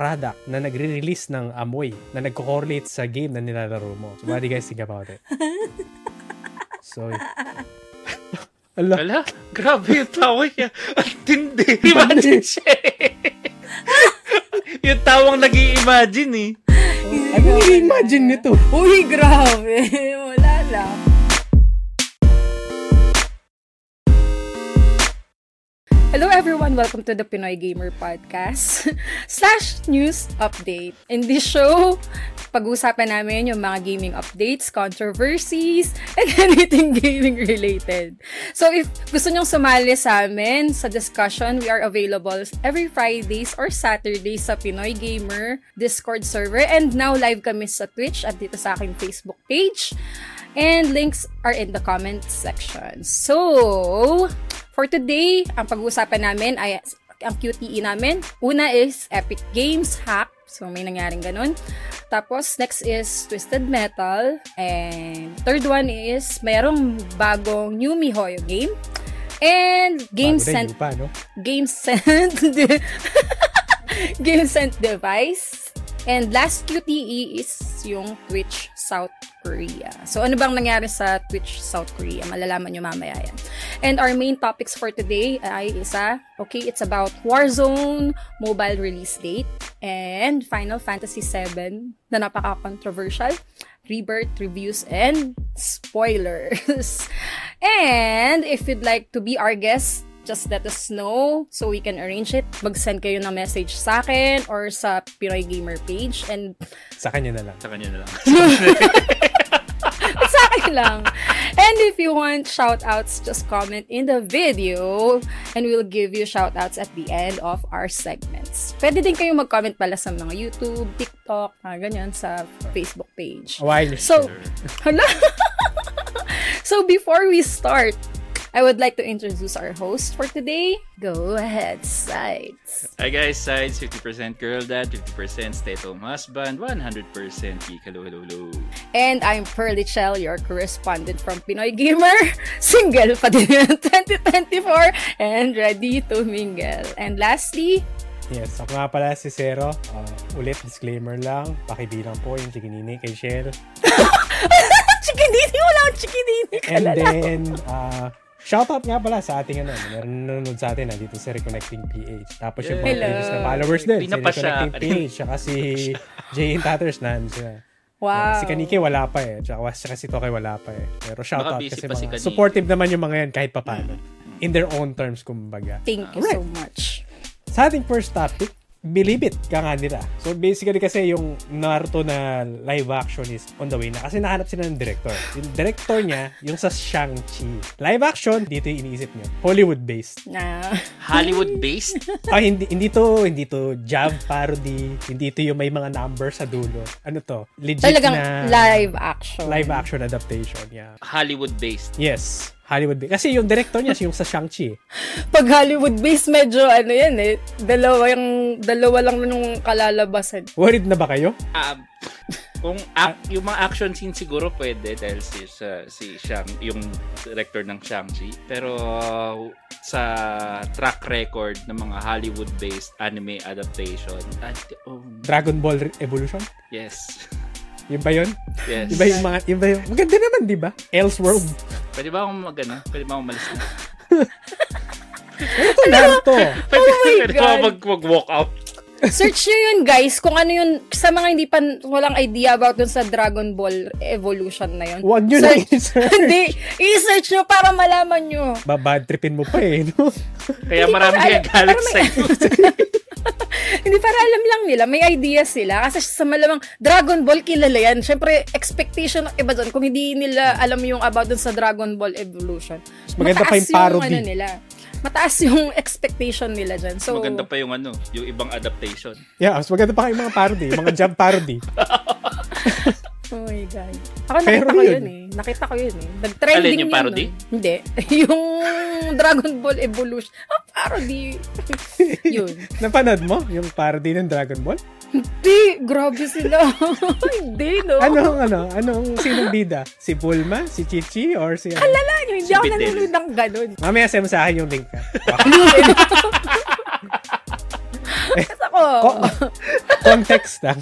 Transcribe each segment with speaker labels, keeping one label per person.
Speaker 1: product na nagre-release ng amoy na nagko-correlate sa game na nilalaro mo. So what do you guys think about it? So, ala, ano
Speaker 2: Ala, grabe yung tawa niya. Ang tindi. Imagine siya eh. yung tawang nag imagine eh.
Speaker 1: ano yung imagine nito?
Speaker 3: Uy, grabe. Wala lang. Hello everyone! Welcome to the Pinoy Gamer Podcast slash news update. In this show, pag-uusapan namin yung mga gaming updates, controversies, and anything gaming related. So if gusto nyong sumali sa amin sa discussion, we are available every Fridays or Saturdays sa Pinoy Gamer Discord server and now live kami sa Twitch at dito sa aking Facebook page. And links are in the comment section. So, for today, ang pag-uusapan namin ay ang QTE namin. Una is Epic Games hack. So, may nangyaring ganun. Tapos, next is Twisted Metal. And third one is mayroong bagong new MiHoYo game. And Game
Speaker 1: Bago na
Speaker 3: Cent
Speaker 1: yun pa, no?
Speaker 3: game sent de- game sent device and last QTE is yung Twitch South Korea. So ano bang nangyari sa Twitch South Korea? Malalaman nyo mamaya yan. And our main topics for today ay isa, okay, it's about Warzone, mobile release date, and Final Fantasy VII na napaka-controversial, rebirth reviews, and spoilers. And if you'd like to be our guest, just let us know so we can arrange it. Mag-send kayo ng message sa akin or sa Pinoy Gamer page and
Speaker 1: Sa kanya na lang.
Speaker 2: Sa kanya na lang.
Speaker 3: sa akin lang. And if you want shoutouts, just comment in the video and we'll give you shoutouts at the end of our segments. Pwede din kayong mag-comment pala sa mga YouTube, TikTok, mga ganyan sa Facebook page.
Speaker 1: While,
Speaker 3: So, hala. so before we start, I would like to introduce our host for today. Go ahead, Sides.
Speaker 2: Hi guys, sides 50% girl dad, 50% stay-at-home husband, 100% geek. Hello, hello, hello.
Speaker 3: And I'm Pearly Chell, your correspondent from Pinoy Gamer. Single pa din ng 2024 and ready to mingle. And lastly,
Speaker 1: yes, ako nga pala si Zero. Ah, ulit, disclaimer lang. Pakibilang po yung chikinini kay Shell.
Speaker 3: chikinini, wala akong chikinini.
Speaker 1: And
Speaker 3: Kalala.
Speaker 1: then, uh, shoutout nga pala sa ating ano, meron nanonood sa atin nandito si Reconnecting PH. Tapos yung mga
Speaker 3: Hello.
Speaker 1: pages na followers din, si
Speaker 2: Pinapasya
Speaker 1: Reconnecting
Speaker 2: ka rin.
Speaker 1: PH, tsaka si Jay and Tatters na ano sila.
Speaker 3: Wow.
Speaker 1: Si Kanike wala pa eh, tsaka, tsaka si Tokay wala pa eh. Pero shoutout
Speaker 2: Baka busy
Speaker 1: kasi
Speaker 2: pa si
Speaker 1: mga,
Speaker 2: Kanike.
Speaker 1: supportive naman yung mga yan kahit papano. In their own terms, kumbaga.
Speaker 3: Thank you so much.
Speaker 1: Sa ating first topic, believe it ka nga nila. So basically kasi yung Naruto na live action is on the way na kasi nahanap sila ng director. Yung director niya, yung sa Shang-Chi. Live action, dito yung iniisip niyo. Hollywood-based.
Speaker 3: Na,
Speaker 2: Hollywood-based?
Speaker 1: Ah, hindi, hindi to, hindi to jab parody, hindi to yung may mga numbers sa dulo. Ano to? Legit
Speaker 3: talagang
Speaker 1: na
Speaker 3: live action.
Speaker 1: live action adaptation. Yeah.
Speaker 2: Hollywood-based.
Speaker 1: Yes. Hollywood-based. Kasi yung director niya, yung sa Shang-Chi. eh.
Speaker 3: Pag Hollywood based, medyo ano yan eh. Dalawa, yung, dalawa lang nung kalalabasan.
Speaker 1: Worried na ba kayo?
Speaker 2: Um, kung ac- yung mga action scene siguro pwede dahil si sa, si Shang yung director ng Shang-Chi pero sa track record ng mga Hollywood-based anime adaptation at oh,
Speaker 1: Dragon Ball Evolution?
Speaker 2: yes
Speaker 1: Yun ba yun?
Speaker 2: yes
Speaker 3: Diba?
Speaker 1: Iba yung mga, iba yung, maganda naman, di ba? Elseworld.
Speaker 2: pwede ba akong magano pwede ba akong malis na
Speaker 3: Oh
Speaker 1: Ito, Naruto.
Speaker 2: pwede,
Speaker 3: my
Speaker 2: pwede ba
Speaker 3: God.
Speaker 2: mag, mag walk out
Speaker 3: Search nyo yun, guys, kung ano yun, sa mga hindi pa walang idea about dun sa Dragon Ball Evolution na yun.
Speaker 1: Huwag nyo na
Speaker 3: Search-
Speaker 1: i-search.
Speaker 3: Hindi, i-search nyo para malaman nyo.
Speaker 1: Babad tripin mo pa eh, no?
Speaker 2: kaya
Speaker 3: Hindi
Speaker 2: marami
Speaker 3: para-
Speaker 2: kaya galit
Speaker 3: para may-
Speaker 2: sa'yo
Speaker 3: Hindi, para alam lang nila, may idea sila. Kasi sa malamang Dragon Ball, kilala yan. Siyempre, expectation ng iba dun, kung hindi nila alam yung about dun sa Dragon Ball Evolution.
Speaker 1: maganda pa yung
Speaker 3: Mataas
Speaker 1: parody.
Speaker 3: Ano nila. Mataas yung expectation nila dyan. So,
Speaker 2: maganda pa yung ano yung ibang adaptation
Speaker 1: Yeah, mas maganda pa kayo mga parody, mga jump parody.
Speaker 3: Oh my God. Ako
Speaker 1: Pero
Speaker 3: nakita ko
Speaker 1: yun.
Speaker 3: yun. eh. Nakita ko yun eh. Nag-trending
Speaker 2: Alin, yung
Speaker 3: yun,
Speaker 2: parody?
Speaker 3: eh. Hindi. yung Dragon Ball Evolution. Ah, parody. yun.
Speaker 1: Napanood mo yung parody ng Dragon Ball?
Speaker 3: Hindi. Grabe sila. Hindi, no?
Speaker 1: Anong, ano, anong, sinong bida? Si Bulma? Si Chichi? Or si ano?
Speaker 3: Wala nyo. Hindi ako
Speaker 2: Si Pitel.
Speaker 3: nanonood ng ganun.
Speaker 1: Mamaya send mo sa akin yung link ka. Wow.
Speaker 3: Kasi ako ako.
Speaker 1: Eh, Ko- context lang.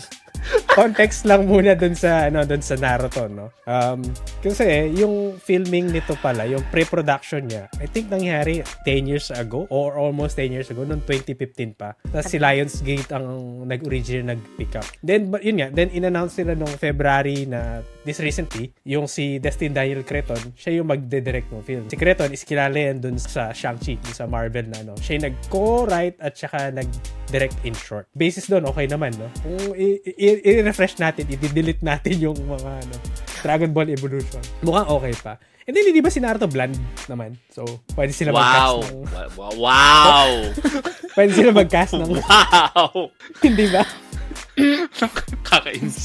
Speaker 1: context lang muna dun sa ano dun sa Naruto no. Um kasi yung filming nito pala, yung pre-production niya, I think nangyari 10 years ago or almost 10 years ago noong 2015 pa. Tapos si Lionsgate ang nag-original nag-pick up. Then but yun nga, then inannounce nila nung February na this recently, yung si Destin Daniel Creton, siya yung magde-direct ng film. Si Creton is kilala yan dun sa Shang-Chi, dun sa Marvel na ano. Siya yung nag-co-write at saka nag-direct in short. Basis doon, okay naman, no? Kung i- i- i-refresh natin, i-delete natin yung mga ano, Dragon Ball Evolution. Mukhang okay pa. And then, hindi ba si Naruto bland naman? So, pwede sila
Speaker 2: Wow.
Speaker 1: mag-cast ng...
Speaker 2: Wow. Wow.
Speaker 1: Pwede sila mag-cast ng...
Speaker 2: wow.
Speaker 1: hindi ba?
Speaker 2: Kakainis.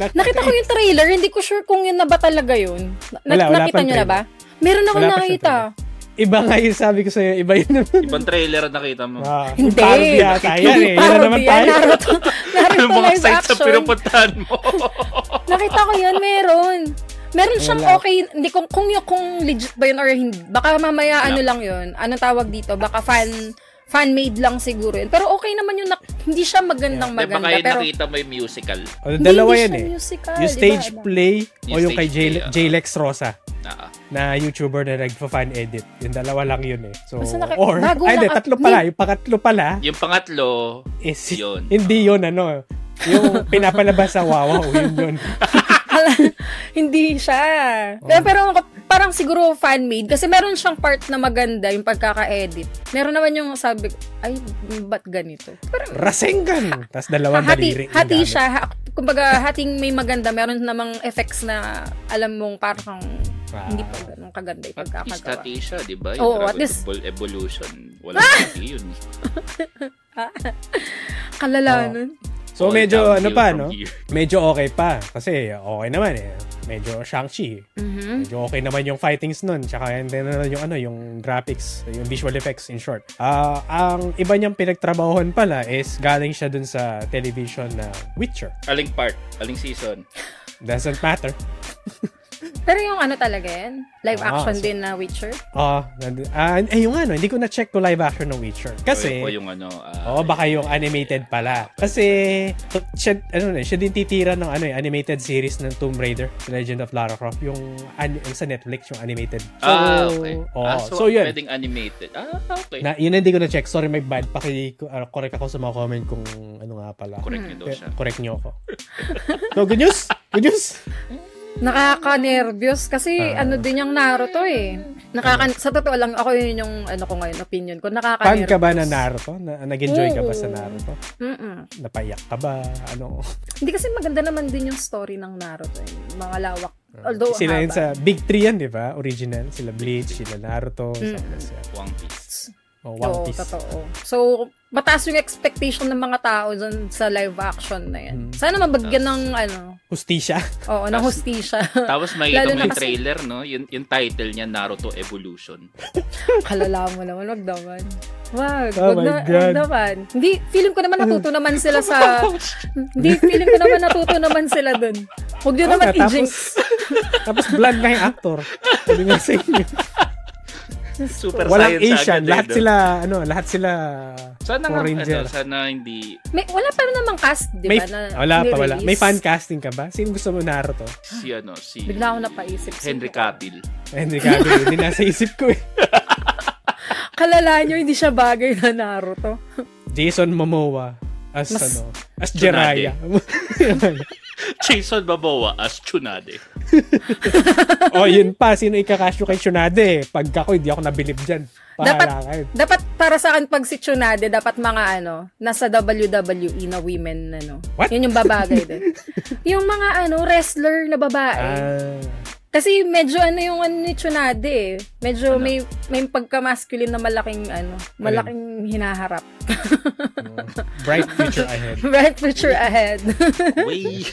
Speaker 3: Nakita ko yung trailer, hindi ko sure kung yun na ba talaga yun. Na-
Speaker 1: Wala, wala
Speaker 3: nakita
Speaker 1: pang
Speaker 3: nyo na ba?
Speaker 1: trailer.
Speaker 3: Meron ako
Speaker 1: Wala pa
Speaker 3: nakita.
Speaker 1: siyang Iba nga yung sabi ko sa'yo, iba yun naman.
Speaker 2: Ibang trailer na nakita mo.
Speaker 1: Ah,
Speaker 3: Hindi.
Speaker 1: Parody yata yan eh. Yun na
Speaker 3: Parody
Speaker 1: naman
Speaker 3: yan,
Speaker 1: tayo.
Speaker 3: Naruto, Naruto
Speaker 2: Yung mga
Speaker 3: live
Speaker 2: sites na
Speaker 3: action.
Speaker 2: pinupuntahan mo.
Speaker 3: Nakita ko yun, meron. Meron siyang
Speaker 1: Wala.
Speaker 3: okay, hindi kung kung yun- kung legit ba yun or hindi. Baka mamaya ano lang yun. Anong tawag dito? Baka fan fan made lang siguro yun. Pero okay naman yun. nak- Hindi siya magandang
Speaker 2: Di ba
Speaker 3: maganda.
Speaker 2: kayo
Speaker 3: pero
Speaker 2: nakita mo yung musical?
Speaker 1: O, dalawa
Speaker 3: hindi
Speaker 1: yan
Speaker 3: siya
Speaker 1: eh.
Speaker 3: musical,
Speaker 1: yung
Speaker 3: di ba?
Speaker 1: stage
Speaker 3: Ano?
Speaker 1: play o
Speaker 2: Yung
Speaker 1: yung kay
Speaker 2: stage
Speaker 1: J-
Speaker 2: play, ah.
Speaker 1: Jlex Rosa
Speaker 2: Ah.
Speaker 1: na YouTuber na nagpa-fan edit. Yung dalawa lang yun eh. So,
Speaker 3: Basta naki-
Speaker 1: or,
Speaker 3: bago
Speaker 1: ay, hindi,
Speaker 3: lang-
Speaker 1: tatlo pala. Yung pangatlo pala
Speaker 2: Yung pangatlo,
Speaker 1: is,
Speaker 2: Yun.
Speaker 1: hindi yun ano. Yung pinapalabas sa Wawa, oh, yun yun.
Speaker 3: Ala- hindi siya. Pero, pero parang siguro fan-made kasi meron siyang part na maganda yung pagkaka-edit. Meron naman yung sabi, ay, ba't ganito? Pero
Speaker 1: Rasengan! Tapos dalawang daliri.
Speaker 3: hati,
Speaker 1: yung
Speaker 3: hati
Speaker 1: gamit.
Speaker 3: siya. Ha, kumbaga, hating may maganda. Meron namang effects na alam mong parang
Speaker 1: Wow.
Speaker 3: hindi pa ganun kaganda yung
Speaker 2: at least
Speaker 3: pagkakagawa.
Speaker 2: dati siya, di ba?
Speaker 3: Oo,
Speaker 2: Yung
Speaker 3: at
Speaker 2: Dragon
Speaker 3: least-
Speaker 2: Ball Evolution. Wala ah! yun.
Speaker 3: Kalala
Speaker 1: Oo.
Speaker 3: nun.
Speaker 1: So,
Speaker 2: All
Speaker 1: medyo
Speaker 2: downhill
Speaker 1: ano pa,
Speaker 2: from
Speaker 1: no?
Speaker 2: here.
Speaker 1: Medyo okay pa. Kasi okay naman eh. Medyo Shang-Chi.
Speaker 3: Mm-hmm.
Speaker 1: Medyo okay naman yung fightings nun. Tsaka and then, ano, yung, ano, yung graphics, yung visual effects in short. Ah, ang iba niyang pinagtrabahohan pala is galing siya dun sa television na Witcher.
Speaker 2: Aling part? Aling season?
Speaker 1: Doesn't matter.
Speaker 3: Pero yung ano talaga yan? Live
Speaker 1: Ah,
Speaker 3: action
Speaker 1: so-
Speaker 3: din na Witcher?
Speaker 1: Ah, nand- ah, ay, yung ano, hindi ko na-check to live action ng Witcher. Kasi, Oh,
Speaker 2: O yung ano, ah,
Speaker 1: Oo, baka yung animated pala. Kasi, to- siya, ano na, siya din titira ng ano, eh, animated series ng Tomb Raider, The Legend of Lara Croft, yung, an- yung sa Netflix, yung animated. So,
Speaker 2: ah, okay.
Speaker 1: oo.
Speaker 2: ah,
Speaker 1: Oh, so, yun.
Speaker 2: Pwedeng animated. Ah, okay.
Speaker 1: Na, yun hindi ko na-check. Sorry, my bad. Paki, uh, correct ako sa mga comment kung ano nga pala.
Speaker 2: Correct niyo daw
Speaker 1: Pe-
Speaker 2: siya.
Speaker 1: correct niyo ako. so, good news! Good news!
Speaker 3: Nakaka-nervyos kasi
Speaker 1: Ah.
Speaker 3: ano din yung Naruto eh. Nakaka sa totoo lang ako yun yung ano ko ngayon opinion ko
Speaker 1: Fan
Speaker 3: nakaka-nervyos.
Speaker 1: ka ba na Naruto? Na, nag-enjoy ka ba
Speaker 3: Oo.
Speaker 1: sa Naruto?
Speaker 3: Mm-mm.
Speaker 1: Napaiyak ka ba? Ano?
Speaker 3: Hindi kasi maganda naman din yung story ng Naruto eh. Mga lawak. Although ang
Speaker 1: Ah, sila yun
Speaker 3: haba.
Speaker 1: sa Big Three yan, di ba? Original. Sila Bleach, sila Naruto,
Speaker 3: Mm.
Speaker 1: sila,
Speaker 2: One Piece.
Speaker 1: oh, One
Speaker 3: Oo,
Speaker 1: Piece.
Speaker 3: totoo. So, mataas yung expectation ng mga tao dun sa live action na yan.
Speaker 1: Hmm.
Speaker 3: Sana mabagyan ng, ano,
Speaker 1: Hustisya.
Speaker 3: oo, ng hostisya.
Speaker 2: Tapos makikita
Speaker 3: Lalo
Speaker 2: mo
Speaker 3: na
Speaker 2: yung
Speaker 3: kasi-
Speaker 2: trailer, no? Yung, yung title niya, Naruto Evolution.
Speaker 3: Kalala mo naman, wag naman. Wag,
Speaker 1: Oh
Speaker 3: wag
Speaker 1: my
Speaker 3: na,
Speaker 1: God.
Speaker 3: wag naman. Hindi, feeling ko naman natuto naman sila sa, hindi, feeling ko naman natuto naman sila dun. Huwag nyo
Speaker 1: Oo
Speaker 3: naman
Speaker 1: nga,
Speaker 3: i-jinx.
Speaker 1: Tapos bland na yung actor. Sabi nga sa inyo.
Speaker 2: Super
Speaker 1: Walang
Speaker 2: science
Speaker 1: Asian.
Speaker 2: agad, eh,
Speaker 1: Lahat
Speaker 2: no?
Speaker 1: sila, ano, lahat sila
Speaker 2: Sana nga,
Speaker 1: Power Ranger.
Speaker 2: ano, sana hindi
Speaker 3: May, wala pa namang cast, di
Speaker 1: may,
Speaker 3: ba? na
Speaker 1: wala pa, wala.
Speaker 3: nirelease?
Speaker 1: May fan casting ka ba? Sino gusto mo Naruto?
Speaker 2: si, ano, si
Speaker 3: Bigla ako napaisip. sino?
Speaker 2: Henry Cavill.
Speaker 1: Henry Cavill. Eh, Hindi nasa isip ko eh.
Speaker 3: Kalala nyo, hindi siya bagay na Naruto.
Speaker 1: Jason Momoa. As
Speaker 3: Mas-
Speaker 1: ano? As Jiraiya.
Speaker 2: Tsunade. Jason Baboa as Tsunade.
Speaker 1: o Oh, yun pa, sino ikakasyo kay Tsunade? Pagka ko, hindi ako nabilib dyan.
Speaker 3: dapat
Speaker 1: Pahala kayo.
Speaker 3: dapat para sa akin pag si Tsunade dapat mga ano nasa WWE na women ano
Speaker 1: What?
Speaker 3: yun yung babagay din yung mga ano wrestler na babae
Speaker 1: Ah,
Speaker 3: kasi medyo ano yung ano ni Tsunade eh.
Speaker 1: Ano?
Speaker 3: medyo may may pagka-masculine na malaking ano malaking hinaharap
Speaker 1: Ah, bright future ahead.
Speaker 3: right future ahead
Speaker 2: Way.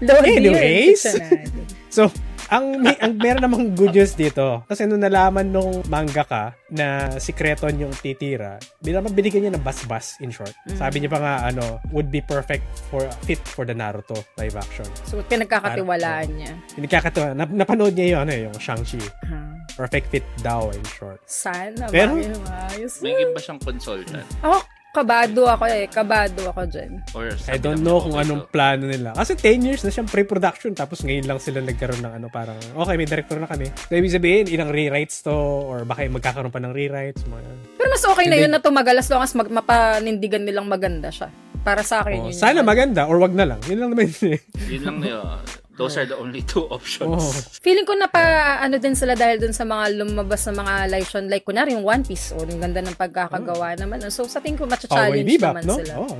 Speaker 3: Low beer
Speaker 1: Anyways.
Speaker 3: si Tsunade.
Speaker 1: So, ang may ang meron namang good news dito. Kasi nung nalaman nung mangaka na si Creton yung titira, binaman binigyan niya ng bas-bas in short. Sabi niya pa nga ano, would be perfect for fit for the Naruto live action.
Speaker 3: so pinagkakatiwalaan niya
Speaker 1: Hindi kakatawa, nap- napanood niya yung ano, yung Shang-Chi.
Speaker 3: Huh.
Speaker 1: Perfect fit daw in short.
Speaker 3: sana
Speaker 1: Pero-
Speaker 3: bagay na maayos.
Speaker 2: May iba siyang consultant.
Speaker 3: Ako, kabado ako eh. Kabado ako dyan.
Speaker 1: I
Speaker 2: Or sabi
Speaker 1: don't
Speaker 2: naman
Speaker 1: know
Speaker 2: ako
Speaker 1: kung
Speaker 2: dito.
Speaker 1: anong plano nila. Kasi 10 years na siyang pre-production tapos ngayon lang sila nagkaroon ng ano parang okay, may director na kami. So ibig sabihin, ilang rewrites to or baka magkakaroon pa ng rewrites. Mga...
Speaker 3: Pero mas okay na
Speaker 1: Hindi.
Speaker 3: yun na tumagal as long as mag- mapanindigan nilang maganda siya. Para sa
Speaker 1: Oh,
Speaker 3: akin yun.
Speaker 1: sana
Speaker 3: yun.
Speaker 1: maganda or wag na lang. Yun lang naman yun eh.
Speaker 2: Yun lang na yun. Those are the only two options.
Speaker 1: Oh.
Speaker 3: Feeling ko na pa ano din sila dahil dun sa mga lumabas na mga live show. Like, kunwari yung One Piece. O, yung ganda ng pagkakagawa naman. oh. So, sa tingin ko,
Speaker 1: Cowboy
Speaker 3: matcha-challenge
Speaker 1: Oh. Bebop,
Speaker 3: naman
Speaker 1: no?
Speaker 3: sila.
Speaker 1: Oh,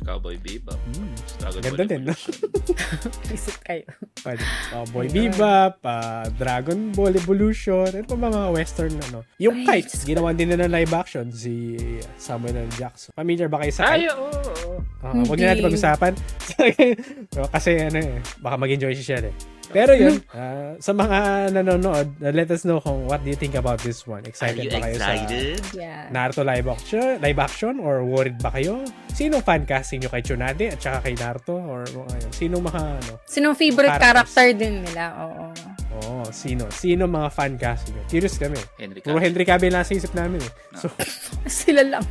Speaker 2: Cowboy Bebop. Dragon
Speaker 1: Hmm. Ganda
Speaker 2: Ball
Speaker 1: din, no?
Speaker 2: Evolution.
Speaker 3: Visit kayo.
Speaker 1: pwede. Cowboy Bebop, ah, Dragon Ball Evolution, ano pa ba mga western ano? Yung
Speaker 3: Ay,
Speaker 1: Kite,
Speaker 3: Diyos ko.
Speaker 1: ginawa din na ng live action si Samuel L. Jackson. Familiar ba kayo sa Kite?
Speaker 2: Ay, oo. oo.
Speaker 1: Ah, huwag na
Speaker 3: Hindi.
Speaker 1: natin pag-usapan. So, kasi ano eh, baka mag-enjoy si Shell eh. Pero yun, ah, sa mga nanonood, uh, let us know kung what do you think about this one.
Speaker 2: Are
Speaker 1: Excited
Speaker 2: you
Speaker 1: ba kayo sa
Speaker 2: excited?
Speaker 3: Yeah.
Speaker 1: Naruto live action, live action or worried ba kayo? Sinong fan casting nyo kay Tsunade at saka kay Naruto or mga yun? Sinong mga ano?
Speaker 3: Sinong favorite
Speaker 1: Characters.
Speaker 3: character din nila? Oo.
Speaker 1: Oo, Oh, sino? Sino mga fan casting nyo? Curious kami.
Speaker 2: Henry
Speaker 1: Puro
Speaker 2: Cavill.
Speaker 1: Henry Cavill nasa isip namin eh. So,
Speaker 3: Sila lang.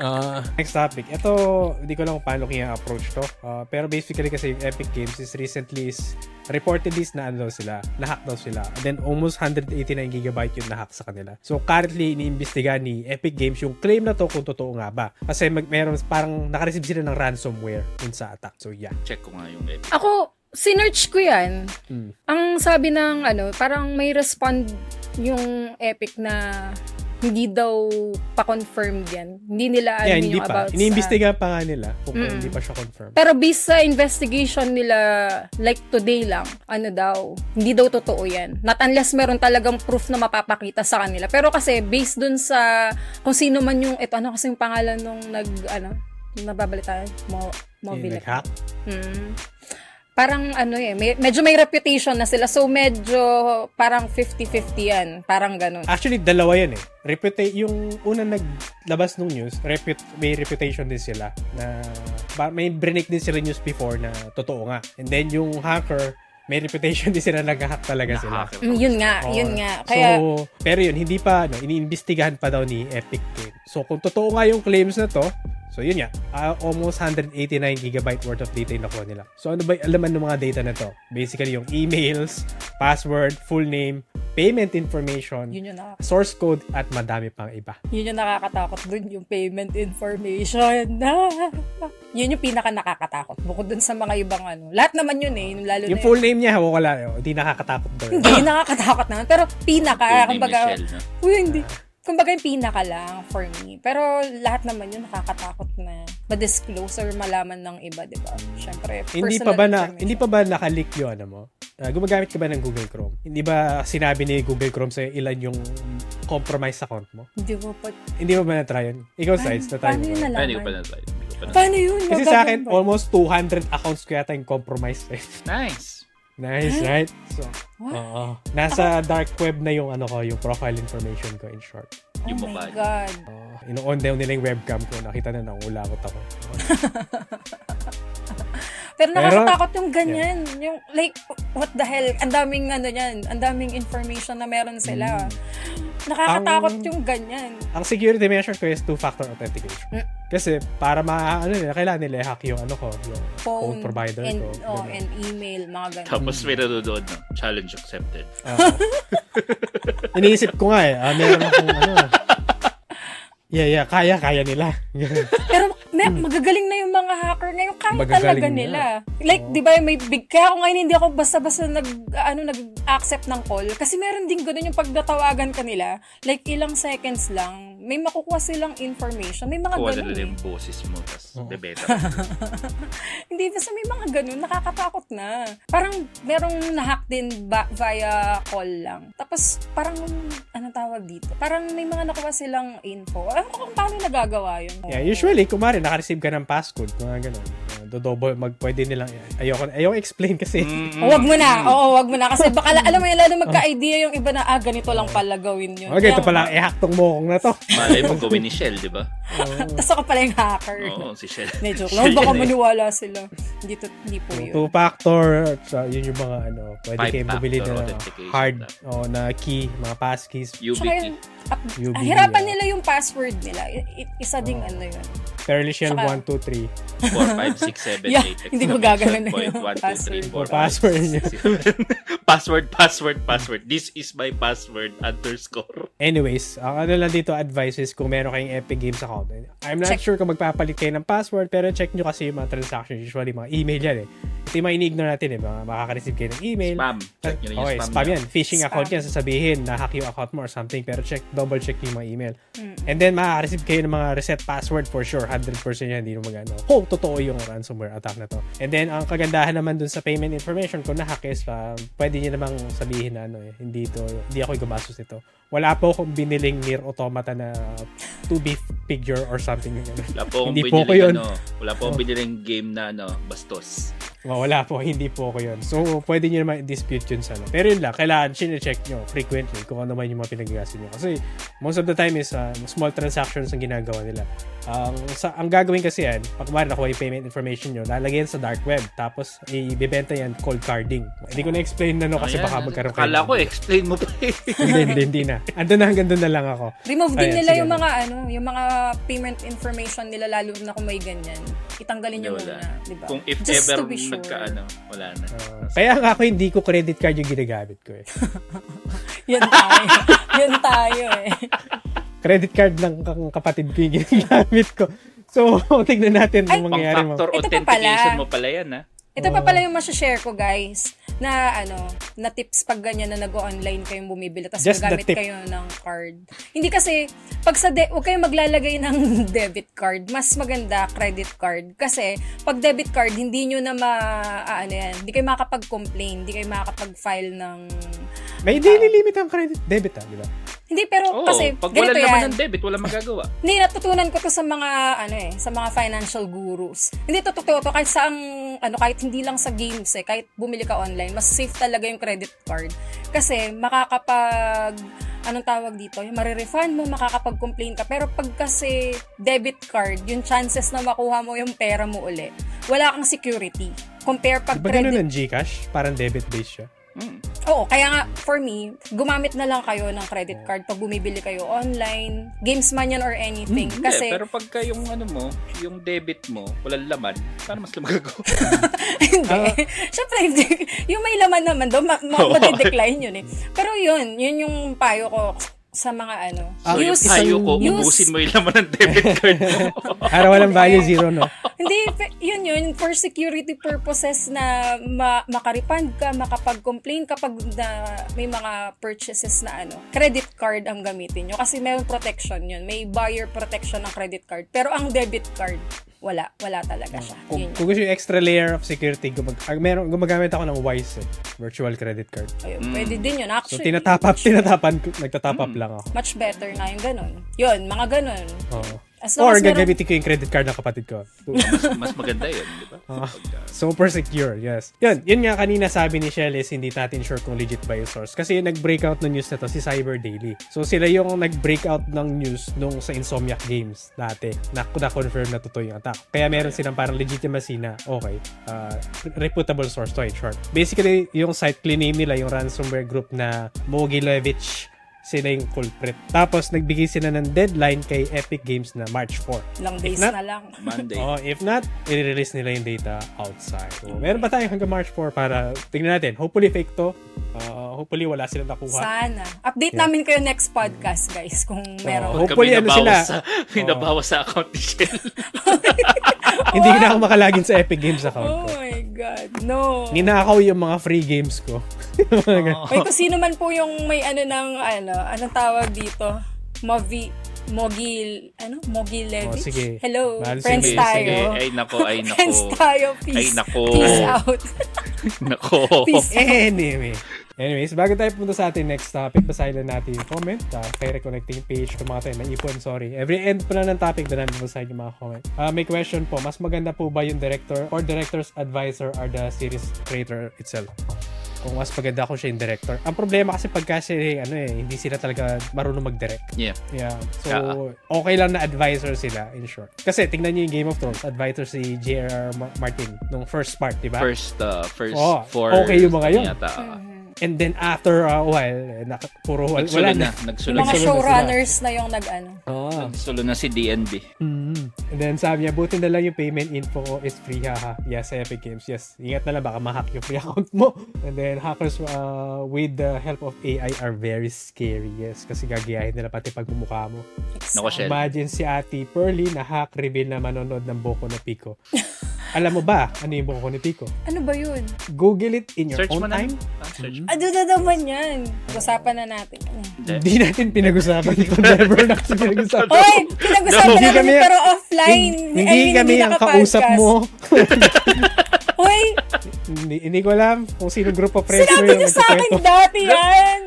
Speaker 1: Next topic. Ito, hindi ko lang kung paano kaya approach to. Ah, pero basically kasi yung Epic Games is recently is reportedly is na ano daw sila, nahack daw sila. And then almost 189GB yung nahack sa kanila. So currently, iniimbestiga ni Epic Games yung claim na to kung totoo nga ba. Kasi mag, meron, parang nakareceive sila ng ransomware dun sa attack. So yeah.
Speaker 2: Check ko nga yung episode.
Speaker 3: Ako, sinerch ko yan.
Speaker 1: Mm.
Speaker 3: Ang sabi ng ano, parang may respond yung Epic na hindi daw pa-confirmed yan. Hindi nila alam
Speaker 1: yeah, hindi
Speaker 3: yung
Speaker 1: pa.
Speaker 3: about sa-
Speaker 1: Iniimbestiga pa nga nila kung
Speaker 3: Mm.
Speaker 1: hindi pa siya confirm.
Speaker 3: Pero based sa investigation nila, like today lang, ano daw, hindi daw totoo yan. Not unless meron talagang proof na mapapakita sa kanila. Pero kasi based dun sa kung sino man yung, ito ano kasi yung pangalan nung nag, ano, nababalita, Mo,
Speaker 1: Yung
Speaker 3: Movilec.
Speaker 1: nag-hack.
Speaker 3: Mm. Parang ano eh, may- medyo may reputation na sila. So medyo parang 50-50 yan. Parang ganun.
Speaker 1: Actually, dalawa yan eh. Reputa- yung unang naglabas ng news, reput may reputation din sila na ba- may brinik din sila news before na totoo nga. And then yung hacker, may reputation din sila nag-hack talaga sila.
Speaker 2: Nakahacker
Speaker 3: Mm, yun nga,
Speaker 1: Oo.
Speaker 3: yun nga. Kaya,
Speaker 1: Oh. So, pero yun, hindi pa, ano, iniimbestigahan pa daw ni Epic Games. So, kung totoo nga yung claims na to, so yun nga, ah, almost 189 gigabyte worth of data yung nakuha nila. So, ano ba yung alaman ng mga data na to? Basically, yung emails, password, full name, payment information,
Speaker 3: yun ah. yung, nakak-
Speaker 1: source code at madami pang iba.
Speaker 3: yun yung nakakatakot dun, yung payment information. yun yung pinaka nakakatakot. Bukod dun sa mga ibang ano. Lahat naman yun eh. Yung Lalo
Speaker 1: Yung
Speaker 3: na
Speaker 1: full name niya, hawak wala. oh, Di nakakatakot daw. yun.
Speaker 3: Hindi, yung nakakatakot naman. Pero pinaka,
Speaker 2: Full name
Speaker 3: kumbaga,
Speaker 2: Michelle, no?
Speaker 3: Uy, hindi. Kumbaga yung pinaka lang for me. Pero lahat naman yun nakakatakot na ma-disclose or malaman ng iba, di ba? Siyempre,
Speaker 1: Hindi
Speaker 3: personal
Speaker 1: pa ba na
Speaker 3: information.
Speaker 1: hindi pa ba nakalik yun, ano mo? Ah, gumagamit ka ba ng Google Chrome? Hindi ba sinabi ni Google Chrome sa ilan yung compromise account mo?
Speaker 3: Hindi ko pa.
Speaker 1: Hindi mo ba na-try yun? Ikaw, Sides, na-try
Speaker 3: Paano
Speaker 1: mo
Speaker 3: yun
Speaker 1: ba?
Speaker 2: Ay, hindi ko pa
Speaker 3: nalaman?
Speaker 2: na-try. Hindi ko pa na
Speaker 3: Paano yun?
Speaker 1: Kasi sa akin,
Speaker 3: Magagawa ba?
Speaker 1: almost 200 accounts ko yata yung compromise. eh.
Speaker 2: Nice.
Speaker 1: nice, right? So,
Speaker 3: What?
Speaker 1: oo. Nasa dark web na yung ano ko, yung profile information ko in short.
Speaker 2: Yung
Speaker 3: Oh my
Speaker 2: babae.
Speaker 3: God.
Speaker 1: Uh, ino-on down nila yung webcam ko. Nakita na nangulakot ako.
Speaker 3: Pero
Speaker 1: Pero-
Speaker 3: nakakatakot yung ganyan. Yung, like, what the hell? Ang daming, ano yan, ang daming information na meron sila.
Speaker 1: Mm.
Speaker 3: Nakakatakot
Speaker 1: Ang-
Speaker 3: yung ganyan.
Speaker 1: ang security measure ko is two-factor authentication.
Speaker 3: Mm.
Speaker 1: Kasi para ma ano nila, kailangan nila i-hack yung ano ko, yung phone,
Speaker 3: Phone,
Speaker 1: provider
Speaker 3: and,
Speaker 1: ko. diba?
Speaker 3: oh,
Speaker 1: Ganun.
Speaker 3: and email, mga ganyan.
Speaker 2: Tapos
Speaker 1: Mm.
Speaker 2: may nanonood na challenge accepted.
Speaker 3: Ah,
Speaker 1: Oo. Iniisip ko nga eh, ah, meron akong ano. Yeah, yeah, kaya, kaya nila.
Speaker 3: Pero may, magagaling na yung mga hacker ngayon. Kaya
Speaker 1: Mm. Magagaling
Speaker 3: talaga
Speaker 1: na.
Speaker 3: nila. Like, di ba, may big... Kaya ako ngayon hindi ako basta-basta nag, ano, nag-accept ng call. Kasi meron din ganun yung pagdatawagan kanila. Like, ilang seconds lang, may makukuha silang information. May mga
Speaker 2: Kuha na
Speaker 3: ganun.
Speaker 2: nila
Speaker 3: eh.
Speaker 2: yung boses mo, tapos
Speaker 1: Oo.
Speaker 2: bebeta.
Speaker 3: Hindi, basta may mga ganun. Nakakatakot na. Parang merong nahack din ba, via call lang. Tapos, parang, ano tawag dito? Parang may mga nakuha silang info. Alam ko kung paano nagagawa yun.
Speaker 1: yeah, usually, kumari, nakareceive ka ng passcode, mga ganun. Uh, Dodobo, mag, pwede nilang, ayoko, ayoko explain kasi.
Speaker 2: Mm.
Speaker 3: O, Oh, wag mo
Speaker 1: Mm.
Speaker 3: na. Oo, wag mo na. Kasi baka, la- alam mo yun, lalo magka-idea yung iba na, ah, ganito lang pala gawin yun.
Speaker 1: Okay, ito
Speaker 3: Kaya-
Speaker 1: pala, i-hack tong mokong na to.
Speaker 2: Malay mo gawin ni Shell, di ba?
Speaker 3: Tapos ako pala yung hacker.
Speaker 2: Oo, si Shell.
Speaker 3: Hindi, joke
Speaker 2: Shell
Speaker 3: lang. Baka
Speaker 2: yan eh.
Speaker 3: maniwala sila. Hindi, to, hindi po yun.
Speaker 1: Two-factor, so, yun yung mga ano, pwede
Speaker 2: Five-factor
Speaker 1: kayong bumili na
Speaker 2: authentication.
Speaker 1: hard, o na key, mga passkeys.
Speaker 2: UBT.
Speaker 3: Tsaka yun, up-
Speaker 1: UBT,
Speaker 3: hirapan
Speaker 1: yeah. Oh.
Speaker 3: nila yung password nila. I- i- isa ding ano yun.
Speaker 1: Pearly Shell
Speaker 3: Saka-
Speaker 1: 1, 2, 3.
Speaker 2: 4, 5, 6, 7,
Speaker 3: Yeah,
Speaker 2: 8.
Speaker 3: hindi ko gagawin na yung password.
Speaker 1: Password niya.
Speaker 2: password, password, password. This is my password underscore.
Speaker 1: Anyways, ang ano lang dito advice is kung meron kayong Epic Games account. I'm not
Speaker 3: Check.
Speaker 1: sure kung magpapalit kayo ng password, pero check nyo kasi yung mga transactions. Usually, mga email yan eh. Ito yung mga ini-ignore natin eh. Mga makaka-receive kayo ng email.
Speaker 2: Spam. Check nyo na yung
Speaker 1: okay,
Speaker 2: spam.
Speaker 1: spam
Speaker 2: na.
Speaker 1: yan. Phishing
Speaker 3: Spam.
Speaker 1: account yan. Sasabihin, na-hack yung account mo or something. Pero check, double check yung mga email. And then, makaka-receive kayo ng mga reset password for sure. 100% yan. Hindi naman gano. Kung totoo yung ransomware attack na to. And then, ang kagandahan naman dun sa payment information, kung na-hack is, um, pwede nyo namang sabihin na ano eh, hindi to, hindi ako gumastos nito. Wala po akong biniling near automata na to be figure or something.
Speaker 2: Wala po akong
Speaker 1: Hindi po
Speaker 2: biniling,
Speaker 1: ko yun.
Speaker 2: ano, wala po akong biniling game na ano, bastos.
Speaker 1: Oh, wala po, hindi po ako yun. So, pwede nyo naman dispute yun sana. Pero yun lang, kailangan sine-check nyo frequently kung ano man yung mga pinagagastos nyo. Kasi most of the time is um, small transactions ang ginagawa nila. Ang sa, ang gagawin kasi yan, pag mara nakuha yung payment information nyo, lalagyan sa dark web. Tapos, ibibenta yan cold carding. Hindi ko na-explain na no kasi
Speaker 2: Ayan,
Speaker 1: baka magkaroon kayo.
Speaker 2: Akala ko, explain mo pa eh.
Speaker 1: hindi, hindi, hindi na. Andun na hanggang doon na lang ako.
Speaker 3: Remove din
Speaker 1: Ayan,
Speaker 3: nila
Speaker 1: sige,
Speaker 3: yung
Speaker 1: ano.
Speaker 3: mga ano, yung mga payment information nila lalo na kung may ganyan. Itanggalin niyo
Speaker 2: wala.
Speaker 3: muna, di ba?
Speaker 2: Kung if
Speaker 3: Just
Speaker 2: ever
Speaker 3: to be sure.
Speaker 2: nagka, ano, wala na.
Speaker 1: Uh, kaya nga ako hindi ko credit card yung ginagamit ko eh.
Speaker 3: Yan tayo. Yan tayo eh.
Speaker 1: credit card ng k- kapatid ko yung ginagamit ko. So, tignan natin
Speaker 3: Ay,
Speaker 1: kung
Speaker 2: Pang
Speaker 1: mangyayari mo.
Speaker 2: factor
Speaker 3: Ito pa
Speaker 2: authentication
Speaker 3: pala.
Speaker 2: mo pala yan, ha?
Speaker 3: Ito pa pala yung share ko guys na ano, na tips pag ganyan na nag-online kayong bumibili tapos
Speaker 1: Just the
Speaker 3: gagamit
Speaker 1: tip.
Speaker 3: kayo ng card. Hindi kasi pag sa de- huwag kayong maglalagay ng debit card, mas maganda credit card kasi pag debit card hindi niyo na ma ah, ano yan, hindi kayo makakapag-complain, hindi kayo makakapag-file ng
Speaker 1: May daily limit ang credit debit ah, di ba?
Speaker 3: hindi pero
Speaker 2: Oo,
Speaker 3: Oh, kasi
Speaker 2: pag wala
Speaker 3: ganito
Speaker 2: naman
Speaker 3: yan.
Speaker 2: ng debit, wala magagawa.
Speaker 3: Hindi, natutunan ko to sa mga, ano eh, sa mga financial gurus. Hindi, to totoo to, kahit sa ang, ano, kahit hindi lang sa games eh, kahit bumili ka online, mas safe talaga yung credit card. Kasi makakapag, anong tawag dito, yung marirefund mo, makakapag-complain ka. Pero pag kasi debit card, yung chances na makuha mo yung pera mo uli, wala kang security. Compare
Speaker 1: Di
Speaker 3: pag
Speaker 1: ba
Speaker 3: credit
Speaker 1: ganun eh? ng Gcash? Parang debit-based siya.
Speaker 2: Hmm.
Speaker 3: Oo, kaya nga, for me, gumamit na lang kayo ng credit card pag bumibili kayo online, games man yan or anything.
Speaker 2: Mm, Hindi,
Speaker 3: kasi,
Speaker 2: pero pagka yung ano mo, yung debit mo, walang laman, paano mas lumagago?
Speaker 3: hindi.
Speaker 1: Ah.
Speaker 3: Siyempre, hindi. yung may laman naman daw, ma- ma-
Speaker 2: Oo.
Speaker 3: madedecline yun eh. Pero yun, yun yung payo ko sa mga ano.
Speaker 2: so, yung
Speaker 1: use-
Speaker 2: payo ko,
Speaker 3: use-
Speaker 2: ubusin mo yung laman ng debit card mo.
Speaker 1: Para walang value zero, no?
Speaker 3: hindi, pe- yun yun, for security purposes na ma- makarepand ka, makapag-complain kapag na, may mga purchases na ano, credit card ang gamitin nyo. Kasi may protection yun. May buyer protection ng credit card. Pero ang debit card, wala. Wala talaga siya.
Speaker 1: Kung,
Speaker 3: Yun yun.
Speaker 1: kung gusto yung extra layer of security, gumag ah, meron, gumagamit ako ng Wise eh, virtual credit card.
Speaker 3: Ayun, Pwede din yun.
Speaker 1: So,
Speaker 3: Actually,
Speaker 1: tinatap up, tinatapan ko, nagtatap
Speaker 3: Hmm.
Speaker 1: up lang ako.
Speaker 3: much better nga yung ganun. Yun, mga ganun.
Speaker 1: Oo.
Speaker 3: As
Speaker 1: Or
Speaker 3: long as meron-
Speaker 1: gagamitin ko yung credit card ng kapatid ko.
Speaker 2: mas, mas maganda yun, di ba? Pagka-
Speaker 1: Super secure, yes. Yun, yun nga kanina sabi ni Shell is hindi natin sure kung legit ba yung source. Kasi yung nag-breakout ng news na to si Cyber Daily. So sila yung nag-breakout ng news nung sa Insomniac Games dati na, na-confirm na totoo yung attack. Kaya meron silang parang legitimacy na, okay, uh, reputable source to in short. Basically, yung site claim nila yung ransomware group na Mogilevich sila yung culprit. Tapos, nagbigay sila ng deadline kay Epic Games na March 4.
Speaker 3: Ilang
Speaker 1: If
Speaker 3: days
Speaker 1: not-
Speaker 3: na lang.
Speaker 2: Monday.
Speaker 1: Oh, if not, i-release nila yung data outside. So, meron pa tayo hanggang March 4 para tingnan natin. Hopefully fake to. Uh, hopefully wala silang nakuha.
Speaker 3: Sana. Update namin kayo next podcast, guys, kung meron.
Speaker 1: Oo. Hopefully, ano sila?
Speaker 2: Sa, may nabawas sa account ni Shell.
Speaker 1: Hindi na ako makalagin sa Epic Games account
Speaker 3: Oh
Speaker 1: ko.
Speaker 3: my God, no.
Speaker 1: Ninakaw yung mga free games ko. Yung mga ganun.
Speaker 3: Ay, kung sino man po yung may ano ng, ano, anong tawag dito? Movi, Mogil, ano? Mogilevich?
Speaker 1: Oh, sige.
Speaker 3: Hello,
Speaker 1: Mahal si
Speaker 3: friends
Speaker 1: Sige,
Speaker 3: tayo.
Speaker 2: sige. Ay, nako, ay, nako.
Speaker 3: Friends tayo, peace.
Speaker 2: Ay, nako.
Speaker 3: Peace out.
Speaker 2: Nako.
Speaker 3: peace
Speaker 1: Anyway. Anyways, bago tayo punta sa ating next topic, basahin lang natin yung comment. Uh, kay Reconnecting Page, kung mga tayo naipon, sorry. Every end po na ng topic, na namin basahin yung mga comment. Ah, may question po, mas maganda po ba yung director or director's advisor or the series creator itself? Kung mas maganda kung siya yung director. Ang problema kasi pagka siya, eh, ano eh, hindi sila talaga marunong mag-direct.
Speaker 2: Yeah.
Speaker 1: Yeah. So,
Speaker 2: Oo.
Speaker 1: okay lang na advisor sila, in short. Kasi, tingnan niyo yung Game of Thrones, advisor si J.R.R. Martin, nung first part, di ba?
Speaker 2: First, uh, first
Speaker 1: Oo,
Speaker 2: four.
Speaker 1: Oh, okay yung mga yun.
Speaker 3: Hmm.
Speaker 2: Yata.
Speaker 1: And then after a while, eh, naka, puro wal- wala
Speaker 2: Nagsulo
Speaker 1: na. Wala
Speaker 2: na. Nagsulo na.
Speaker 1: Nagsulo
Speaker 3: Mga
Speaker 1: sila.
Speaker 3: showrunners na yung ano. nag-ano.
Speaker 1: Oh.
Speaker 2: Nagsulo na si DND.
Speaker 1: And then sabi niya, buti na lang yung payment info ko is free, haha. Yes, sa Epic Games. Yes, ingat na lang, baka ma-hack yung free account mo. And then hackers uh, with the help of AI are very scary. Yes, kasi gagayahin nila pati pag mumukha mo.
Speaker 2: Nako, Shell.
Speaker 1: Imagine si Ate Pearly na hack reveal na manonood ng Boko no Pico. Alam mo ba ano yung Boko no Pico?
Speaker 3: Ano ba yun?
Speaker 1: Google it in your
Speaker 2: Search
Speaker 1: own
Speaker 2: mo na.
Speaker 1: time.
Speaker 2: Ah, search mo.
Speaker 3: Ano na naman yan? Usapan na natin.
Speaker 2: Hindi.
Speaker 1: Hindi natin pinag-usapan ito. Never natin pinag-usapan.
Speaker 3: Oy, pinag-usapan
Speaker 2: No.
Speaker 1: Hindi
Speaker 3: na namin
Speaker 1: kami-
Speaker 3: pero offline.
Speaker 1: hindi
Speaker 3: I mean,
Speaker 1: kami ang
Speaker 3: nakapodcast.
Speaker 1: kausap mo.
Speaker 3: Hoy,
Speaker 1: hindi, hindi ko alam kung sino group of friends
Speaker 3: sinabi
Speaker 1: mo yung
Speaker 3: niyo sa akin
Speaker 1: nagkukwento.
Speaker 3: dati yan.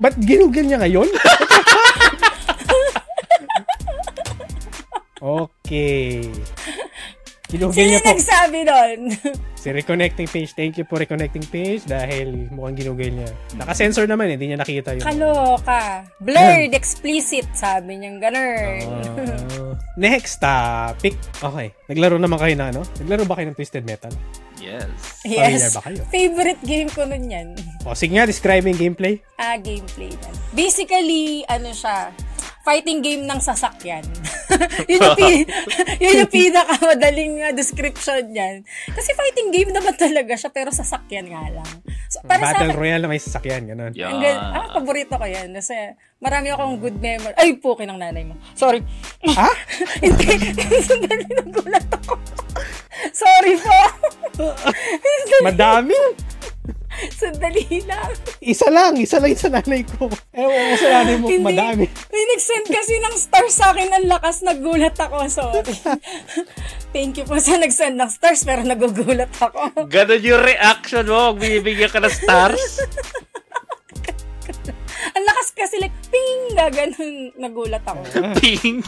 Speaker 1: Ba't ginugil niya ngayon? okay. Ginugil
Speaker 3: Sino
Speaker 1: niya
Speaker 3: yung
Speaker 1: po.
Speaker 3: nagsabi nun?
Speaker 1: Si Reconnecting Page. Thank you po Reconnecting Page dahil mukhang ginugil niya. Nakasensor naman, eh, hindi niya nakita yun.
Speaker 3: Kaloka. Blurred, explicit, sabi niyang ganun.
Speaker 1: Ah. next topic. Okay. Naglaro naman kayo na ano? Naglaro ba kayo ng Twisted Metal?
Speaker 3: Mm-hmm.
Speaker 2: Yes.
Speaker 1: Ah, familiar
Speaker 3: yes.
Speaker 1: ba kayo?
Speaker 3: Favorite game ko nun yan.
Speaker 1: O, sige nga, describing gameplay.
Speaker 3: Ah, gameplay na. Basically, ano siya, fighting game ng sasakyan. yun, yung pi- yun yung pinakamadaling uh, description niyan. Kasi fighting game naman talaga siya, pero sasakyan nga lang. So, para sa
Speaker 1: Mm. Battle
Speaker 3: akin,
Speaker 1: Royale na may sasakyan, ganun.
Speaker 2: Yeah.
Speaker 3: ang gan- ah, paborito ko yan. Kasi marami akong good memory. Ay, po, ng nanay mo. Sorry.
Speaker 1: Ha?
Speaker 3: Hindi. Sandali, nagulat ako. Sorry po. sandali,
Speaker 1: Madami?
Speaker 3: sandali lang.
Speaker 1: Isa lang, isa lang sa nanay ko. Ewan ko sa nanay mo,
Speaker 3: Hindi.
Speaker 1: madami.
Speaker 3: May nag-send kasi ng stars sa akin ng lakas. Nagulat ako. Sorry. Thank you po sa nag-send ng stars pero nagugulat ako.
Speaker 2: Ganun yung reaction mo. Huwag binibigyan ka ng stars.
Speaker 3: Ang lakas kasi like, ping! Ganun, nagulat ako.
Speaker 2: Ping.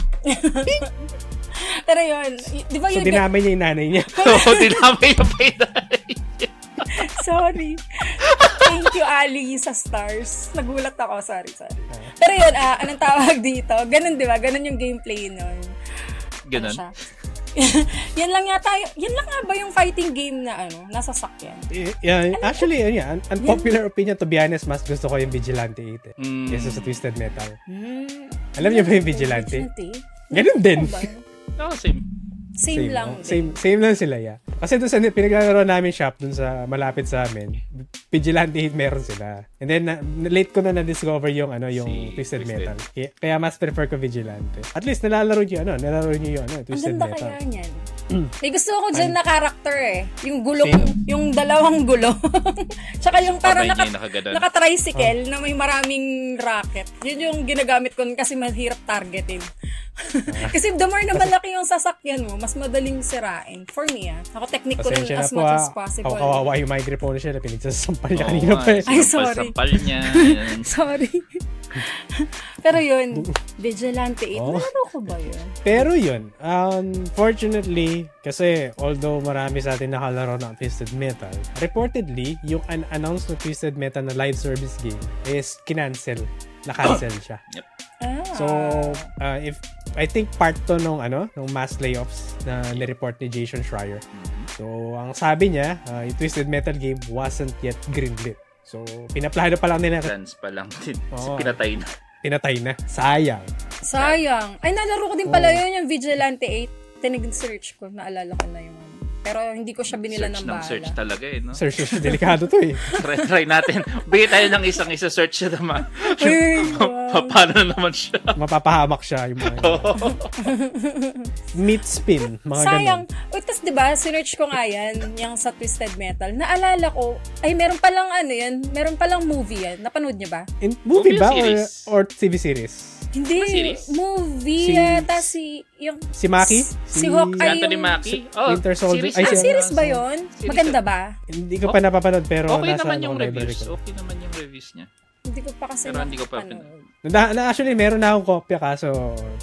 Speaker 3: Pero yun, y- di ba
Speaker 1: So,
Speaker 3: yun?
Speaker 1: dinamay niya yung nanay niya.
Speaker 2: Oo, dinamay yung pinay.
Speaker 3: sorry. Thank you, Ali, sa stars. Nagulat ako. Sorry, sorry. Pero yun, ah, anong tawag dito? Ganun, di ba? Ganun yung gameplay nun.
Speaker 2: Ganun.
Speaker 3: Siya. yan lang yata, y- yan lang nga ba yung fighting game na ano, nasa sakyan?
Speaker 1: Y- yeah, actually, yun yan. Un- Unpopular opinion, to be honest, mas gusto ko yung Vigilante 8 eh.
Speaker 2: Mm.
Speaker 1: Kesa sa Twisted Metal.
Speaker 3: Hmm.
Speaker 1: Alam niyo ba yung Vigilante? Ganun din.
Speaker 3: Ano Ba?
Speaker 2: Oo, same.
Speaker 3: Same, lang.
Speaker 1: oh. Same, same lang sila, yeah. Kasi doon sa pinaglalaro namin shop, doon sa malapit sa amin, Vigilante Hit meron sila. And then, na, late ko na na-discover yung, ano, yung
Speaker 2: Si
Speaker 1: Twisted,
Speaker 2: Twisted.
Speaker 1: Metal. Kaya, kaya mas prefer ko Vigilante. At least, nalalaro niyo, ano, nalalaro niyo yun, ano,
Speaker 3: Ang
Speaker 1: Twisted
Speaker 3: ganda
Speaker 1: Metal.
Speaker 3: kaya niyan.
Speaker 1: Hmm.
Speaker 3: May gusto ko
Speaker 1: Ano?
Speaker 3: dyan na character eh. Yung gulo,
Speaker 1: Sino?
Speaker 3: yung dalawang gulo. Tsaka yung parang
Speaker 2: Kamay
Speaker 3: naka,
Speaker 2: niya nakaganon.
Speaker 1: Oh.
Speaker 3: naka-tricycle na may maraming rocket. Yun yung ginagamit ko nun kasi mahirap targetin.
Speaker 1: Ah.
Speaker 3: kasi the more na malaki yung sasakyan mo, mas madaling sirain. For me ah. Ako technique ko nun
Speaker 1: Pasensya na
Speaker 3: as
Speaker 1: po,
Speaker 3: much
Speaker 1: ah.
Speaker 3: as possible.
Speaker 1: Kaw- kawawa yung microphone siya, pinagsasampal niya
Speaker 2: Oo
Speaker 1: kanina
Speaker 2: nga,
Speaker 1: pa. eh.
Speaker 3: Ay, sorry.
Speaker 2: Sampal-sampal niya. Ayan.
Speaker 3: Sorry. Pero yun, Vigilante 8.
Speaker 1: Oh.
Speaker 3: Nalaro ko ba yun?
Speaker 1: Pero yun, unfortunately, kasi although marami sa atin nakalaro ng Twisted Metal, reportedly, yung unannounced na Twisted Metal na live service game is kinancel. Na-cancel siya.
Speaker 3: Ah.
Speaker 1: So, uh, if I think part to nung ano, nung mass layoffs na nireport ni Jason Schreier. So, ang sabi niya, uh, yung Twisted Metal game wasn't yet greenlit. So, pinaplano pa lang nila,
Speaker 2: Trans pa lang din. Si
Speaker 1: Oo.
Speaker 2: pinatay na.
Speaker 1: pinatay na. Sayang.
Speaker 3: Sayang. Ay, nalaro ko din pala
Speaker 1: Oo.
Speaker 3: yun, yung Vigilante 8. Tinig-search ko, naalala ko na yung ano. Pero hindi ko siya binila
Speaker 2: Search
Speaker 3: ng
Speaker 2: ng
Speaker 3: bahala.
Speaker 2: search talaga eh, no?
Speaker 1: Sir, sir, delikado to eh.
Speaker 2: try, try natin. Bigay tayo ng isang isa search siya naman.
Speaker 3: Uy, wow.
Speaker 2: Paano na naman siya?
Speaker 1: Mapapahamak siya yung mga...
Speaker 2: Oh,
Speaker 1: Meat spin, mga
Speaker 3: Sayang.
Speaker 1: ganun.
Speaker 3: O, tas diba, sinearch ko nga yan, yung sa Twisted Metal. Naalala ko, ay, meron palang ano yan, meron palang movie yan. Napanood niyo ba?
Speaker 1: In, movie
Speaker 2: Movie
Speaker 1: ba or,
Speaker 2: series?
Speaker 1: or TV series?
Speaker 3: Hindi.
Speaker 2: Ba series?
Speaker 3: Movie
Speaker 1: Si-
Speaker 3: yata si, yung...
Speaker 1: Si Maki?
Speaker 3: S- si Hawkeye.
Speaker 2: Si
Speaker 3: Ay,
Speaker 2: Anthony
Speaker 3: yung-
Speaker 2: Mackie? Oh,
Speaker 1: Winter Soldier. Ay,
Speaker 3: Ah,
Speaker 1: si-
Speaker 2: ano,
Speaker 1: ano?
Speaker 3: series ba yun?
Speaker 2: Series
Speaker 3: Maganda
Speaker 2: yun.
Speaker 3: ba?
Speaker 1: Hindi ko pa napapanood pero
Speaker 2: Okay
Speaker 1: nasa
Speaker 2: naman
Speaker 1: ano
Speaker 2: yung
Speaker 1: ko, library
Speaker 2: reviews.
Speaker 1: ko.
Speaker 2: Okay naman yung reviews niya.
Speaker 3: Hindi ko pa kasi
Speaker 2: Pero hindi ko pa
Speaker 3: napapanood.
Speaker 1: Na, na, actually, meron na akong kopya kaso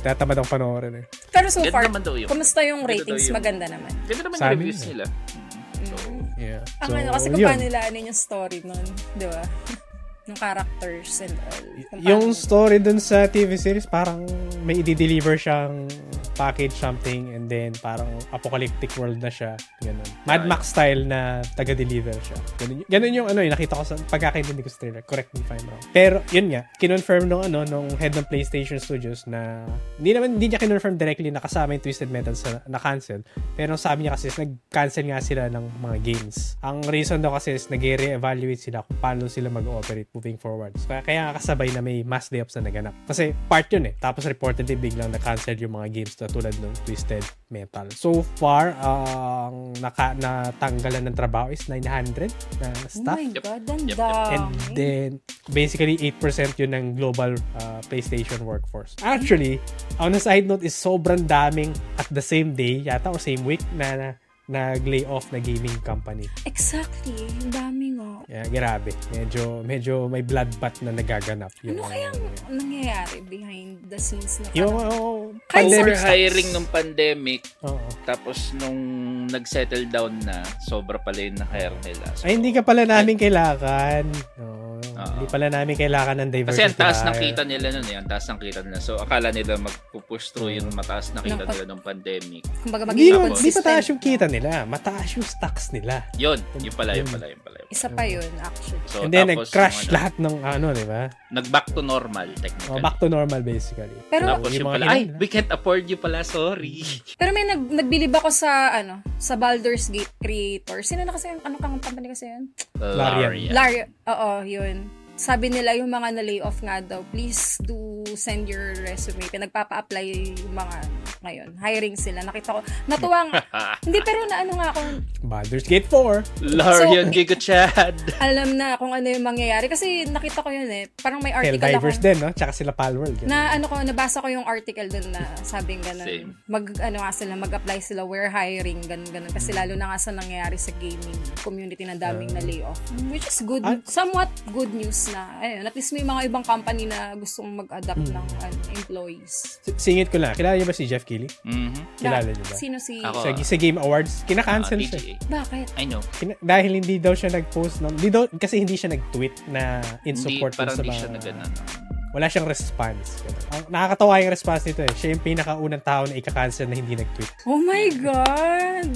Speaker 1: tatamad akong panoorin eh.
Speaker 3: Pero so
Speaker 2: Ganda
Speaker 3: far,
Speaker 2: naman daw yun.
Speaker 3: kumusta yung
Speaker 2: Ganda daw
Speaker 3: ratings?
Speaker 2: yun.
Speaker 3: Maganda naman.
Speaker 2: Ganda naman
Speaker 1: Sabi
Speaker 2: yung reviews
Speaker 1: niya.
Speaker 2: nila. So,
Speaker 1: Yeah.
Speaker 3: Ang ano, kasi kung
Speaker 1: yun.
Speaker 3: paano nila ano yung story nun, di ba? ng characters and all. Kung
Speaker 1: Yung
Speaker 3: paano-
Speaker 1: story dun sa TV series, parang may i-deliver siyang package something and then parang apocalyptic world na siya. Ganun. Mad Max style na taga-deliver siya. Ganun, y- ganun yung ano, eh, nakita ko sa pagkakaintindi ko sa trailer. Correct me if I'm wrong. Pero, yun nga, kinonfirm nung ano, nung head ng PlayStation Studios na hindi naman, hindi niya kinonfirm directly na kasama yung Twisted Metal sa na-cancel. Pero ang sabi niya kasi is nag-cancel nga sila ng mga games. Ang reason daw kasi is nag-re-evaluate sila kung paano sila mag-operate moving forward. So, kaya, kaya nga kasabay na may mass layoffs na naganap. Kasi part yun eh. Tapos reportedly biglang na-cancel yung mga games na tulad ng Twisted Metal. So far, ang naka, natanggalan ng trabaho is 900 na
Speaker 3: Oh
Speaker 1: staff.
Speaker 3: my
Speaker 2: Yep.
Speaker 3: God, ang
Speaker 2: Yep, yep.
Speaker 3: dami.
Speaker 1: And then, basically, 8% yun ng global uh, PlayStation workforce. Actually, on a side note, is sobrang daming at the same day, yata, or same week, na, na nag-lay off na gaming company.
Speaker 3: Exactly. Ang dami nga.
Speaker 1: Kaya, grabe. Medyo, medyo may bloodbath na nagaganap. Yung,
Speaker 3: Ano kaya ang nangyayari behind the scenes na
Speaker 1: Yung,
Speaker 3: parang-
Speaker 1: oh,
Speaker 3: Kaiser.
Speaker 1: pandemic stocks.
Speaker 2: Overhiring ng pandemic,
Speaker 1: Oo.
Speaker 2: tapos nung nag-settle down na, sobra pala yung na-hire nila. So,
Speaker 1: Ay, hindi ka pala namin kailangan. Oo. Hindi pala namin kailangan ng diversity.
Speaker 2: Kasi ang taas ng
Speaker 1: hire.
Speaker 2: kita nila nun eh. Ang taas ng kita nila. So, akala nila magpupush through yung mataas na kita
Speaker 3: Napa-
Speaker 2: nila ng pandemic.
Speaker 1: Hindi,
Speaker 3: kumbaga maging
Speaker 2: Tapos-
Speaker 1: hindi
Speaker 3: consistent.
Speaker 1: mataas yung kita nila. Mataas yung stocks nila.
Speaker 2: Yun. Yun pala, yun pala, yun pala. yun pala.
Speaker 3: Isa pa yun, actually.
Speaker 2: So,
Speaker 1: And then,
Speaker 2: tapos,
Speaker 1: nag-crash
Speaker 2: yung ano,
Speaker 1: lahat ng ano, di ba?
Speaker 2: Nag-back to normal,
Speaker 1: Oh,
Speaker 2: technically.
Speaker 1: back to normal, basically.
Speaker 3: Pero-
Speaker 2: tapos
Speaker 1: Yung
Speaker 2: yung
Speaker 1: mga Mm-hmm.
Speaker 2: pala,
Speaker 1: kinang-
Speaker 2: ay, we can't afford you pala, sorry.
Speaker 3: Pero may nag, nagbilib ako sa, ano, sa Baldur's Gate creator. Sino na kasi, yung- ano kang company kasi yun?
Speaker 1: Larian.
Speaker 2: Larian.
Speaker 3: Larry, oo, yun. Sabi nila yung mga na-layoff nga daw, please do send your resume. Pinagpapa-apply yung mga ngayon. Hiring sila. Nakita ko. Natuwa nga. Hindi, pero na ano nga ako,
Speaker 1: Baldur's Gate 4.
Speaker 2: Larian, Giga Chad.
Speaker 3: alam na kung ano yung mangyayari. Kasi nakita ko yun eh. Parang may article ako.
Speaker 1: Helldivers din, no? Tsaka sila Palworld. yun.
Speaker 3: na ano ko nabasa ko yung article dun na sabing ganun
Speaker 2: Same.
Speaker 3: mag ano nga sila mag-apply sila where hiring ganun ganun kasi
Speaker 1: Mm.
Speaker 3: lalo na nga sa nangyayari sa gaming community na daming na layoff which is good
Speaker 1: Ah.
Speaker 3: somewhat good news na ayun at least may mga ibang company na gustong mag-adapt
Speaker 1: Mm.
Speaker 3: ng ano, employees
Speaker 1: S- Singit ko lang. Kilala niyo ba si Jeff Keighley?
Speaker 2: Mhm.
Speaker 1: Kilala
Speaker 3: Ba-
Speaker 1: niyo ba?
Speaker 3: sino si
Speaker 2: Ako.
Speaker 1: Sa, sa Game Awards, kinakancel
Speaker 2: Ah,
Speaker 1: siya.
Speaker 2: TGA.
Speaker 3: bakit
Speaker 2: I know.
Speaker 1: Kina- dahil hindi daw siya nag-post ng... Hindi daw, kasi hindi siya nag-tweet na in
Speaker 2: Hindi,
Speaker 1: support dun
Speaker 2: parang
Speaker 1: sa
Speaker 2: hindi
Speaker 1: mga...
Speaker 2: siya ano. na ganun.
Speaker 1: wala siyang response. Ganun. Ang nakakatawa yung response nito eh. Siya yung pinakaunang tao na ikakancel na hindi nag-tweet.
Speaker 3: oh my god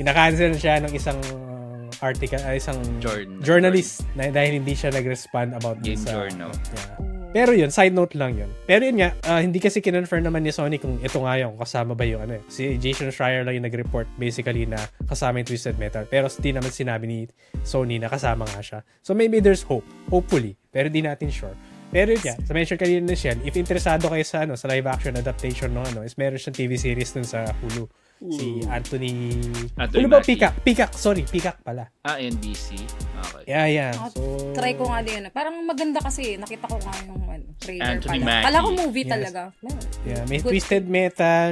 Speaker 1: Kinakancel siya ng isang uh, article, ah, isang
Speaker 2: Journal.
Speaker 1: journalist na, dahil hindi siya nag-respond about dun
Speaker 2: Game
Speaker 1: sa-
Speaker 2: journal.
Speaker 1: Yeah.
Speaker 3: Mm.
Speaker 1: Pero yun, side note lang yun. Pero yun nga, ah, hindi kasi kinonfirm naman ni Sony kung ito nga yung kasama ba yung ano eh. Si Jason Schreier lang yung nag-report basically na kasama yung Twisted Metal. Pero hindi naman sinabi ni Sony na kasama nga siya. So maybe there's hope. Hopefully. Pero di natin sure. Pero yun nga, sa mention kanina na siya, if interesado kayo sa ano sa live action adaptation no ano, is meron siyang TV series dun sa Hulu. Si Anthony... Hulu
Speaker 2: Anthony
Speaker 1: ba?
Speaker 2: Mackie.
Speaker 1: Peacock. Peacock, sorry. Peacock pala.
Speaker 2: Ah, NBC. Okay.
Speaker 1: Yeah, yeah.
Speaker 3: Ah,
Speaker 1: So,
Speaker 3: try ko nga din yun parang maganda kasi nakita ko nga yung ano, trailer
Speaker 2: Anthony
Speaker 3: pala
Speaker 2: Mackie.
Speaker 3: kala ko movie
Speaker 1: Yes.
Speaker 3: talaga Meron.
Speaker 1: Yeah, may
Speaker 3: Good.
Speaker 1: Twisted Metal.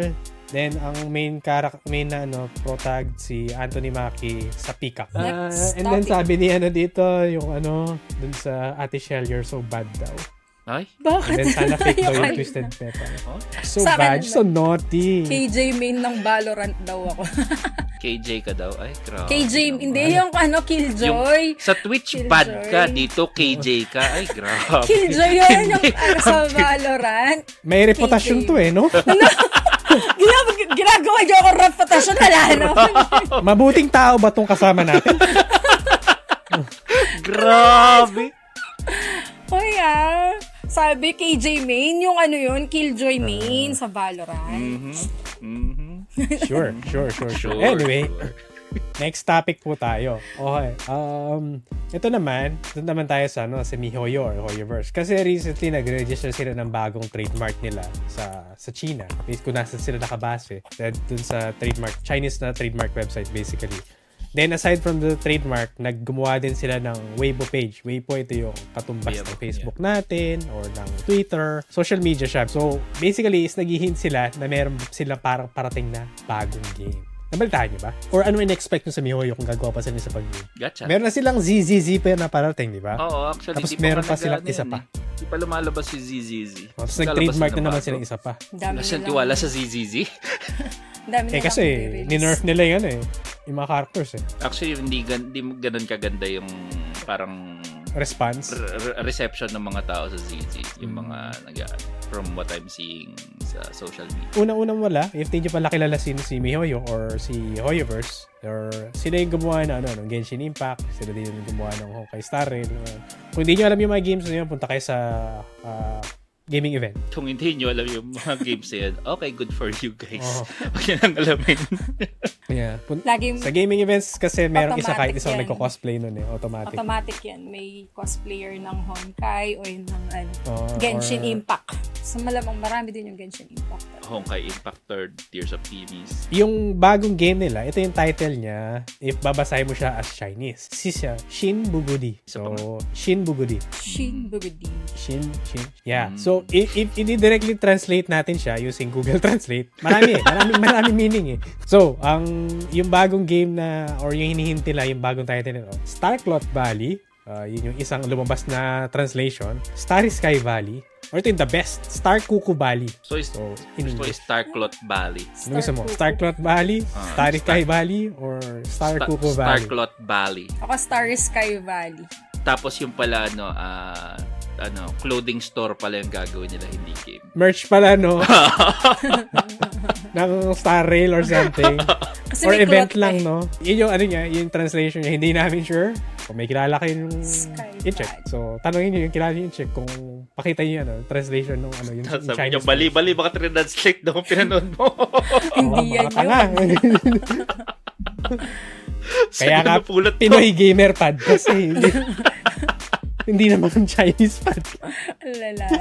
Speaker 1: Then, ang main character, main na ano, protag si Anthony Mackie sa Peacock. Ah,
Speaker 3: Next
Speaker 1: and then
Speaker 3: topic.
Speaker 1: sabi ni ano dito, yung ano, dun sa Ate Shell, you're so bad daw.
Speaker 2: Ay?
Speaker 1: And
Speaker 3: bakit
Speaker 1: then sana fake daw
Speaker 3: Ayoko.
Speaker 1: yung Twisted Metal.
Speaker 2: Oh,
Speaker 1: So
Speaker 3: Sa akin
Speaker 1: bad,
Speaker 3: naman.
Speaker 1: so naughty.
Speaker 3: KJ main ng Valorant daw ako.
Speaker 2: KJ ka daw. Ay, grabe.
Speaker 3: KJ,
Speaker 2: naman.
Speaker 3: hindi yung ano, Killjoy.
Speaker 2: Sa Twitch
Speaker 3: Killjoy.
Speaker 2: bad ka, dito KJ ka. Ay, grabe.
Speaker 3: Killjoy yun, yung ano, sa Valorant.
Speaker 1: May reputasyon to eh, no?
Speaker 3: Ginag ginagawa niyo ako reputation, wala naman.
Speaker 1: Mabuting tao ba tong kasama natin?
Speaker 2: grabe.
Speaker 3: Kuya, ah. sabi KJ main, yung ano yun, Killjoy main sa Valorant.
Speaker 2: Mhm. Mhm.
Speaker 1: Sure, sure, sure, sure.
Speaker 2: Sure.
Speaker 1: Anyway,
Speaker 2: sure.
Speaker 1: Next topic po tayo. Okay. Um, ito naman, doon naman tayo sa ano, sa MiHoYo or Hoyoverse. Kasi recently nag-register sila ng bagong trademark nila sa sa China. Based kung nasa sila nakabase. Dahil Doon sa trademark, Chinese na trademark website basically. Then aside from the trademark, naggumawa din sila ng Weibo page. Weibo ito yung katumbas
Speaker 2: Weibo,
Speaker 1: ng Facebook natin or ng Twitter. Social media siya. So basically is naghihint sila na meron sila parang parating na bagong game. Nabalitaan niyo ba? Or ano in-expect nyo sa MiHoYo kung gagawa pa sila sa pag-game?
Speaker 2: Gotcha.
Speaker 1: Meron na silang ZZZ pa yun na parating, di ba?
Speaker 2: Oo, actually.
Speaker 1: Diba? Tapos
Speaker 2: di
Speaker 1: meron pa
Speaker 2: nag-
Speaker 1: silang
Speaker 2: ano
Speaker 1: isa
Speaker 2: yan
Speaker 1: pa.
Speaker 2: eh. Di pa lumalabas si ZZZ.
Speaker 1: Tapos
Speaker 2: Lalabas
Speaker 1: nag-trademark na naman
Speaker 2: bago.
Speaker 1: silang isa pa.
Speaker 2: Wala
Speaker 3: Dami
Speaker 2: siyang
Speaker 3: nilang-
Speaker 2: tiwala sa ZZZ.
Speaker 3: Dami
Speaker 1: Eh
Speaker 3: nilang
Speaker 1: kasi,
Speaker 3: nire-release.
Speaker 1: ninerf nila yun eh. yung mga characters eh.
Speaker 2: Actually, hindi, gan- hindi ganun kaganda yung parang
Speaker 1: Response.
Speaker 2: re- re- reception ng mga tao sa ZZ. Yung mga,
Speaker 1: Hmm.
Speaker 2: nag- from what I'm seeing sa social media.
Speaker 1: Una-unang wala, if hindi nyo pala kilala sino si MiHoYo or si Hoyoverse, or sila yung gumawa na ano, ng Genshin Impact, sila din yung gumawa ng Honkai Star Rail. ano. Kung hindi nyo alam yung mga games na yun, punta kayo sa ah, gaming event.
Speaker 2: Kung hindi nyo alam yung mga games na yun, okay, good for you guys.
Speaker 1: Oo.
Speaker 2: Huwag nyo nang alamin.
Speaker 1: Yeah. Pun-
Speaker 3: Lagi
Speaker 1: sa gaming events kasi merong isa kahit
Speaker 3: Automatic
Speaker 1: isang
Speaker 3: yan.
Speaker 1: nagko-cosplay nun eh, automatic.
Speaker 3: automatic yan. May cosplayer ng Honkai o yun ng ano,
Speaker 1: Oo,
Speaker 3: Genshin
Speaker 1: Oh, or-
Speaker 3: Impact. So malamang marami din yung Genshin Impact.
Speaker 2: Honkai Impact Third, Tears of Kimis.
Speaker 1: Yung bagong game nila, ito yung title niya, if babasahin mo siya as Chinese, si siya, Shin Bugudi.
Speaker 2: Isa pa
Speaker 1: So, Shin Bugudi.
Speaker 3: Shin Bugudi.
Speaker 1: Shin, Shin. Yeah. So, if, if directly translate natin siya using Google Translate, marami eh. Marami, marami meaning eh. So, ang yung bagong game na, or yung hinihinti lang, yung bagong title nito, Starclot Valley, ah, yun yung isang lumabas na translation, Starry Sky Valley, or ito yung the best, Star Cuckoo Valley.
Speaker 2: So, is,
Speaker 1: So, in
Speaker 2: so
Speaker 1: English.
Speaker 2: is Starclot Valley.
Speaker 1: Ano gusto mo?
Speaker 3: Cuckoo.
Speaker 1: Starclot Valley,
Speaker 2: Ah,
Speaker 1: Starry
Speaker 2: Star-
Speaker 1: Sky Valley, or Star
Speaker 2: Sta-
Speaker 1: Cuckoo Valley?
Speaker 2: Starclot Valley.
Speaker 3: Ako Star Sky Valley.
Speaker 2: Tapos yung pala, ano, ah, ano, clothing store pala yung gagawin nila, hindi game.
Speaker 1: Merch pala, no? ng Star Rail or something.
Speaker 3: Kasi
Speaker 1: or
Speaker 3: may
Speaker 1: event
Speaker 3: cloth
Speaker 1: lang,
Speaker 3: eh.
Speaker 1: no? Yun yung, ano niya, yung translation niya. Hindi namin sure. Kung may kilala kayong
Speaker 3: Sky
Speaker 1: i-check.
Speaker 3: Valley.
Speaker 1: So, tanongin niyo yung kilala niyo i-check kung pakita niyo yung ano, translation ng ano, yung, yung
Speaker 2: Sabi niya,
Speaker 1: Chinese.
Speaker 2: bali-bali, baka trinanslate daw kung pinanood mo.
Speaker 1: Oo, mga
Speaker 3: Hindi yan
Speaker 1: tanga. Kaya ka,
Speaker 2: napulat to.
Speaker 1: Pinoy Gamer Pad kasi hindi, hindi naman Chinese pad.
Speaker 3: Alala niyo.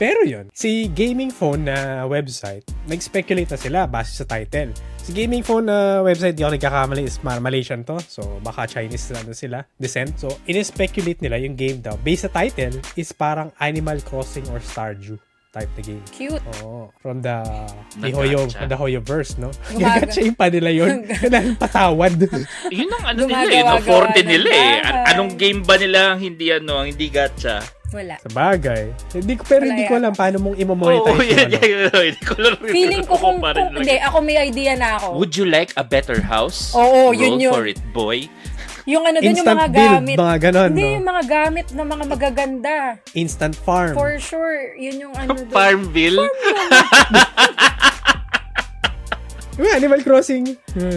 Speaker 1: Pero yun, si Gaming Phone na website, nag-speculate na sila base sa title. Si Gaming Phone na website, di ako nagkakamali, is Ma- Malaysian to. So, baka Chinese na ano sila, descent. So, in-speculate nila yung game daw. Based sa title, is parang Animal Crossing or Stardew type na game.
Speaker 3: Cute.
Speaker 1: Oo. From the the
Speaker 2: Nagacha.
Speaker 1: Hoyo, from the Hoyoverse, no?
Speaker 3: Gumaga-
Speaker 1: Gagacha yung pa nila yun. Dahil patawad.
Speaker 2: Yun ang ano nila eh, no?
Speaker 3: Gumagawa-gawa
Speaker 2: 40 nila
Speaker 3: ng
Speaker 2: eh.
Speaker 3: bahay.
Speaker 2: An- Anong game ba nila ang hindi ano, ang hindi gacha?
Speaker 3: Wala.
Speaker 1: sa bagay. Hindi ko, pero hindi ko alam paano mong i-monetize
Speaker 2: Oo,
Speaker 1: yung
Speaker 2: yan,
Speaker 1: ano.
Speaker 2: yan, yan, yan. Hindi ko lang rin
Speaker 3: Feeling ko kung,
Speaker 2: kukumparin
Speaker 3: kung
Speaker 2: lang.
Speaker 3: hindi, ako may idea na ako.
Speaker 2: Would you like a better house?
Speaker 3: Oo, yun
Speaker 2: Roll
Speaker 3: yun.
Speaker 2: for it, boy.
Speaker 3: Yung ano doon, yung
Speaker 1: Instant
Speaker 3: mga
Speaker 1: build,
Speaker 3: gamit.
Speaker 1: mga ganon,
Speaker 3: Hindi,
Speaker 1: no?
Speaker 3: yung mga gamit na mga magaganda.
Speaker 1: Instant farm.
Speaker 3: For sure, yun yung ano doon.
Speaker 2: Farmville?
Speaker 1: Yung Animal Crossing.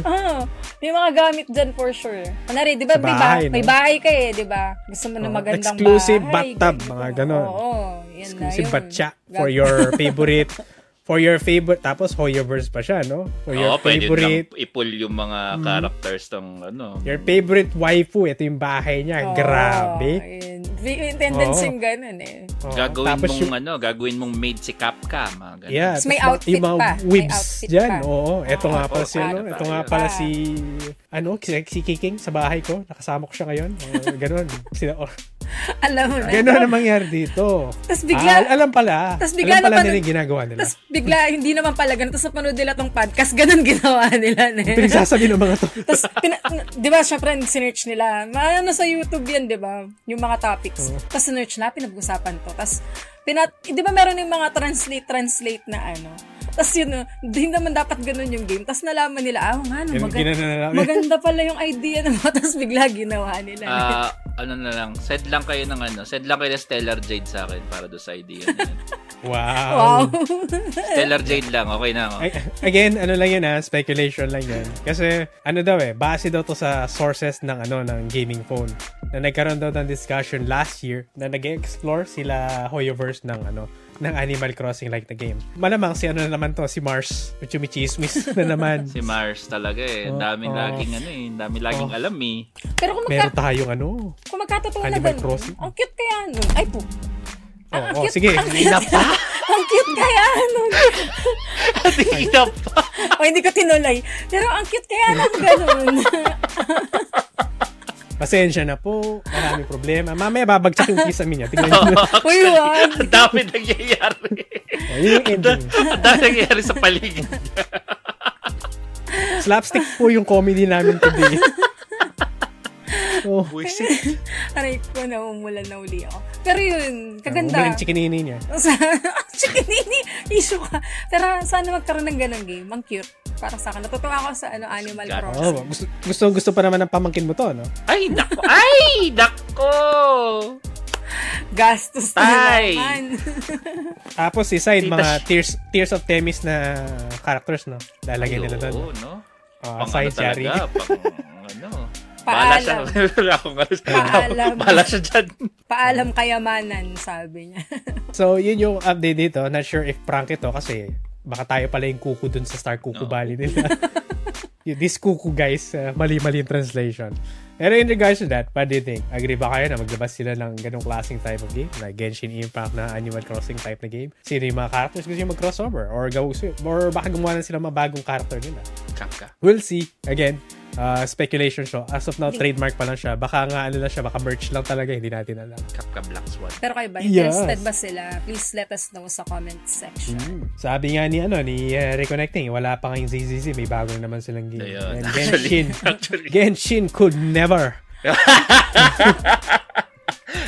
Speaker 3: Ah, may mga gamit dyan for sure. Kunwari, di
Speaker 1: Sa
Speaker 3: ba, may,
Speaker 1: bahay,
Speaker 3: ba- may
Speaker 1: no?
Speaker 3: bahay ka eh, di ba? Gusto mo na
Speaker 1: Oo,
Speaker 3: magandang
Speaker 1: exclusive
Speaker 3: bahay.
Speaker 1: bathtub,
Speaker 3: ganito.
Speaker 1: mga ganon.
Speaker 3: Oo, yun
Speaker 1: Exclusive
Speaker 3: na yun.
Speaker 1: batcha
Speaker 3: Gag-
Speaker 1: for your favorite. For your favorite. Tapos Hoyoverse pa siya, no? For your
Speaker 2: Oo, pwede lang
Speaker 1: favorite. Mm.
Speaker 2: i-pull yung mga characters ng ano.
Speaker 1: Your favorite waifu. Ito yung bahay niya.
Speaker 3: Oo,
Speaker 1: Grabe.
Speaker 3: yun. May- May
Speaker 1: Oo.
Speaker 3: tendency yung ganun eh.
Speaker 1: Oo,
Speaker 2: Gagawin
Speaker 1: tapos
Speaker 2: mong
Speaker 1: yung-
Speaker 2: ano, gagawin mong maid si Kapka, mga ganun.
Speaker 1: Yeah,
Speaker 3: Tapos may
Speaker 1: tapos
Speaker 3: outfit
Speaker 1: yung mga
Speaker 3: pa. May
Speaker 1: Wibs
Speaker 3: outfit
Speaker 1: dyan.
Speaker 3: pa.
Speaker 1: Oo. Ito nga
Speaker 3: Oo,
Speaker 1: pala si,
Speaker 2: ano
Speaker 1: ano,
Speaker 2: pa
Speaker 1: ito nga
Speaker 2: yun.
Speaker 1: pala si, ano, si, si Kiking sa bahay ko. Nakasama ko siya ngayon. Oo, ganun. Sila, oh,
Speaker 3: Alam mo na.
Speaker 1: ganun ang mangyari dito.
Speaker 3: Tapos bigla-
Speaker 1: Ah, alam pala.
Speaker 3: Tapos bigla
Speaker 1: alam pala
Speaker 3: napanood-
Speaker 1: nila yung ginagawa nila.
Speaker 3: Tapos bigla, hindi naman pala ganun. Tapos napanood nila tong podcast, ganun ginawa nila. Eh.
Speaker 1: Pinagsasabi ng mga to.
Speaker 3: Tapos, pina- n- di ba, syempre, sinerch nila. Maano sa YouTube yan, di ba? Yung mga topics. Tapos, sinerch na, pinag-usapan to. Tapos, pinat, eh, di ba meron yung mga translate-translate na ano? Tapos yun, oh, hindi naman dapat ganun yung game. Tapos nalaman nila, ah, nga, no,
Speaker 1: Yun,
Speaker 3: maganda,
Speaker 1: ginano na namin.
Speaker 3: maganda pala yung idea na mo. Tapos bigla ginawa nila.
Speaker 2: Ah, ano na lang, send lang kayo ng ano, send lang kayo ng Stellar Jade sa akin para do sa idea na yun.
Speaker 3: wow.
Speaker 2: Stellar Jade lang, okay na oh. ako.
Speaker 1: Ay- Again, ano lang yun ha, speculation lang yun. Kasi ano daw eh, base daw to sa sources ng ano ng gaming phone na nagkaroon daw ng discussion last year na nag-explore sila Hoyoverse ng ano ng Animal Crossing like the game. Malamang si ano na naman to, si Mars, yung chumichismis na naman.
Speaker 2: Si Mars talaga eh. Ang
Speaker 1: Oh,
Speaker 2: daming
Speaker 1: oh.
Speaker 2: laging ano eh. Ang daming laging
Speaker 1: Oh.
Speaker 2: alam eh.
Speaker 3: Pero kung, magka,
Speaker 1: Meron tayong ano.
Speaker 3: kung magkatotoo na
Speaker 1: Animal
Speaker 3: ganun,
Speaker 1: Crossing.
Speaker 3: ang cute kaya nun. Ay po.
Speaker 1: Oh,
Speaker 3: ang
Speaker 1: oh,
Speaker 3: Ah, cute,
Speaker 1: sige.
Speaker 3: ang cute, ang cute kaya nun.
Speaker 2: Hindi na pa.
Speaker 3: o, hindi ko tinuloy. Pero ang cute kaya nun ganun.
Speaker 1: Pasensya na po. Maraming problema. Mamaya babagsak yung kiss niya. Tingnan niyo.
Speaker 3: Uy, wag.
Speaker 2: Ang dami nangyayari.
Speaker 1: Oh, yun yung ending.
Speaker 2: Ang dami nangyayari sa paligid.
Speaker 1: Slapstick po yung comedy namin today. Oh,
Speaker 2: Buisit.
Speaker 3: Aray ko, namumulan na uli ako. Pero yun,
Speaker 1: Umaling
Speaker 3: kaganda.
Speaker 1: chikinini niya.
Speaker 3: Sa- Chikinini, issue ka. Pero sana magkaroon ng ganang game. Ang cute. para sa akin. Natutuwa ako sa ano Animal
Speaker 2: God.
Speaker 3: Crossing.
Speaker 1: Oh, gusto, gusto, gusto pa naman ng pamangkin mo to, no?
Speaker 2: Ay, nako! Ay, nako!
Speaker 3: Gastos na
Speaker 2: Tay!
Speaker 3: naman.
Speaker 1: Tapos aside,
Speaker 2: Tita
Speaker 1: mga
Speaker 2: Sh-
Speaker 1: Tears, Tears of Temis na characters, no? Lalagyan nila doon.
Speaker 2: Oo, no?
Speaker 1: Uh,
Speaker 2: Pang ano
Speaker 1: science yari.
Speaker 2: talaga, pang ano. Bala siya.
Speaker 3: Paalam.
Speaker 2: Wala akong alam.
Speaker 3: Paalam.
Speaker 2: Bala siya dyan.
Speaker 3: Paalam kayamanan, sabi niya.
Speaker 1: So, yun yung update dito. Not sure if prank ito kasi baka tayo pala yung kuku dun sa Star Cuckoo
Speaker 2: No.
Speaker 1: Valley nila. Yung This kuku guys, uh, mali-mali yung translation. Pero in regards to that, what do you think? Agree ba kayo na maglabas sila ng ganong klaseng type of game? Na Genshin Impact na Animal Crossing type na game? Sino yung mga characters gusto yung mag-crossover? Or, gaw- or baka gumawa na sila ng mga bagong character nila?
Speaker 2: Kaka.
Speaker 1: We'll see. Again, uh, speculation siya. As of now, trademark pa lang siya. Baka nga ano lang siya, baka merch lang talaga, hindi natin alam.
Speaker 2: Kaka Black Swan.
Speaker 3: Pero kayo ba,
Speaker 1: Yes. Mm.
Speaker 3: interested ba sila? Please let us know sa comment section.
Speaker 1: Sabi nga ni ano ni uh, Reconnecting, wala pa ngayong ZZZ, may bago na naman silang game.
Speaker 2: Ayun,
Speaker 1: And
Speaker 2: actually,
Speaker 1: Genshin,
Speaker 2: actually.
Speaker 1: Genshin could never.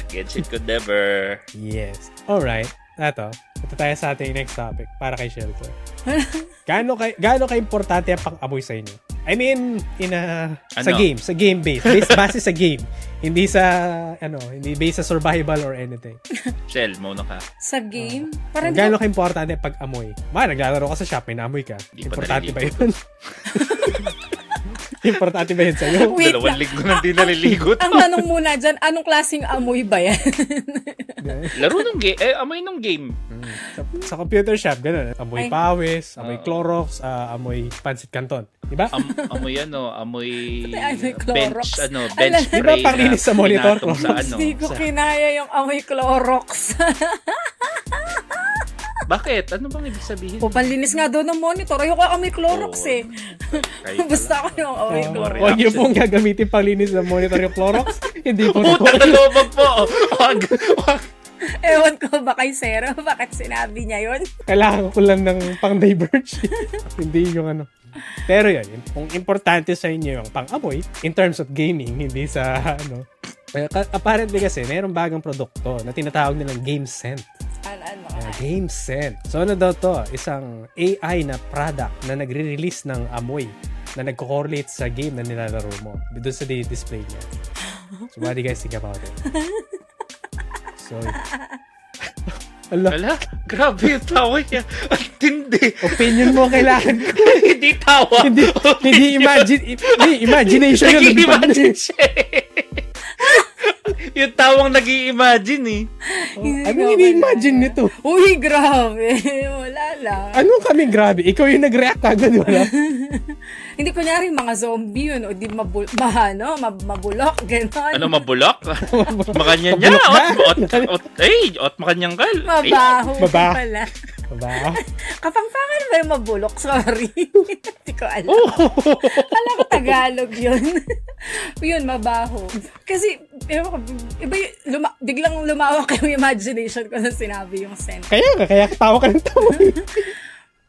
Speaker 2: Genshin could never.
Speaker 1: Yes. All right. Ito. Ito tayo sa ating next topic para kay Shelter. gaano kay gaano ka importante ang pang-amoy sa inyo? I mean, in a, sa
Speaker 2: Ano?
Speaker 1: game, sa game base, base base sa game. Hindi sa ano, hindi based sa survival or anything.
Speaker 2: Shell, mauna ka.
Speaker 3: Sa game, parang
Speaker 1: Gaano ka importante Ah. ang pag-amoy? Ma, naglalaro ka sa shop, may naamoy ka.
Speaker 2: Di pa
Speaker 1: Importante ba
Speaker 2: naliligo.
Speaker 1: yun? importante ba yun sa'yo?
Speaker 3: Wait
Speaker 2: Dalawang
Speaker 3: lang.
Speaker 2: linggo na di naliligo to.
Speaker 3: ang tanong muna dyan, anong klaseng amoy ba yan?
Speaker 2: Laro nung game. Eh, amoy nung game.
Speaker 1: sa, sa computer shop, ganun. Amoy
Speaker 3: Ay.
Speaker 1: pawis, amoy
Speaker 2: Oo.
Speaker 1: Clorox, ah, amoy pancit canton. Diba?
Speaker 2: Am, amoy ano, amoy
Speaker 3: Amoy Clorox.
Speaker 2: bench, ano, bench
Speaker 1: Alam-
Speaker 2: spray.
Speaker 1: Di ba panglinis
Speaker 2: na
Speaker 1: sa monitor?
Speaker 2: pinatong Sa ano,
Speaker 3: Hindi ko
Speaker 2: sa-
Speaker 3: kinaya yung amoy Clorox.
Speaker 2: Bakit? Ano bang ibig sabihin?
Speaker 3: o, Oh, panlinis nga doon ng monitor. Ayoko amoy Clorox
Speaker 2: Oo. ano.
Speaker 3: eh.
Speaker 2: Kayo pala.
Speaker 3: Basta ako yung amoy
Speaker 1: Oh,
Speaker 3: Clorox.
Speaker 1: Huwag niyo pong gagamitin panglinis ng monitor yung Clorox. Hindi po
Speaker 2: Puta
Speaker 1: naman.
Speaker 2: na lobag po! Wag, wag.
Speaker 3: Ewan ko ba kay Sero, bakit sinabi niya yun?
Speaker 1: Kailangan ko lang ng pang-diverge. hindi yung ano. Pero yun, yun, kung importante sa inyo yung pang-amoy, in terms of gaming, hindi sa ano. Eh, ka- Apparently kasi, mayroong bagang produkto na tinatawag nilang game scent.
Speaker 3: Ano, ano,
Speaker 1: Yeah,
Speaker 3: ano.
Speaker 1: Game Scent. So ano daw to? Isang AI na product na nagre-release ng amoy na nagko-correlate sa game na nilalaro mo. Doon sa di- display niya. So what do you guys think about it? So, ala,
Speaker 2: Ala, grabe yung tawa niya. Ang tindi.
Speaker 1: opinion mo ang kailangan ko.
Speaker 2: hindi tawa.
Speaker 1: hindi, hindi imagine, hindi, imagination yun. Hindi pa-
Speaker 2: Nag-imagine siya eh. yung tawang nag-i-imagine eh.
Speaker 1: I mean, hindi imagine nito.
Speaker 3: Uy, grabe. Wala lang.
Speaker 1: Anong kaming grabe? Ikaw yung nag-react agad, wala?
Speaker 3: Hindi kunyari mga zombie yun, o di mabul ma, ano, mab- mabulok, gano'n.
Speaker 2: Ano, mabulok? Makanyan niya.
Speaker 1: Mabulok
Speaker 2: Ot,
Speaker 1: na.
Speaker 2: ot, ot, ay, ot makanyang kal. Ay,
Speaker 3: Mabaho
Speaker 1: Baba.
Speaker 3: pala.
Speaker 1: Ba?
Speaker 3: Kapangpangan ba yung mabulok? Sorry. Hindi ko alam. Alam ko Tagalog yun. yun, mabaho. Kasi, ewan ko, iba yung, luma- biglang lumawak yung imagination ko na sinabi yung scent.
Speaker 1: Kaya nga, kaya tawa ka ng tawa.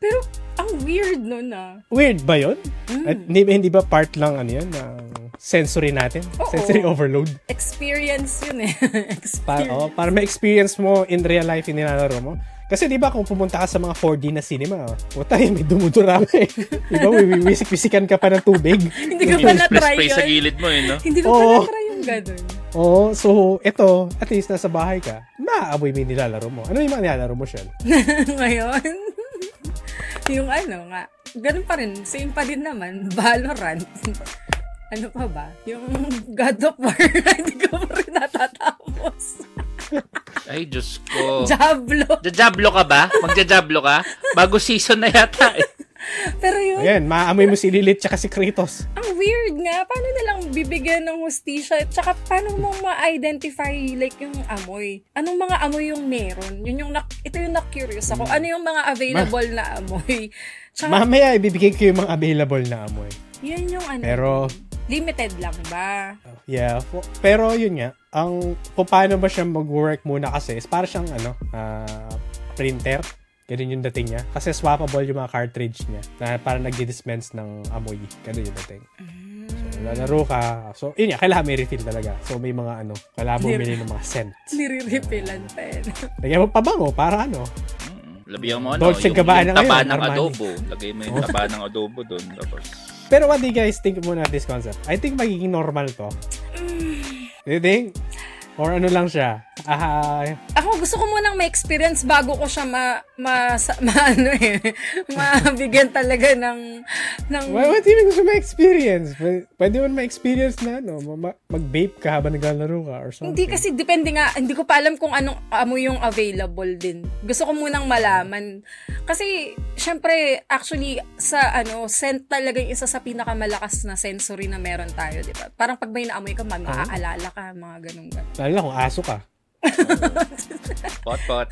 Speaker 3: Pero, ang weird nun ah.
Speaker 1: Weird ba yun? At hindi, hindi ba part lang ano yun, ng sensory natin?
Speaker 3: Oo.
Speaker 1: Sensory overload?
Speaker 3: Experience yun eh. Experience.
Speaker 1: Para, oh, para ma-experience mo in real life yung nilalaro mo. Kasi di ba kung pumunta ka sa mga 4D na cinema, oh, puta yun, may dumudura ka eh. Di ba, wiwisik-wisikan ka pa ng tubig.
Speaker 3: Hindi ko pa
Speaker 2: Yung
Speaker 3: na-try
Speaker 2: spray-spray sa
Speaker 3: yun.
Speaker 2: gilid mo eh, no?
Speaker 3: Hindi ko
Speaker 1: Oo.
Speaker 3: pa na-try yung ganun.
Speaker 1: Oo, so ito, at least nasa bahay ka, maaaboy mo yung nilalaro mo. Ano yung mga nilalaro mo, Shell?
Speaker 3: Ngayon, yung ano nga, ganun pa rin, same pa din naman, Valorant. Ano pa ba? Yung God of War, hindi ko pa rin natatapos.
Speaker 2: Ay, Diyos ko.
Speaker 3: Diablo.
Speaker 2: Jajablo ka ba? Magjajablo ka? Bago season na yata eh.
Speaker 3: Pero yun,
Speaker 1: Ayan, maaamoy mo si Lilith tsaka si Kratos.
Speaker 3: ang weird nga. Paano nilang bibigyan ng hustisya? Tsaka paano mo ma-identify like yung amoy? Anong mga amoy yung meron? Yun yung nak- ito yung na-curious ako. Ano yung mga available na amoy? Tsaka,
Speaker 1: Mamaya, ibibigay ko yung mga available na amoy.
Speaker 3: yun yung ano.
Speaker 1: Pero,
Speaker 3: limited lang ba?
Speaker 1: Yeah, po- pero yun nga, ang kung paano ba siya mag-work muna kasi is para siyang ano, ah, printer. Ganun yung dating niya. Kasi swappable yung mga cartridge niya na para nag-dispense ng amoy. Ganun yung dating. So, lalaro ka. So, yun nga, kailangan may refill talaga. So, may mga ano, kailangan bumili ng mga scent.
Speaker 3: Nire-refilan pa yun.
Speaker 1: Lagyan mo pabango para oh, ano,
Speaker 2: Labi mo ano, Oh.
Speaker 1: Dolce
Speaker 2: yung,
Speaker 1: Gabbana
Speaker 2: yung taba
Speaker 1: ngayon,
Speaker 2: ng
Speaker 1: Armani.
Speaker 2: adobo. Lagay mo yung taba ng adobo doon. Tapos,
Speaker 1: Pero what do you guys think muna of this concept? I think magiging normal to.
Speaker 3: Mm.
Speaker 1: Do you think? Or ano lang siya? Ah,
Speaker 3: Ako gusto ko munang ma-experience bago ko siya ma, ma, sa- ma ano eh, mabigyan talaga ng, ng,
Speaker 1: why, what do you mean gusto ma-experience? Pwede, pwede mo ma-experience na, ano, ma- ma- mag-vape ka habang naglalaro ka or something.
Speaker 3: hindi kasi depende nga, hindi ko pa alam kung anong amoy yung available din. Gusto ko munang malaman. Kasi, syempre, actually, sa ano, scent talaga yung isa sa pinakamalakas na sensory na meron tayo, di ba? Parang pag may naamoy ka, mag-aalala ka, mga ganun ganun.
Speaker 1: Lalo na kung aso ka.
Speaker 2: pot-pot.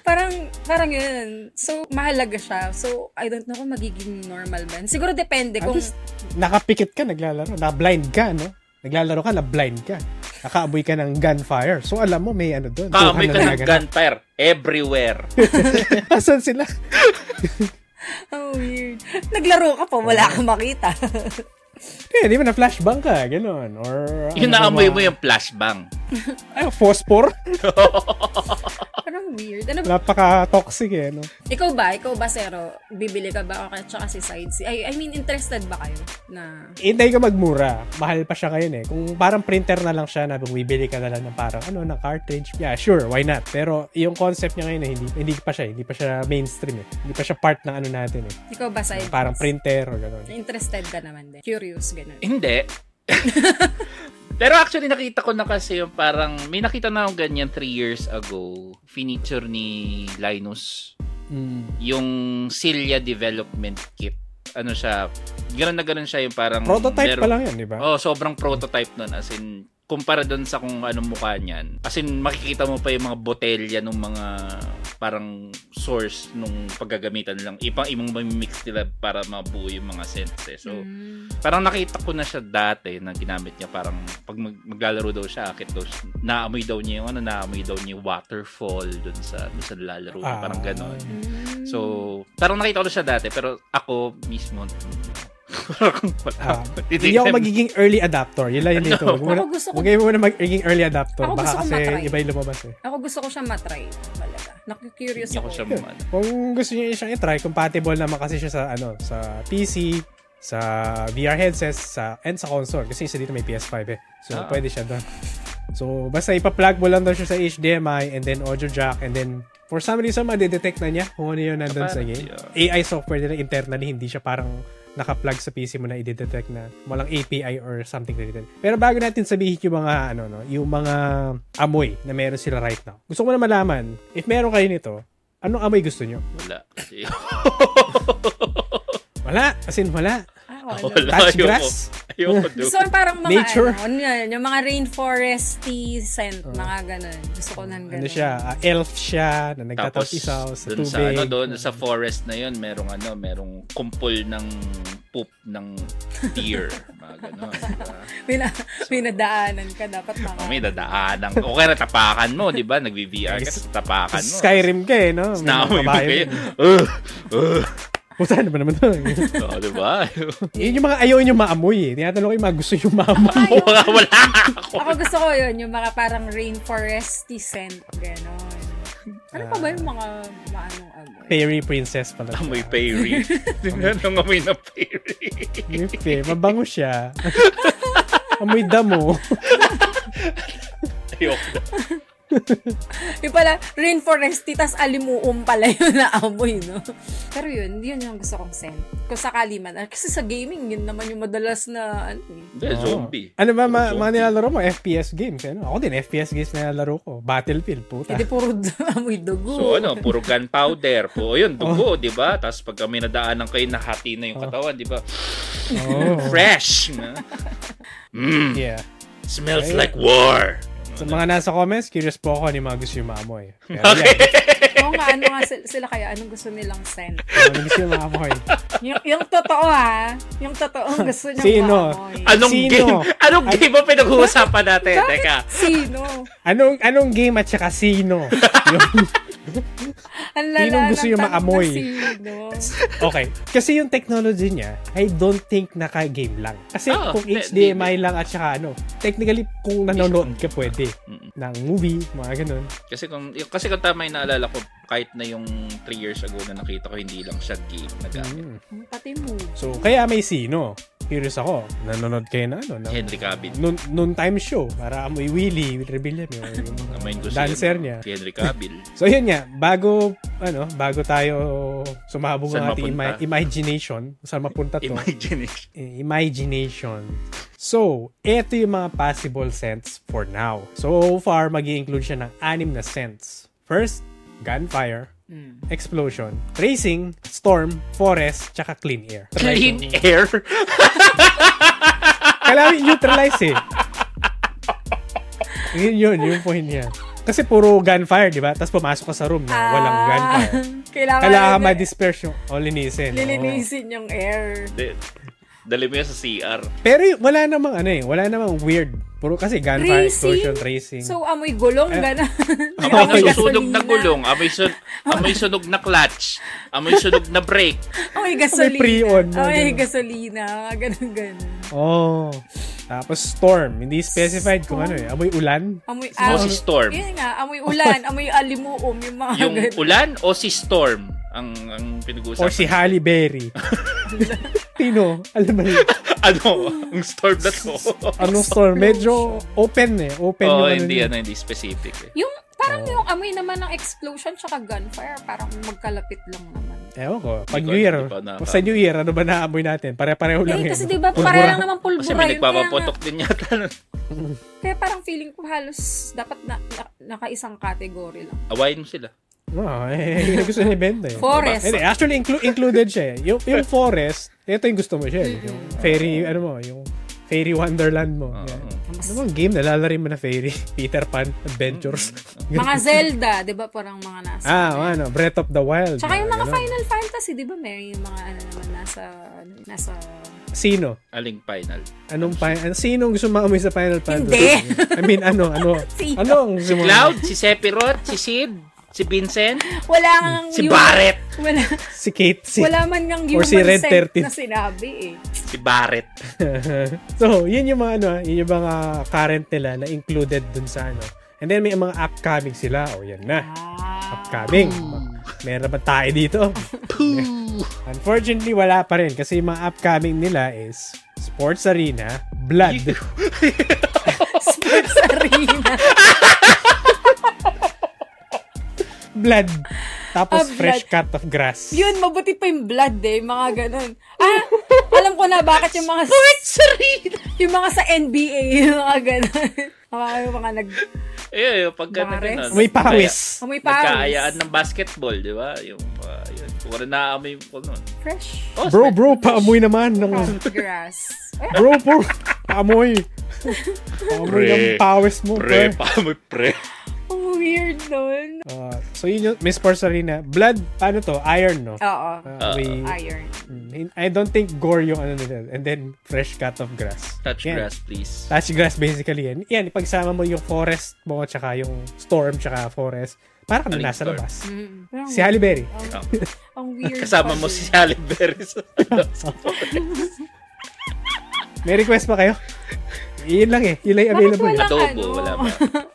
Speaker 3: Parang, parang yun. So, mahalaga siya. So, I don't know kung magiging normal ba. yun. Siguro depende
Speaker 1: At
Speaker 3: kung...
Speaker 1: least, nakapikit ka, naglalaro. Na-blind ka, no? Naglalaro ka, na-blind ka. Nakaaboy ka ng gunfire. So, alam mo, may ano doon.
Speaker 2: Kaamoy ka ng
Speaker 1: nagaganap.
Speaker 2: gunfire everywhere.
Speaker 1: Asan sila?
Speaker 3: Oh, weird. Naglaro ka pa,
Speaker 2: Oh.
Speaker 3: wala kang makita.
Speaker 1: Eh, di ba na-flashbang ka? Ganon. Or, ano
Speaker 2: Yung
Speaker 1: ba
Speaker 2: naamoy
Speaker 1: mga-
Speaker 2: mo yung flashbang.
Speaker 1: Ay, phosphor.
Speaker 3: parang weird. Ano ba?
Speaker 1: Napaka-toxic eh, no?
Speaker 3: Ikaw ba? Ikaw ba, Sero? Bibili ka ba? Okay, tsaka si Side C. I, I mean, interested ba kayo? Na...
Speaker 1: Hindi Eh, ka magmura. Mahal pa siya ngayon eh. Kung parang printer na lang siya na bumibili ka na lang ng parang ano, ng cartridge. Yeah, sure, why not? Pero yung concept niya ngayon eh, hindi, hindi pa siya, eh. hindi pa siya mainstream eh. Hindi pa siya part ng ano natin eh.
Speaker 3: Ikaw ba, Side
Speaker 1: Parang
Speaker 3: C?
Speaker 1: printer o gano'n.
Speaker 3: Interested ka naman din. Curious, ganun.
Speaker 2: Hindi. Pero actually nakita ko na kasi yung parang may nakita na akong ganyan 3 years ago finiture ni Linus
Speaker 1: Mm.
Speaker 2: yung Cilia development kit ano siya ganun na ganun siya yung parang
Speaker 1: Prototype
Speaker 2: meron-
Speaker 1: pa lang yun, di ba?
Speaker 2: Oh, sobrang prototype nun. As in, kumpara dun sa kung anong mukha niyan. As in, makikita mo pa yung mga botelya ng mga parang source nung paggagamitan lang. Ipang imong mamimix nila para mabuo yung mga scents eh. So,
Speaker 3: Hmm.
Speaker 2: parang nakita ko na siya dati na ginamit niya parang pag mag- maglalaro daw siya, akit daw siya. Naamoy daw niya yung ano, naamoy daw niya yung waterfall dun sa, dun sa lalaro. niya.
Speaker 1: Ah.
Speaker 2: Parang ganon. So, parang nakita ko na siya dati. Pero ako mismo, parang wala.
Speaker 1: Ah,
Speaker 2: Hindi
Speaker 1: hindi ako
Speaker 2: ko-
Speaker 1: magiging early adapter. Yun lang yun dito. Huwag mo na-
Speaker 3: Ako gusto ko-
Speaker 1: huwag kayo muna magiging early adapter.
Speaker 3: Ako gusto
Speaker 1: Baka
Speaker 3: ko
Speaker 1: kasi
Speaker 3: matry.
Speaker 1: iba yung lumabas eh.
Speaker 3: Ako gusto ko siya matry. Talaga. Nakikurious
Speaker 2: Hindi
Speaker 3: ako.
Speaker 2: ko siya
Speaker 3: eh.
Speaker 2: mo- ano.
Speaker 1: Kung gusto niyo siyang i-try, compatible naman kasi siya sa ano, sa PC, sa VR headsets, sa and sa console kasi isa dito may PS5 eh. So
Speaker 2: Ah.
Speaker 1: pwede siya doon. So basta ipa-plug mo lang daw siya sa HDMI and then audio jack and then for some reason madedetect na niya kung ano yung nandun sa game. AI software nila internally hindi siya parang naka-plug sa PC mo na i-detect na walang API or something related. Pero bago natin sabihin yung mga ano no, yung mga amoy na meron sila right now. Gusto ko na malaman if meron kayo nito, anong amoy gusto nyo?
Speaker 2: Wala.
Speaker 1: Wala. As in, wala.
Speaker 3: Ah, wala.
Speaker 2: Wala.
Speaker 1: Touch
Speaker 2: Ayoko.
Speaker 1: grass?
Speaker 2: Ayoko do.
Speaker 3: Gusto ko parang mga
Speaker 1: Nature. Oh.
Speaker 3: ano, ano yan, yung mga rainforesty scent, mga ganun. Gusto ko ng ganun.
Speaker 1: Ano siya? ah, elf siya na
Speaker 2: Tapos,
Speaker 1: nagtatapisaw sa
Speaker 2: dun
Speaker 1: tubig.
Speaker 2: sa, ano, dun, sa forest na yun, merong ano, merong kumpol ng poop ng deer. Mga ganon. diba?
Speaker 3: May, na, may nadaanan ka, dapat mga...
Speaker 2: Oh, May dadaanan. O kaya natapakan mo, di ba? Nag-VR ka, natapakan mo.
Speaker 1: Skyrim ka eh, no?
Speaker 2: Tapos
Speaker 1: May
Speaker 2: Ano?
Speaker 1: mga
Speaker 2: Naamoy mo
Speaker 1: kabayo
Speaker 2: kayo.
Speaker 1: dun.
Speaker 2: Uh, uh.
Speaker 1: Puta, ano ba naman to?
Speaker 2: Oh, di ba?
Speaker 1: Yun yung mga ayaw nyo maamoy eh. Tinatanong ko yung mga gusto nyo maamoy.
Speaker 3: Ay,
Speaker 2: Wala, wala ako.
Speaker 3: Ako gusto ko yun, yung mga parang rainforesty scent, gano'n. Ano pa ba yung mga maanong amoy?
Speaker 1: Fairy princess pala. siya.
Speaker 2: Amoy pairy. Anong amoy na pairy?
Speaker 1: Okay, mabango siya. Amoy damo.
Speaker 2: Ayoko daw.
Speaker 3: Yung pala, rainforesty, tas alimuum pala yun na amoy, no? Pero yun, yun yung gusto kong scent. Kung sakali man. ah, Kasi sa gaming, yun naman yung madalas na, ano eh.
Speaker 2: Hindi, zombie.
Speaker 1: Ano ba ma-
Speaker 2: Zombie.
Speaker 1: mga nilalaro mo? FPS games. Ano? Ako din, FPS games na nilalaro ko. Battlefield, puta.
Speaker 3: Hindi puro d- amoy dugo.
Speaker 2: So ano, puro gunpowder. Po, yun, dugo, 'di ba? Tapos pag kami nadaanan kayo nahati na yung katawan, 'di ba?
Speaker 1: Oh,
Speaker 2: Fresh. na. Mm,
Speaker 1: yeah.
Speaker 2: smells
Speaker 1: Right.
Speaker 2: like war.
Speaker 1: Sa mga nasa comments, curious po ako ni mga gusto yung maamoy. Pero
Speaker 3: Oo nga, ano nga sila, sila kaya? Anong gusto nilang scent?
Speaker 1: yan, mga ano gusto yung maamoy.
Speaker 3: Yung, yung totoo ha. Yung totoong gusto niya
Speaker 1: Sino?
Speaker 3: maamoy.
Speaker 2: Anong
Speaker 1: Sino?
Speaker 2: game? Anong
Speaker 1: An-
Speaker 2: game ba pinag-uusapan natin? Teka.
Speaker 3: Sino?
Speaker 1: Anong anong game at saka sino? Yun.
Speaker 4: Ang lala
Speaker 1: Sinong gusto
Speaker 4: ng
Speaker 1: yung
Speaker 4: tanong na
Speaker 1: maamoy?
Speaker 4: sino.
Speaker 1: Okay. Kasi yung technology niya, I don't think naka-game lang. Kasi
Speaker 2: Oo,
Speaker 1: kung
Speaker 2: di-
Speaker 1: HDMI lang at saka ano, technically kung nanonood ka pwede
Speaker 2: Mm-mm.
Speaker 1: ng movie, mga ganun.
Speaker 2: Kasi kung, y- kasi kung tama yung naalala ko, kahit na yung 3 years ago na nakita ko, hindi lang siya game na gamit.
Speaker 1: Mm.
Speaker 3: Hmm,
Speaker 4: Pati mo.
Speaker 1: So, kaya may sino. Curious ako. Nanonood kayo na ano? Ng,
Speaker 2: Henry Cavill.
Speaker 1: noon, noon time show. Para amoy Willie, Willie Rebellion. Yung, yung mga
Speaker 2: Namayin ko si,
Speaker 1: dancer
Speaker 2: ano,
Speaker 1: niya.
Speaker 2: si Henry Cavill.
Speaker 1: So yun nga, bago ano, bago tayo sumabog
Speaker 2: Saan
Speaker 1: ng ating ima-
Speaker 2: mapunta?
Speaker 1: imagination, saan mapunta to?
Speaker 2: Imagination.
Speaker 1: I- eh, imagination. So, ito yung mga possible scents for now. So far, mag include siya ng anim na scents. First, gunfire,
Speaker 3: Mm.
Speaker 1: explosion, racing, storm, forest, tsaka clean air.
Speaker 2: Clean air.
Speaker 1: Kailangan neutralize eh. Yun yun, yung point niya. Kasi puro gunfire, di ba? Tapos pumasok ka sa room na Ah, walang gunfire.
Speaker 3: Ah, Kailangan,
Speaker 1: Kailangan
Speaker 3: na-
Speaker 1: ma-disperse yung oh, o linisin. oo.
Speaker 3: lilinisin yung air.
Speaker 2: De- Dali mo yan sa CR.
Speaker 1: Pero y- wala namang ano eh, wala namang weird. Puro kasi gunfire,
Speaker 3: Racing?
Speaker 1: explosion, racing.
Speaker 3: So, amoy gulong,
Speaker 1: Eh,
Speaker 3: gano'n.
Speaker 2: Amoy
Speaker 1: Amoy
Speaker 2: nasusunog na gulong. Amoy, sun- amoy sunog na clutch. Amoy sunog na brake.
Speaker 3: Amoy gasolina.
Speaker 1: pre-on, mga
Speaker 3: Amoy
Speaker 1: ganun.
Speaker 3: gasolina. Ganun, ganun.
Speaker 1: oh. Tapos storm, hindi specified kung ano eh, amoy ulan.
Speaker 3: Amoy
Speaker 2: O
Speaker 3: amoy.
Speaker 2: si Storm.
Speaker 3: Yun nga, amoy ulan, amoy alimuom, yung mga
Speaker 2: Yung
Speaker 3: ganun.
Speaker 2: ulan o si Storm ang ang pinag-uusapan.
Speaker 1: Or si Halle Berry. Tino, alam mo yun.
Speaker 2: ano, ang storm na to.
Speaker 1: Anong storm? Medyo open eh. Open yung
Speaker 2: Oo,
Speaker 1: ano
Speaker 2: hindi,
Speaker 1: niya.
Speaker 2: ano, hindi specific. Eh.
Speaker 3: Yung, parang yung amoy naman ng explosion tsaka gunfire, parang magkalapit lang naman.
Speaker 1: Ewan ko. Pag New
Speaker 2: Hindi ko alam,
Speaker 1: Year,
Speaker 2: hindi pa naka-
Speaker 1: sa New Year, ano ba naamoy natin? Pare-pareho lang
Speaker 3: Eh,
Speaker 1: yun.
Speaker 3: kasi di ba,
Speaker 1: Pulbura.
Speaker 3: para lang naman pulbura
Speaker 2: Kasi may
Speaker 3: yun. Kaya, nga,
Speaker 2: nagpapapotok din yata.
Speaker 3: kaya parang feeling ko halos dapat na, na, nakaisang category
Speaker 1: Ano
Speaker 3: lang.
Speaker 2: Awayin mo sila.
Speaker 1: Oo, eh, yun ang gusto niya ibenta eh.
Speaker 3: Forest.
Speaker 1: Hindi, actually inclu- included siya eh. Yung, yung forest, ito yung gusto mo siya eh. Yung fairy, ano mo, yung fairy wonderland mo.
Speaker 2: Oo.
Speaker 1: Yan. Ano bang game? Nalalari mo na fairy. Peter Pan Adventures.
Speaker 3: Mm. Mga Zelda, di ba? Parang mga nasa.
Speaker 1: ah, ano, Breath of the Wild.
Speaker 3: Tsaka yung mga
Speaker 1: Ganun.
Speaker 3: Final Fantasy, di ba? May mga ano naman nasa, ano, nasa...
Speaker 1: Sino?
Speaker 2: Aling final.
Speaker 1: Anong pa ano, sino ang gusto maamoy sa Final Fantasy?
Speaker 3: Hindi.
Speaker 1: I mean, ano, ano?
Speaker 3: Sino?
Speaker 1: Anong gusto mo?
Speaker 2: Cloud, si Sephiroth, si Sid, si Vincent,
Speaker 3: Wala ngang...
Speaker 2: si
Speaker 3: yung-
Speaker 2: Barret.
Speaker 3: Wala,
Speaker 1: Si Kate. Hmm. Si...
Speaker 3: wala man ngang
Speaker 1: Or
Speaker 3: human
Speaker 1: si Red
Speaker 3: scent
Speaker 1: 13.
Speaker 3: na sinabi eh.
Speaker 2: Si Barret.
Speaker 1: so, yun yung mga ano, ah, yun yung mga current nila na included dun sa ano. And then may mga upcoming sila. O, yan na.
Speaker 3: Ah.
Speaker 1: Upcoming. Meron ba tayo dito? Unfortunately, wala pa rin kasi yung mga upcoming nila is Sports Arena, Blood,
Speaker 3: Sports arena.
Speaker 1: Blood, tapos
Speaker 3: Ah, Blood.
Speaker 1: Fresh Cut of Grass.
Speaker 3: Yun, mabuti pa yung blood eh, mga ganun. Ah, alam ko na bakit yung mga... Sports arena! Yung mga sa NBA, yung mga ganun. Mga, yung mga nag...
Speaker 2: Eh, yung pagka na
Speaker 3: Barret.
Speaker 2: ganun.
Speaker 1: May pawis.
Speaker 3: Amoy
Speaker 2: Nagka-
Speaker 3: pawis.
Speaker 2: Nagkaayaan ng basketball, di ba? Yung, uh, yun. Kung naamoy ko nun.
Speaker 3: Fresh.
Speaker 2: Oh,
Speaker 1: Bro, bro, paamoy naman ng
Speaker 3: Cut grass. Eh,
Speaker 1: Bro, bro, paamoy. Paamoy ng
Speaker 2: Pre.
Speaker 1: pawis mo,
Speaker 2: Pre,
Speaker 1: pre.
Speaker 2: paamoy pre.
Speaker 3: ang weird nun.
Speaker 1: Ah, so yun yung Miss Sports Arena. Blood, ano to? Iron, no?
Speaker 3: Oo.
Speaker 2: Uh,
Speaker 1: Ah, may-
Speaker 3: Iron.
Speaker 1: Mm, I don't think gore yung ano nila. And then, fresh cut of grass.
Speaker 2: Touch
Speaker 1: Yan.
Speaker 2: grass, please.
Speaker 1: Touch grass basically yan. Yan, ipagsama mo yung forest mo, tsaka yung storm, tsaka forest. Para ka na
Speaker 2: Aling
Speaker 1: nasa
Speaker 2: storm? Mm.
Speaker 1: labas.
Speaker 3: Pero ang-
Speaker 1: Si Halle Berry.
Speaker 2: Oh.
Speaker 3: Ang weird.
Speaker 2: Kasama
Speaker 3: pa
Speaker 2: mo
Speaker 3: din.
Speaker 2: si Halle Berry sa
Speaker 1: May request pa kayo? Yun lang eh. Yun lang yung available.
Speaker 3: Bakit
Speaker 2: adobo,
Speaker 3: ano?
Speaker 2: wala ba?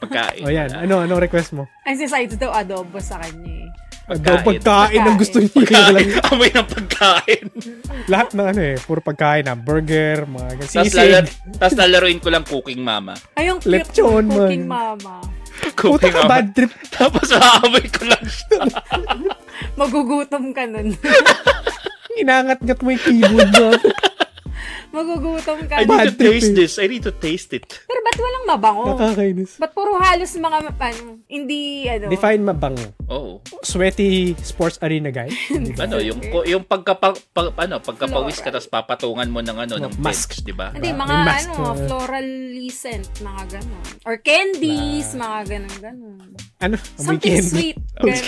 Speaker 2: Pagkain.
Speaker 1: O yan.
Speaker 2: wala.
Speaker 1: Ano, ano request mo?
Speaker 3: Ay, si Saito daw adobo sa kanya eh.
Speaker 1: Pagkain.
Speaker 2: Pagkain.
Speaker 1: pagkain ang gusto niya. Yun lang.
Speaker 2: Pagkain. Amoy ng pagkain.
Speaker 1: Lahat ng ano eh. Puro pagkain ah. Burger, mga ganyan.
Speaker 2: Tapos
Speaker 1: sisig.
Speaker 2: lalar- tas lalaroin ko lang Cooking Mama.
Speaker 3: Ay, ang cute
Speaker 1: Lechon,
Speaker 3: ng cooking
Speaker 1: man.
Speaker 3: mama.
Speaker 1: Puta
Speaker 2: Cooking
Speaker 1: ka,
Speaker 2: Mama.
Speaker 1: bad trip.
Speaker 2: Tapos maamoy ko lang siya.
Speaker 3: Magugutom ka nun.
Speaker 1: Inangat-ngat mo yung keyboard mo.
Speaker 3: Magugutom ka
Speaker 2: I
Speaker 3: nun.
Speaker 1: Bad
Speaker 2: need to
Speaker 1: trip
Speaker 2: taste
Speaker 1: eh.
Speaker 2: this. I need to taste it.
Speaker 3: Pero ba't walang mabango?
Speaker 1: Nakakainis.
Speaker 3: Ba't puro halos mga, ano, hindi, ano,
Speaker 1: Define mabango.
Speaker 2: Oh.
Speaker 1: Sweaty sports arena guy. Hindi ba?
Speaker 2: Ano, yung ko- yung pagka pag, ano, pagkapawis ka tapos papatungan mo ng ano, ng
Speaker 1: Mask.
Speaker 2: mask, 'di ba?
Speaker 3: hindi,
Speaker 1: May
Speaker 3: mga,
Speaker 1: mask,
Speaker 3: ano,
Speaker 1: uh,
Speaker 3: floral scent, mga ganon. Or candies, mga ganon, ganon.
Speaker 1: Ano? Amoy
Speaker 3: Something
Speaker 1: candy.
Speaker 3: sweet, ganon.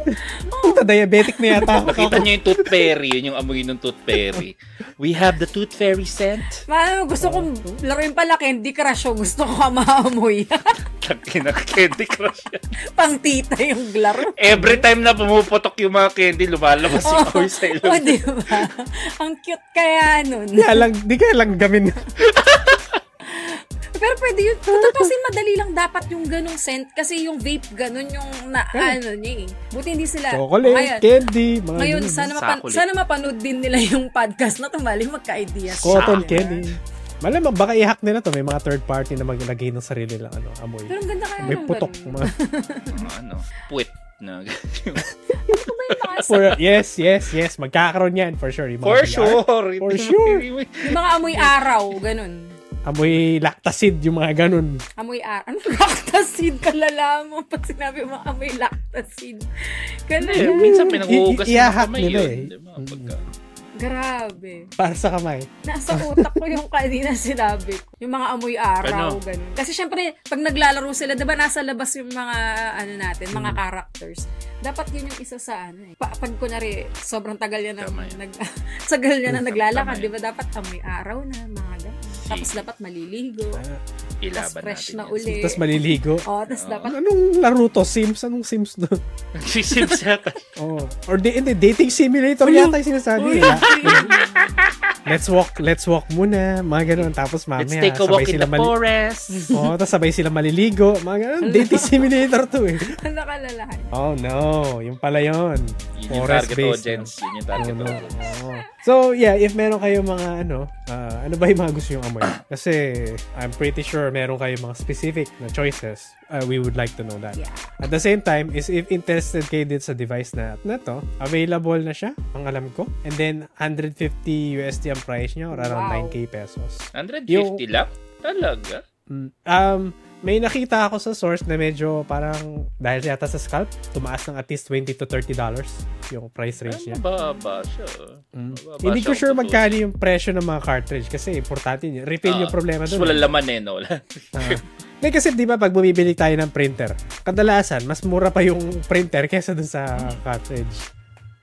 Speaker 1: Puta, diabetic na yata ako.
Speaker 2: Nakita niyo yung tooth fairy, yun yung amoy ng tooth fairy. We have the tooth fairy scent.
Speaker 3: oh. Mano, gusto kong laruin pala Candy Crush o gusto ko ka maamoy.
Speaker 2: Tang ina, Candy Crush yan.
Speaker 3: Pang tita yung laro.
Speaker 2: Every time na pumuputok yung mga candy, lumalabas si
Speaker 3: Oh,
Speaker 2: Koy sa ilong.
Speaker 3: oh, di ba? Ang cute kaya nun.
Speaker 1: Kaya lang, di kaya lang gamin.
Speaker 3: Pero pwede yun. Kung tutusin, madali lang dapat yung ganong scent kasi yung vape ganun yung na ano niya eh. Buti hindi sila.
Speaker 1: Chocolate,
Speaker 3: Ayan.
Speaker 1: candy, mga
Speaker 3: Ngayon,
Speaker 1: ganun.
Speaker 3: sana, mapan-
Speaker 2: Sakulit.
Speaker 3: sana mapanood din nila yung podcast na tumali magka-idea. sila.
Speaker 1: Cotton candy. Malamang, baka i-hack nila to. May mga third party na maglagay ng sarili lang ano, amoy.
Speaker 3: Pero ang ganda kaya
Speaker 1: May
Speaker 3: nung
Speaker 1: putok.
Speaker 3: ganun.
Speaker 1: Mga,
Speaker 2: Mga ano, puwit na.
Speaker 3: Ano ba yung mga
Speaker 1: for, yes, yes, yes. Magkakaroon yan for sure. Yung mga
Speaker 2: For
Speaker 1: VR.
Speaker 2: sure.
Speaker 1: For sure.
Speaker 3: Yung mga amoy araw, ganun.
Speaker 1: Amoy lactacid, yung mga ganun.
Speaker 3: Amoy araw. Ano lactacid? Kalala mo pag sinabi mo amoy lactacid.
Speaker 2: Eh,
Speaker 3: Ganun.
Speaker 2: minsan pinag-uugas
Speaker 1: I- i-
Speaker 2: ng
Speaker 1: i-hack
Speaker 2: kamay
Speaker 1: nila
Speaker 2: yun.
Speaker 1: eh.
Speaker 2: di ba? Pagka,
Speaker 3: Grabe.
Speaker 1: Para sa kamay.
Speaker 3: Nasa utak ko yung kanina sinabi ko. Yung mga amoy araw,
Speaker 2: Ano?
Speaker 3: ganun. Kasi syempre, pag naglalaro sila, diba nasa labas yung mga, ano natin, mga
Speaker 2: Hmm.
Speaker 3: characters. Dapat yun yung isa sa ano eh. Pa- pag kunwari, sobrang tagal niya na,
Speaker 2: Tama yan.
Speaker 3: nag, tagal niya na naglalakad,
Speaker 2: Tama yan.
Speaker 3: diba dapat amoy araw na, mga ganun. Tapos dapat maliligo. Tapos
Speaker 2: ilaban
Speaker 3: fresh
Speaker 2: natin
Speaker 3: na
Speaker 2: yan.
Speaker 3: uli.
Speaker 1: Tapos maliligo.
Speaker 3: Oh, tapos dapat
Speaker 1: Anong laro to? Sims? Anong Sims to?
Speaker 2: Nagsisim siya.
Speaker 1: Oh. Or di, hindi, dating simulator yata yung sinasabi. eh. Let's walk, let's walk muna. Mga ganun. Tapos mamaya,
Speaker 2: Let's take a
Speaker 1: sabay
Speaker 2: walk in
Speaker 1: sila
Speaker 2: the
Speaker 1: mali-
Speaker 2: forest.
Speaker 1: Oh, tapos sabay sila maliligo. Mga ganun. Dating simulator to eh.
Speaker 3: nakalalahan.
Speaker 1: Oh no, yung pala yun.
Speaker 2: Yun yung
Speaker 1: Forest
Speaker 2: target
Speaker 1: base,
Speaker 2: audience. Yun yung
Speaker 1: Ano, no?
Speaker 2: target
Speaker 1: Oo,
Speaker 2: audience.
Speaker 1: oo. So yeah, if meron kayo mga ano, ah, ano ba yung mga gusto yung amoy? Kasi I'm pretty sure meron kayo mga specific na choices. Ah, we would like to know that.
Speaker 3: Yeah.
Speaker 1: At the same time, is if interested kayo din sa device na, na to, available na siya, ang alam ko. And then, 150 USD ang price niya or around
Speaker 3: Wow.
Speaker 1: 9k pesos.
Speaker 2: 150
Speaker 1: Yung-
Speaker 2: lang? Talaga?
Speaker 1: Mm. Um, may nakita ako sa source na medyo parang dahil yata sa scalp, tumaas ng at least 20 to 30 dollars yung price
Speaker 3: Ano
Speaker 1: range
Speaker 2: Ay,
Speaker 1: niya.
Speaker 2: mababa siya.
Speaker 1: Mm.
Speaker 2: Mababa
Speaker 1: Hindi
Speaker 2: siya
Speaker 1: ko sure
Speaker 2: ang
Speaker 1: magkano yung presyo ng mga cartridge kasi importante yun. Refill
Speaker 2: Ah,
Speaker 1: yung problema
Speaker 2: Tapos
Speaker 1: doon.
Speaker 2: wala laman eh, no? Wala.
Speaker 1: Like, kasi di ba pag bumibili tayo ng printer, kadalasan mas mura pa yung printer kesa dun sa cartridge.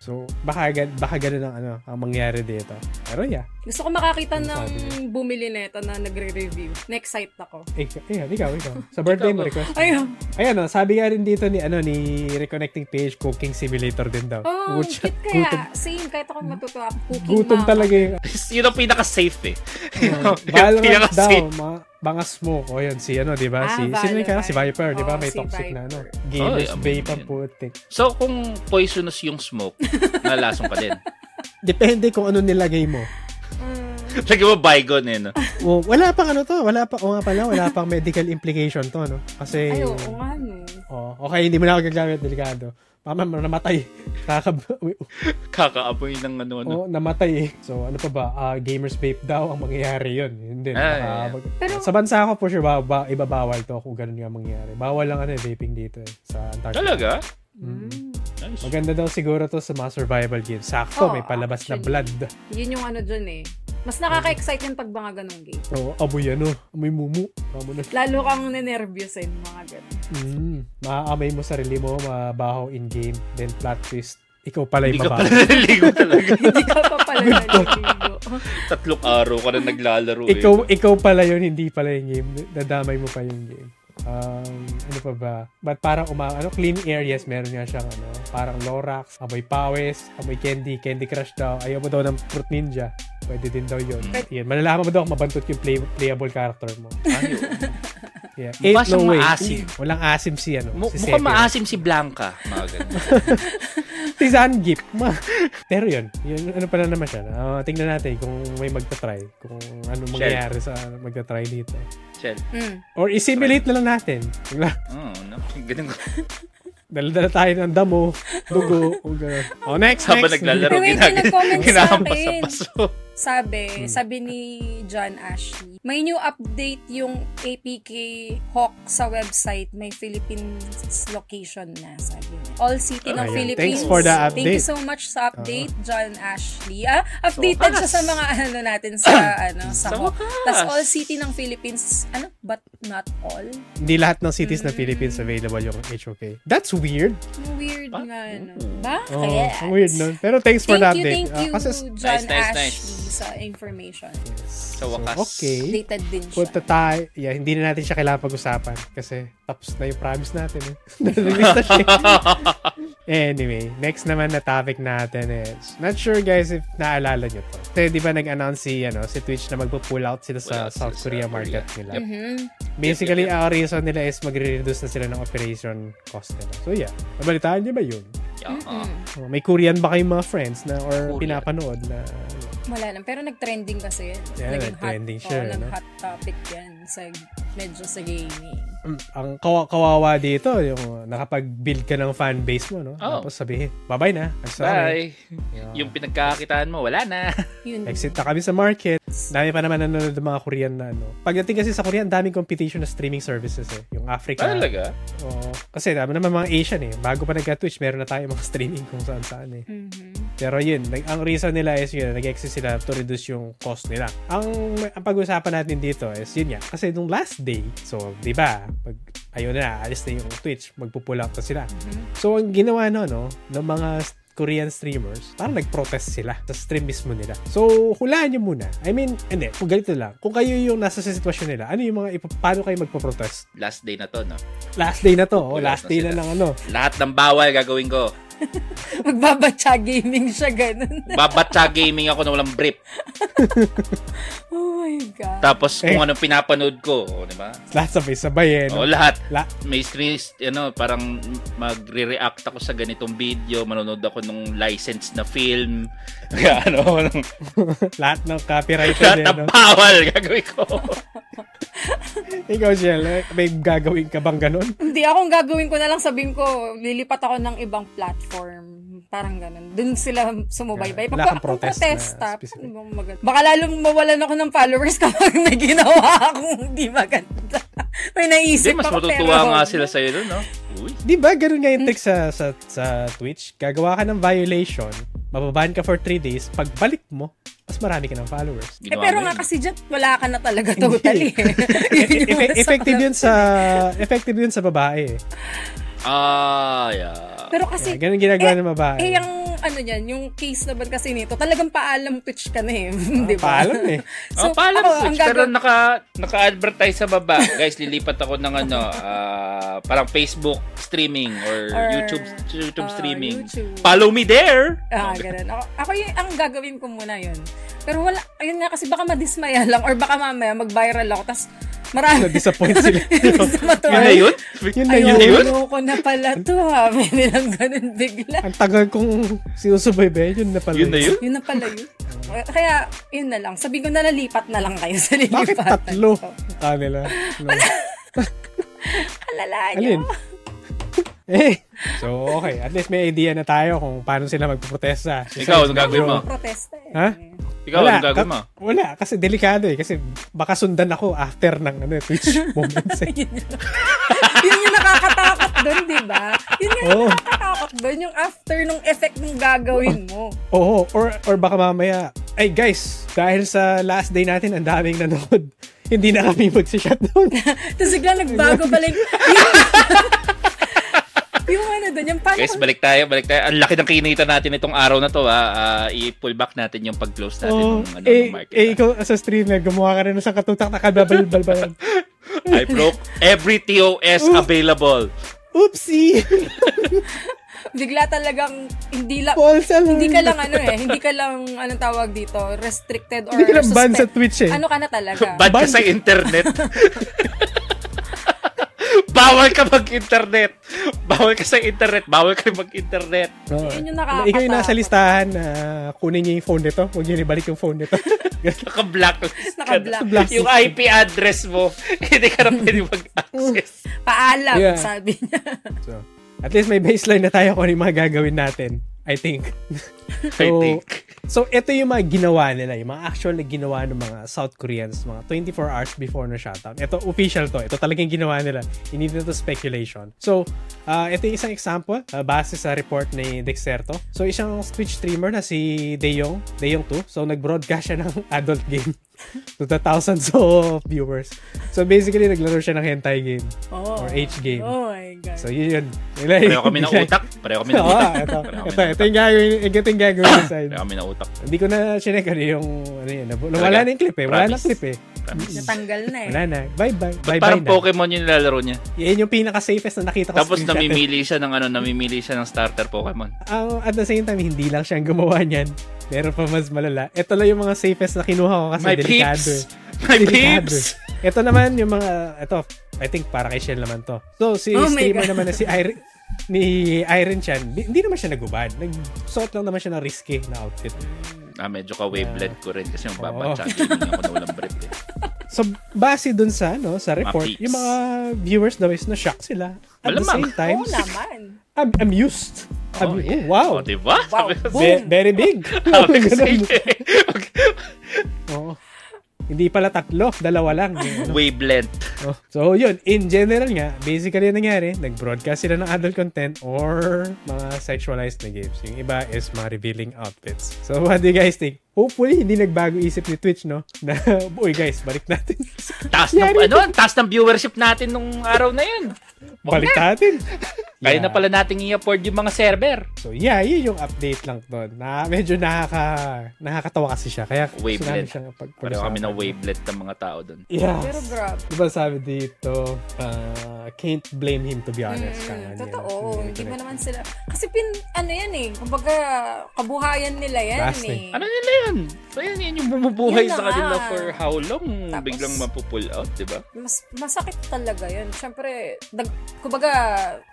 Speaker 1: So, baka, gan- baka ganun ang, ano, ang mangyari dito. Pero yeah,
Speaker 3: Gusto ko makakita
Speaker 1: Ano sabi
Speaker 3: ng bumili nito na nagre-review. Next site ako.
Speaker 1: Ik- ayan, ikaw, ikaw. Sa birthday mo,
Speaker 2: Ikaw.
Speaker 1: request.
Speaker 3: Ayun.
Speaker 1: Ayan o, sabi nga rin dito ni, ano, ni Reconnecting Page, Cooking Simulator din daw.
Speaker 3: Oh, ang
Speaker 1: Putya,
Speaker 3: cute
Speaker 1: Gutom,
Speaker 3: kaya. Same, kahit ako matutuwa. Cooking
Speaker 1: gutom
Speaker 3: mama.
Speaker 1: talaga yung,
Speaker 2: Yun ang pinaka-safe eh.
Speaker 1: oh, Valorant daw, mga, mga smoke. O yun, si ano, di ba?
Speaker 3: Ah,
Speaker 1: si, sino yung kaya?
Speaker 3: Valorant.
Speaker 1: Si Viper, di ba?
Speaker 3: Oo,
Speaker 1: May
Speaker 3: si
Speaker 1: toxic na,
Speaker 3: Viper.
Speaker 1: ano. Gamers, vape,
Speaker 2: amoy mo
Speaker 1: ang
Speaker 2: yun.
Speaker 1: putik.
Speaker 2: So, kung poisonous yung smoke, nalasong ka din.
Speaker 1: Depende kung ano nilagay mo.
Speaker 3: Mm.
Speaker 2: Lagi mo bygone eh, no?
Speaker 1: O, wala pang ano to, wala pa, o nga pala, wala pang medical implication to, no? Kasi,
Speaker 3: Ay, oo nga, no.
Speaker 1: o, okay, hindi mo na ako gagamit, delikado. Mama, namatay. Kakab-
Speaker 2: Kakaapoy ng
Speaker 1: Oo,
Speaker 2: ano-ano.
Speaker 1: namatay eh. So, ano pa ba? Ah, gamers vape daw ang mangyayari yun. Hindi.
Speaker 2: Ah, yeah, yeah.
Speaker 1: Pero, sa bansa ko for sure, ba, ba, ibabawal to kung ganun nga mangyayari. Bawal lang ano eh, vaping dito eh, sa Antarctica.
Speaker 2: Talaga?
Speaker 3: Mm.
Speaker 2: Nice.
Speaker 1: Maganda daw siguro to sa mga survival games. Sakto,
Speaker 3: Oo,
Speaker 1: may palabas na
Speaker 3: actually.
Speaker 1: blood.
Speaker 3: Yun yung ano dyan eh. Mas nakaka-excite yung pag mga ganong game.
Speaker 1: Oo, amoy ano. Amoy mumu. Amo na.
Speaker 3: Lalo kang ninervyusin, mga ganon.
Speaker 1: Mm, maaamay mo sarili mo, mabaho in-game. Then plot twist, ikaw pala
Speaker 2: Hindi
Speaker 1: yung
Speaker 2: ka pala
Speaker 1: mabaho.
Speaker 2: naliligo talaga.
Speaker 3: Hindi ka pa pala naliligo.
Speaker 2: Tatlong araw ka na naglalaro eh.
Speaker 1: Ikaw, ikaw pala yun, hindi pala yung game. Dadamay mo pa yung game. Um, ano pa ba? But parang uma, ano, clean areas, meron nga siyang ano, parang Lorax, amoy pawis, amoy candy, candy crush daw. Ayaw mo daw ng fruit ninja. Pwede din daw
Speaker 3: Hmm.
Speaker 1: yun. Yan, malalaman mo daw kung mabantot yung play, playable character mo.
Speaker 2: Ayaw.
Speaker 1: Yeah. Ain't
Speaker 2: Mukha
Speaker 1: Eh, no
Speaker 2: siyang
Speaker 1: way.
Speaker 2: maasim.
Speaker 1: Walang asim si ano.
Speaker 2: Mu-
Speaker 1: si Sephiroth.
Speaker 2: mukhang maasim si Blanca. Mga ganun.
Speaker 1: Si Zangief. Ma. Pero yun, yun, ano pala naman siya. Ah, tingnan natin kung may magta-try. Kung ano mangyayari sa magta-try dito.
Speaker 2: Chel.
Speaker 3: Mm.
Speaker 1: Or isimulate na lang natin. Wala.
Speaker 2: Oo, no? Ganun ko.
Speaker 1: Dala-dala tayo ng damo, dugo, o gano'n. Oh, next,
Speaker 2: Habang
Speaker 1: next.
Speaker 2: naglalaro,
Speaker 3: Wait, may
Speaker 2: ginag-
Speaker 3: nag-comment sa
Speaker 2: ginahampas sa
Speaker 3: akin.
Speaker 2: paso.
Speaker 1: Hmm.
Speaker 3: Sabi, sabi ni John Ashley, may new update yung APK Hawk sa website. May Philippines location na, sabi niya. All city ng
Speaker 1: Ayan.
Speaker 3: Philippines.
Speaker 1: Thanks for the
Speaker 3: Thank you
Speaker 1: update. Uh-huh.
Speaker 3: so much sa update, John Ashley. Ah, updated
Speaker 2: wakas.
Speaker 3: siya sa mga ano natin sa ano
Speaker 2: Sa
Speaker 3: sa Hawk.
Speaker 2: wakas.
Speaker 3: Tapos all city ng Philippines, ano, but not all.
Speaker 1: Hindi lahat ng cities na Philippines available yung HOK. That's weird.
Speaker 3: Ang Weird
Speaker 2: What?
Speaker 3: nga, ano.
Speaker 2: Ooh.
Speaker 1: Oh,
Speaker 3: Bakit?
Speaker 1: ang weird nun. Pero thanks for the
Speaker 3: Thank you,
Speaker 1: update.
Speaker 3: thank
Speaker 1: Ah,
Speaker 3: you,
Speaker 1: kasi
Speaker 3: John
Speaker 2: Nice, nice,
Speaker 3: Ashley.
Speaker 2: nice.
Speaker 3: sa information.
Speaker 2: Sa wakas.
Speaker 1: okay.
Speaker 3: Dated din siya.
Speaker 1: Punta tayo. Yeah, hindi na natin siya kailangan pag-usapan kasi tapos na yung promise natin eh. Nalilista siya. eh. anyway, next naman na topic natin is, not sure guys if naalala nyo to. Kasi di ba nag-announce si, ano, si Twitch na magpo-pull out sila sa
Speaker 2: Pull out sila
Speaker 1: South
Speaker 2: sa
Speaker 1: Korea
Speaker 2: Korea.
Speaker 1: market nila.
Speaker 2: Yep.
Speaker 3: Mm-hmm.
Speaker 1: Basically, ang reason nila is magre-reduce na sila ng operation cost nila. So yeah, nabalitaan niyo ba yun?
Speaker 2: Yeah. ah.
Speaker 1: Oh, May Korean ba kayong mga friends na or
Speaker 2: Korean.
Speaker 1: pinapanood na ano?
Speaker 3: Wala lang. Pero nag-trending kasi yun.
Speaker 1: Yeah,
Speaker 3: Naging hot-
Speaker 1: nag-trending siya, ano?
Speaker 3: oo,
Speaker 1: no?
Speaker 3: hot topic yan. Sa, medyo sa gaming.
Speaker 1: Mm, ang kawa- kawawa dito yung nakapag-build ka ng fan base mo no
Speaker 2: Oh.
Speaker 1: tapos sabihin bye-bye na I'm sorry
Speaker 2: Bye. Yung pinagkakakitaan mo, wala na.
Speaker 3: Yun.
Speaker 1: exit na kami sa market dami pa naman nanonood ng mga Korean na ano pagdating kasi sa Korea ang daming competition na streaming services eh yung Africa
Speaker 2: Talaga?
Speaker 1: Oo. kasi dami naman mga Asian eh bago pa nagka-Twitch meron na tayo mga streaming kung saan saan eh
Speaker 3: Mm-hmm.
Speaker 1: Pero yun, nag- ang reason nila is yun, nag-exist sila to reduce yung cost nila. Ang, ang pag-usapan natin dito is yun nga, kasi nung last day, so, di ba, pag ayun na, alis na yung Twitch, magpupull out na sila.
Speaker 2: Mm-hmm.
Speaker 1: So, ang ginawa no, no, ng mga s- Korean streamers, parang nag-protest sila sa stream mismo nila. So, hulaan nyo muna. I mean, hindi, kung ganito lang, kung kayo yung nasa sa sitwasyon nila, ano yung mga, ipa- paano kayo magpo-protest?
Speaker 2: Last day na to, no?
Speaker 1: Last day na to, oh,
Speaker 2: Pull out
Speaker 1: last
Speaker 2: na
Speaker 1: day na
Speaker 2: sila.
Speaker 1: lang, ano,
Speaker 2: Lahat ng bawal gagawin ko.
Speaker 3: Magbabatsa gaming siya ganun.
Speaker 2: Babatsa gaming ako na walang brief.
Speaker 3: Oh my God.
Speaker 2: Tapos kung
Speaker 1: Eh.
Speaker 2: anong pinapanood ko, o, di ba?
Speaker 1: lahat sabay-sabay eh,
Speaker 2: O,
Speaker 1: no?
Speaker 2: lahat.
Speaker 1: La-
Speaker 2: May screen, ano, parang magre-react ako sa ganitong video, manonood ako nung licensed na film. Kaya ano, nung-
Speaker 1: lahat ng copyrighted
Speaker 2: lahat
Speaker 1: eh,
Speaker 2: ng
Speaker 1: no?
Speaker 2: bawal gagawin ko.
Speaker 1: Ikaw, Shell, may gagawin ka bang ganun?
Speaker 3: Hindi, akong gagawin ko na lang sabihin ko, lilipat ako ng ibang platform. Parang ganun. Doon sila sumubaybay.
Speaker 1: Yeah, wala kang
Speaker 3: Pag akong
Speaker 1: protest na
Speaker 3: protesta,
Speaker 1: specific.
Speaker 3: paano bang maganda? baka lalong mawalan ako ng followers kapag may ginawa akong hindi maganda. May
Speaker 2: Hindi,
Speaker 3: naisip
Speaker 2: mas
Speaker 3: ako, Eh,
Speaker 2: matutuwa
Speaker 3: pero-
Speaker 2: nga sila sa'yo doon, no? Uy.
Speaker 1: Di ba, ganun nga yung trick sa, sa, sa Twitch? Gagawa ka ng violation, mababan ka for 3 days, pagbalik mo, mas marami ka ng followers.
Speaker 3: Eh,
Speaker 2: Ginawa
Speaker 3: pero
Speaker 2: mo
Speaker 3: nga
Speaker 2: yun.
Speaker 3: kasi dyan, wala ka na talaga totally. eh. Yun
Speaker 1: E-
Speaker 3: yung
Speaker 1: efe-
Speaker 3: masakit.
Speaker 1: effective yun sa effective yun sa babae eh.
Speaker 2: Ah, yeah.
Speaker 3: Pero kasi,
Speaker 1: Yeah, ganun ginagawa
Speaker 3: eh,
Speaker 1: ng babae.
Speaker 3: Eh, yung ano yan, yung case naman kasi nito, talagang paalam pitch ka na eh. di ba?
Speaker 1: Paalam eh.
Speaker 2: So, oh, paalam
Speaker 3: ako,
Speaker 2: switch.
Speaker 3: ang gagaw-
Speaker 2: Pero naka, naka-advertise sa baba. Guys, lilipat ako ng ano, ah, parang Facebook streaming or,
Speaker 3: Or,
Speaker 2: YouTube YouTube
Speaker 3: ah,
Speaker 2: streaming.
Speaker 3: YouTube.
Speaker 2: Follow me there!
Speaker 3: Ah, ganun. Ako, ako yung, ang gagawin ko muna yun. Pero wala, ayun nga kasi baka madismaya lang or baka mamaya mag-viral ako. Tapos marami.
Speaker 1: Na-disappoint sila.
Speaker 3: Imbis na matuwa.
Speaker 2: Yun na yun?
Speaker 1: Yun na
Speaker 3: Ayun,
Speaker 1: yun.
Speaker 3: ayoko na pala to ha. May nilang ganun bigla.
Speaker 1: Ang tagal kong sinusubaybay, yun na pala.
Speaker 2: Yun na yun?
Speaker 3: Yun na pala yun. Kaya, yun na lang. Sabi ko na nalipat na lang kayo sa lilipatan.
Speaker 1: Bakit tatlo? Kanila. No.
Speaker 3: Alala nyo.
Speaker 1: Alin? Eh. So, okay. At least may idea na tayo kung paano sila magpuprotesta.
Speaker 2: Ikaw, anong gagawin mo?
Speaker 3: Protesta eh.
Speaker 1: Ha?
Speaker 2: Ikaw, anong gagawin mo?
Speaker 1: ka- Wala, kasi delikado eh. Kasi baka sundan ako after ng ano, Twitch moments eh.
Speaker 3: yun yung, yun yung nakakatakot doon, di ba? Yun yung
Speaker 1: Oo.
Speaker 3: nakakatakot doon, yung after nung effect nung gagawin mo.
Speaker 1: Oo, or, or baka mamaya, ay guys, dahil sa last day natin, ang daming nanood. Hindi na kami mag-shutdown.
Speaker 3: Tapos bigla nagbago pala yung... yung ano doon, yung paano...
Speaker 2: Guys,
Speaker 3: kung-
Speaker 2: balik tayo, balik tayo. Ang laki ng kinita natin itong araw na to, ha. Ah, i-pull back natin yung pag-close natin
Speaker 1: Oo,
Speaker 2: ng ano,
Speaker 1: eh,
Speaker 2: ng market.
Speaker 1: eh,
Speaker 2: ha?
Speaker 1: ikaw sa streamer, gumawa ka rin ng isang katutak na kababalbalbalan.
Speaker 2: I broke every TOS available.
Speaker 1: Oopsie!
Speaker 3: bigla talagang hindi lang...
Speaker 1: False alarm.
Speaker 3: Hindi ka lang ano eh, hindi ka lang anong tawag dito, restricted or
Speaker 1: Hindi ka lang ban
Speaker 3: suspect.
Speaker 1: sa Twitch eh.
Speaker 3: Ano ka na talaga?
Speaker 2: Bad ka
Speaker 1: Bad.
Speaker 2: sa internet. bawal ka mag-internet. Bawal ka sa internet. Bawal ka mag-internet.
Speaker 1: Oo.
Speaker 3: Yun yung nakakatakot.
Speaker 1: Ikaw yung nasa listahan na kunin niya yung phone nito, huwag niyo ibalik yung phone nito.
Speaker 2: Naka-blacklist ka na.
Speaker 1: Naka-blacklist.
Speaker 2: Yung IP address mo, hindi ka na pwede mag-access.
Speaker 3: Paalam,
Speaker 1: Yeah.
Speaker 3: sabi niya.
Speaker 1: So, at least may baseline na tayo kung ano yung mga gagawin natin. I think. Oh.
Speaker 2: I think.
Speaker 1: So, ito yung mga ginawa nila, yung mga actual na ginawa ng mga South Koreans, mga 24 hours before na shutdown. Ito, official to. Ito talagang ginawa nila. Hindi na to speculation. So, ah, ito yung isang example ah, base sa report ni Dexerto. So, isang Twitch streamer na si Deyong, Deyong 2. So, nag-broadcast siya ng adult game. to the thousands of viewers. So basically, naglaro siya ng hentai game
Speaker 3: Oh.
Speaker 1: or H game.
Speaker 3: Oh my God.
Speaker 1: So yun yun.
Speaker 2: Pareho kami ng utak. Pareho kami ng
Speaker 1: Oo,
Speaker 2: utak.
Speaker 1: ito.
Speaker 2: Pareho kami
Speaker 1: Ito,
Speaker 2: ng
Speaker 1: ito yung gagawin, ito yung gagawin ni Sainz.
Speaker 2: Pareho kami ng utak.
Speaker 1: Hindi ko na sinek ano yung, ano yun, nabu- wala na yung clip eh. Wala na
Speaker 2: Promise.
Speaker 1: clip eh.
Speaker 2: Promise.
Speaker 3: Natanggal na eh.
Speaker 1: Wala na. Bye-bye.
Speaker 2: Ba't
Speaker 1: Bye-bye
Speaker 2: parang
Speaker 1: na.
Speaker 2: Pokemon yung nilalaro niya.
Speaker 1: Yan yung pinaka-safest na nakita ko
Speaker 2: Tapos
Speaker 1: screenshot. eh.
Speaker 2: namimili siya ng ano, namimili siya ng starter Pokemon.
Speaker 1: Ang- at the same time, hindi lang siyang gumawa niyan. Meron pa mas malala. Ito lang yung mga safest na kinuha ko kasi
Speaker 2: My
Speaker 1: delikado.
Speaker 2: peeps!
Speaker 1: eh.
Speaker 2: My
Speaker 1: Delikado
Speaker 2: peeps!
Speaker 1: eh. Ito naman yung mga, ito, I think para kay Shen naman to. So, si
Speaker 3: Oh my
Speaker 1: streamer
Speaker 3: God.
Speaker 1: naman na si Irene, ni Irene Chan, di- hindi naman siya nagubad. Nagsuot lang naman siya ng risky na outfit.
Speaker 2: Ah, medyo ka-wavelength ko rin kasi yung
Speaker 1: Oo.
Speaker 2: baba oh. din ako na walang breath eh.
Speaker 1: So, base dun sa, ano, sa report,
Speaker 2: peeps.
Speaker 1: yung mga viewers daw is na-shock sila. At the same
Speaker 2: Malamang.
Speaker 1: time,
Speaker 3: Oo naman.
Speaker 1: I'm amused.
Speaker 2: Oh,
Speaker 1: Amu-
Speaker 2: yeah.
Speaker 1: oh, wow.
Speaker 2: Oh, diba?
Speaker 3: Wow.
Speaker 2: Sabi ko
Speaker 3: Boom.
Speaker 1: Ve- very big.
Speaker 2: Sabi ko sa
Speaker 1: Ganun.
Speaker 2: inyo eh.
Speaker 1: Oo. Hindi pala tatlo, dalawa lang. Yung ano.
Speaker 2: Wavelength.
Speaker 1: Oh. So, yun. In general nga, basically yung nangyari, nag-broadcast sila ng adult content or mga sexualized na games. Yung iba is mga revealing outfits. So, what do you guys think? Hopefully, hindi nagbago isip ni Twitch, no? Na, uy guys, balik natin.
Speaker 2: Taas ng, ano, ang taas ng viewership natin nung araw na yun.
Speaker 1: balik natin.
Speaker 2: Kaya
Speaker 1: Yeah.
Speaker 2: na pala nating i-afford yung mga server.
Speaker 1: So, yeah, yun yung update lang doon. Na, medyo nakaka, nakakatawa kasi siya. Kaya,
Speaker 2: Wavelet.
Speaker 1: gusto namin siyang pag
Speaker 2: Pareho kami ng wavelength ng mga tao dun.
Speaker 1: Yeah.
Speaker 3: Pero grabe.
Speaker 1: Diba sabi dito, uh, can't blame him to be honest.
Speaker 3: Mm,
Speaker 1: ka nga niya.
Speaker 3: totoo.
Speaker 1: Mm,
Speaker 3: Hindi mo
Speaker 1: correct.
Speaker 3: naman sila... Kasi pin... Ano yan eh. Kumbaga, kabuhayan nila yan
Speaker 1: Basta eh.
Speaker 3: eh.
Speaker 2: Ano nila yun? So yun, yun yung bumubuhay
Speaker 3: Yun na
Speaker 2: sa kanila
Speaker 3: nga.
Speaker 2: for how long
Speaker 3: Tapos-
Speaker 2: biglang mapupull out, diba? di ba?
Speaker 3: mas masakit talaga yun. Siyempre, nag, kumbaga,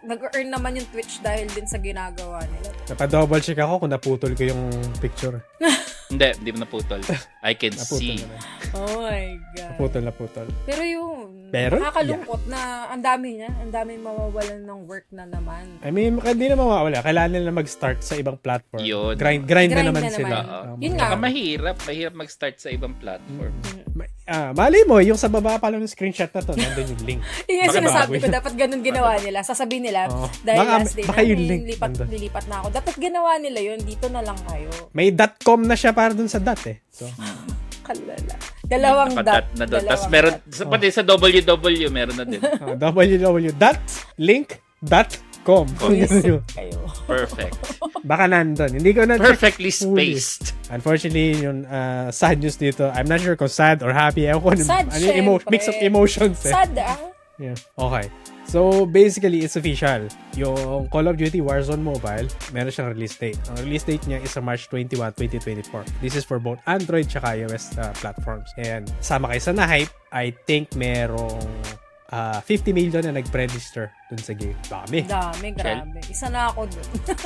Speaker 3: nag-earn naman yung Twitch dahil din sa ginagawa nila.
Speaker 1: Napadouble check ako kung naputol ko yung picture.
Speaker 2: Hindi, hindi mo naputol. I can
Speaker 1: Naputol
Speaker 2: see.
Speaker 1: naman.
Speaker 3: Oh my God.
Speaker 1: Naputol, naputol.
Speaker 3: Pero yung
Speaker 1: Pero,
Speaker 3: nakakalungkot na ang dami niya, ang dami mawawalan ng work na naman.
Speaker 1: I mean, hindi na mawawala. Kailangan nila mag-start sa ibang platform.
Speaker 2: Yun.
Speaker 1: Grind, grind, na
Speaker 3: Grind
Speaker 1: naman
Speaker 3: na naman.
Speaker 1: sila. Um,
Speaker 2: Oo.
Speaker 3: Yun nga. Mm-hmm.
Speaker 2: Saka mahirap, mahirap mag-start sa ibang platform.
Speaker 1: ma- ah, mali mo, yung sa baba pala ng screenshot na to, nandun yung link.
Speaker 3: Yung
Speaker 2: Baka
Speaker 3: sinasabi
Speaker 1: baboy.
Speaker 3: ko, dapat ganun ginawa nila. Sasabihin nila,
Speaker 1: Oo.
Speaker 3: dahil
Speaker 1: Baka-
Speaker 3: last day
Speaker 1: baka
Speaker 3: na,
Speaker 1: yung link
Speaker 3: lilipat,
Speaker 1: nandun.
Speaker 3: lilipat na ako. Dapat ginawa nila yun, dito na lang kayo.
Speaker 1: May .com na siya para dun sa dot eh. So,
Speaker 3: Kalala. Dalawang dot.
Speaker 2: Nakadat na doon.
Speaker 3: dalawang
Speaker 2: Tapos meron,
Speaker 3: dot.
Speaker 2: sa, pati sa WW, meron na din.
Speaker 1: uh, www.link.com.
Speaker 3: Oh,
Speaker 1: Ganun yun.
Speaker 3: Kayo.
Speaker 2: Perfect.
Speaker 1: Baka nandun. Hindi ko na
Speaker 2: Perfectly
Speaker 1: Fully.
Speaker 2: spaced.
Speaker 1: Unfortunately, yung uh, sad news dito, I'm not sure kung sad or happy. Ewan ko. ano-
Speaker 3: Sad,
Speaker 1: ano yung emo-
Speaker 3: syempre.
Speaker 1: mix of emotions eh.
Speaker 3: Sad ah.
Speaker 1: Yeah. Okay. So, basically, it's official. Yung Call of Duty Warzone Mobile, meron siyang release date. Ang release date niya is sa March 21, 2024. This is for both Android tsaka iOS uh, platforms. And sama kayo sa na-hype, I think merong uh, 50 million na nag-register dun sa game. Dami.
Speaker 3: Dami, grabe. Isa na ako dun.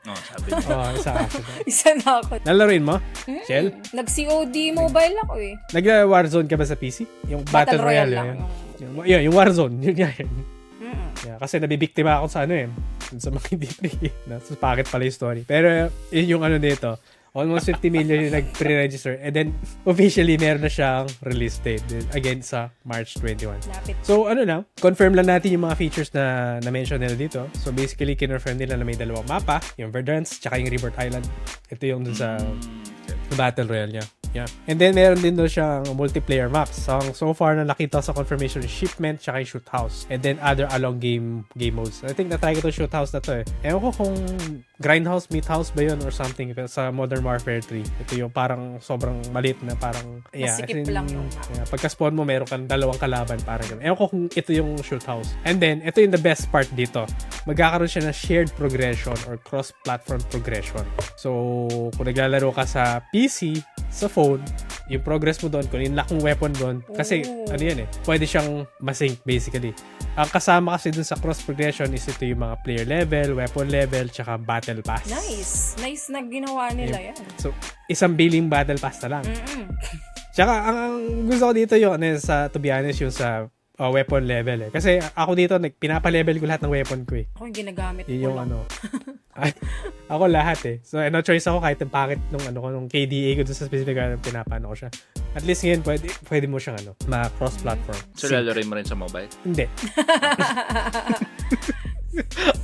Speaker 2: No, Oh, sabi niya.
Speaker 1: Oo, Oh, isa ako.
Speaker 3: Isa na ako.
Speaker 1: Nalaroin mo? Shell?
Speaker 3: Nag-COD mobile ako eh.
Speaker 1: Nag-Warzone ka ba sa PC? Yung Battle,
Speaker 3: Battle
Speaker 1: Royale.
Speaker 3: Royale lang.
Speaker 1: Yung, yung, yun, yung Warzone. Yun nga yun. Yeah, kasi nabibiktima ako sa ano eh. dun Sa mga hindi free. Nasa packet pala yung story. Pero yun yung ano dito. Almost 50 million yung nag-pre-register. And then, officially, meron na siyang release date. Then, Again, sa March 21.
Speaker 3: Lapit.
Speaker 1: So, ano na, confirm lang natin yung mga features na na-mention nila dito. So, basically, kinonfirm nila na may dalawang mapa, yung Verdance, tsaka yung Rebirth Island. Ito yung dun sa Battle Royale niya. Yeah. And then, meron din doon siyang multiplayer maps. So, ang- so far na nakita sa confirmation, shipment, tsaka yung shoot house. And then, other along game game modes. I think na-try ko to shoot house na to eh. Ewan ko kung grindhouse, meat house ba yun or something pero sa Modern Warfare 3. Ito yung parang sobrang maliit na parang... Yeah, as
Speaker 3: Masikip
Speaker 1: in,
Speaker 3: lang yung map.
Speaker 1: Yeah, pagka-spawn mo, meron kang dalawang kalaban parang gano'n. Ewan ko kung ito yung shoot house. And then, ito yung the best part dito. Magkakaroon siya ng shared progression or cross-platform progression. So, kung naglalaro ka sa PC, sa phone, yung progress mo doon, kung inlock mong weapon doon, kasi
Speaker 3: Ooh.
Speaker 1: ano yun eh, pwede siyang masync basically. Ang kasama kasi dun sa cross progression is ito yung mga player level, weapon level, tsaka battle pass.
Speaker 3: Nice. Nice na ginawa nila yan.
Speaker 1: So, isang billing battle pass na lang. Tsaka, ang, ang gusto ko dito yun, ano, sa, to be honest, yung sa uh, weapon level eh. Kasi ako dito, nag, pinapalevel ko lahat ng weapon ko eh.
Speaker 3: Ako yung ginagamit ko
Speaker 1: Yun yung
Speaker 3: lang.
Speaker 1: ano. Ay, ako lahat eh. So, eh, no choice ako kahit ang pangit nung, ano, ko, nung KDA ko dun sa specific ano, pinapano ko siya. At least ngayon, pwede, pwede mo siyang ano, ma-cross-platform.
Speaker 2: So, lalaroin mo rin sa mobile?
Speaker 1: Hindi.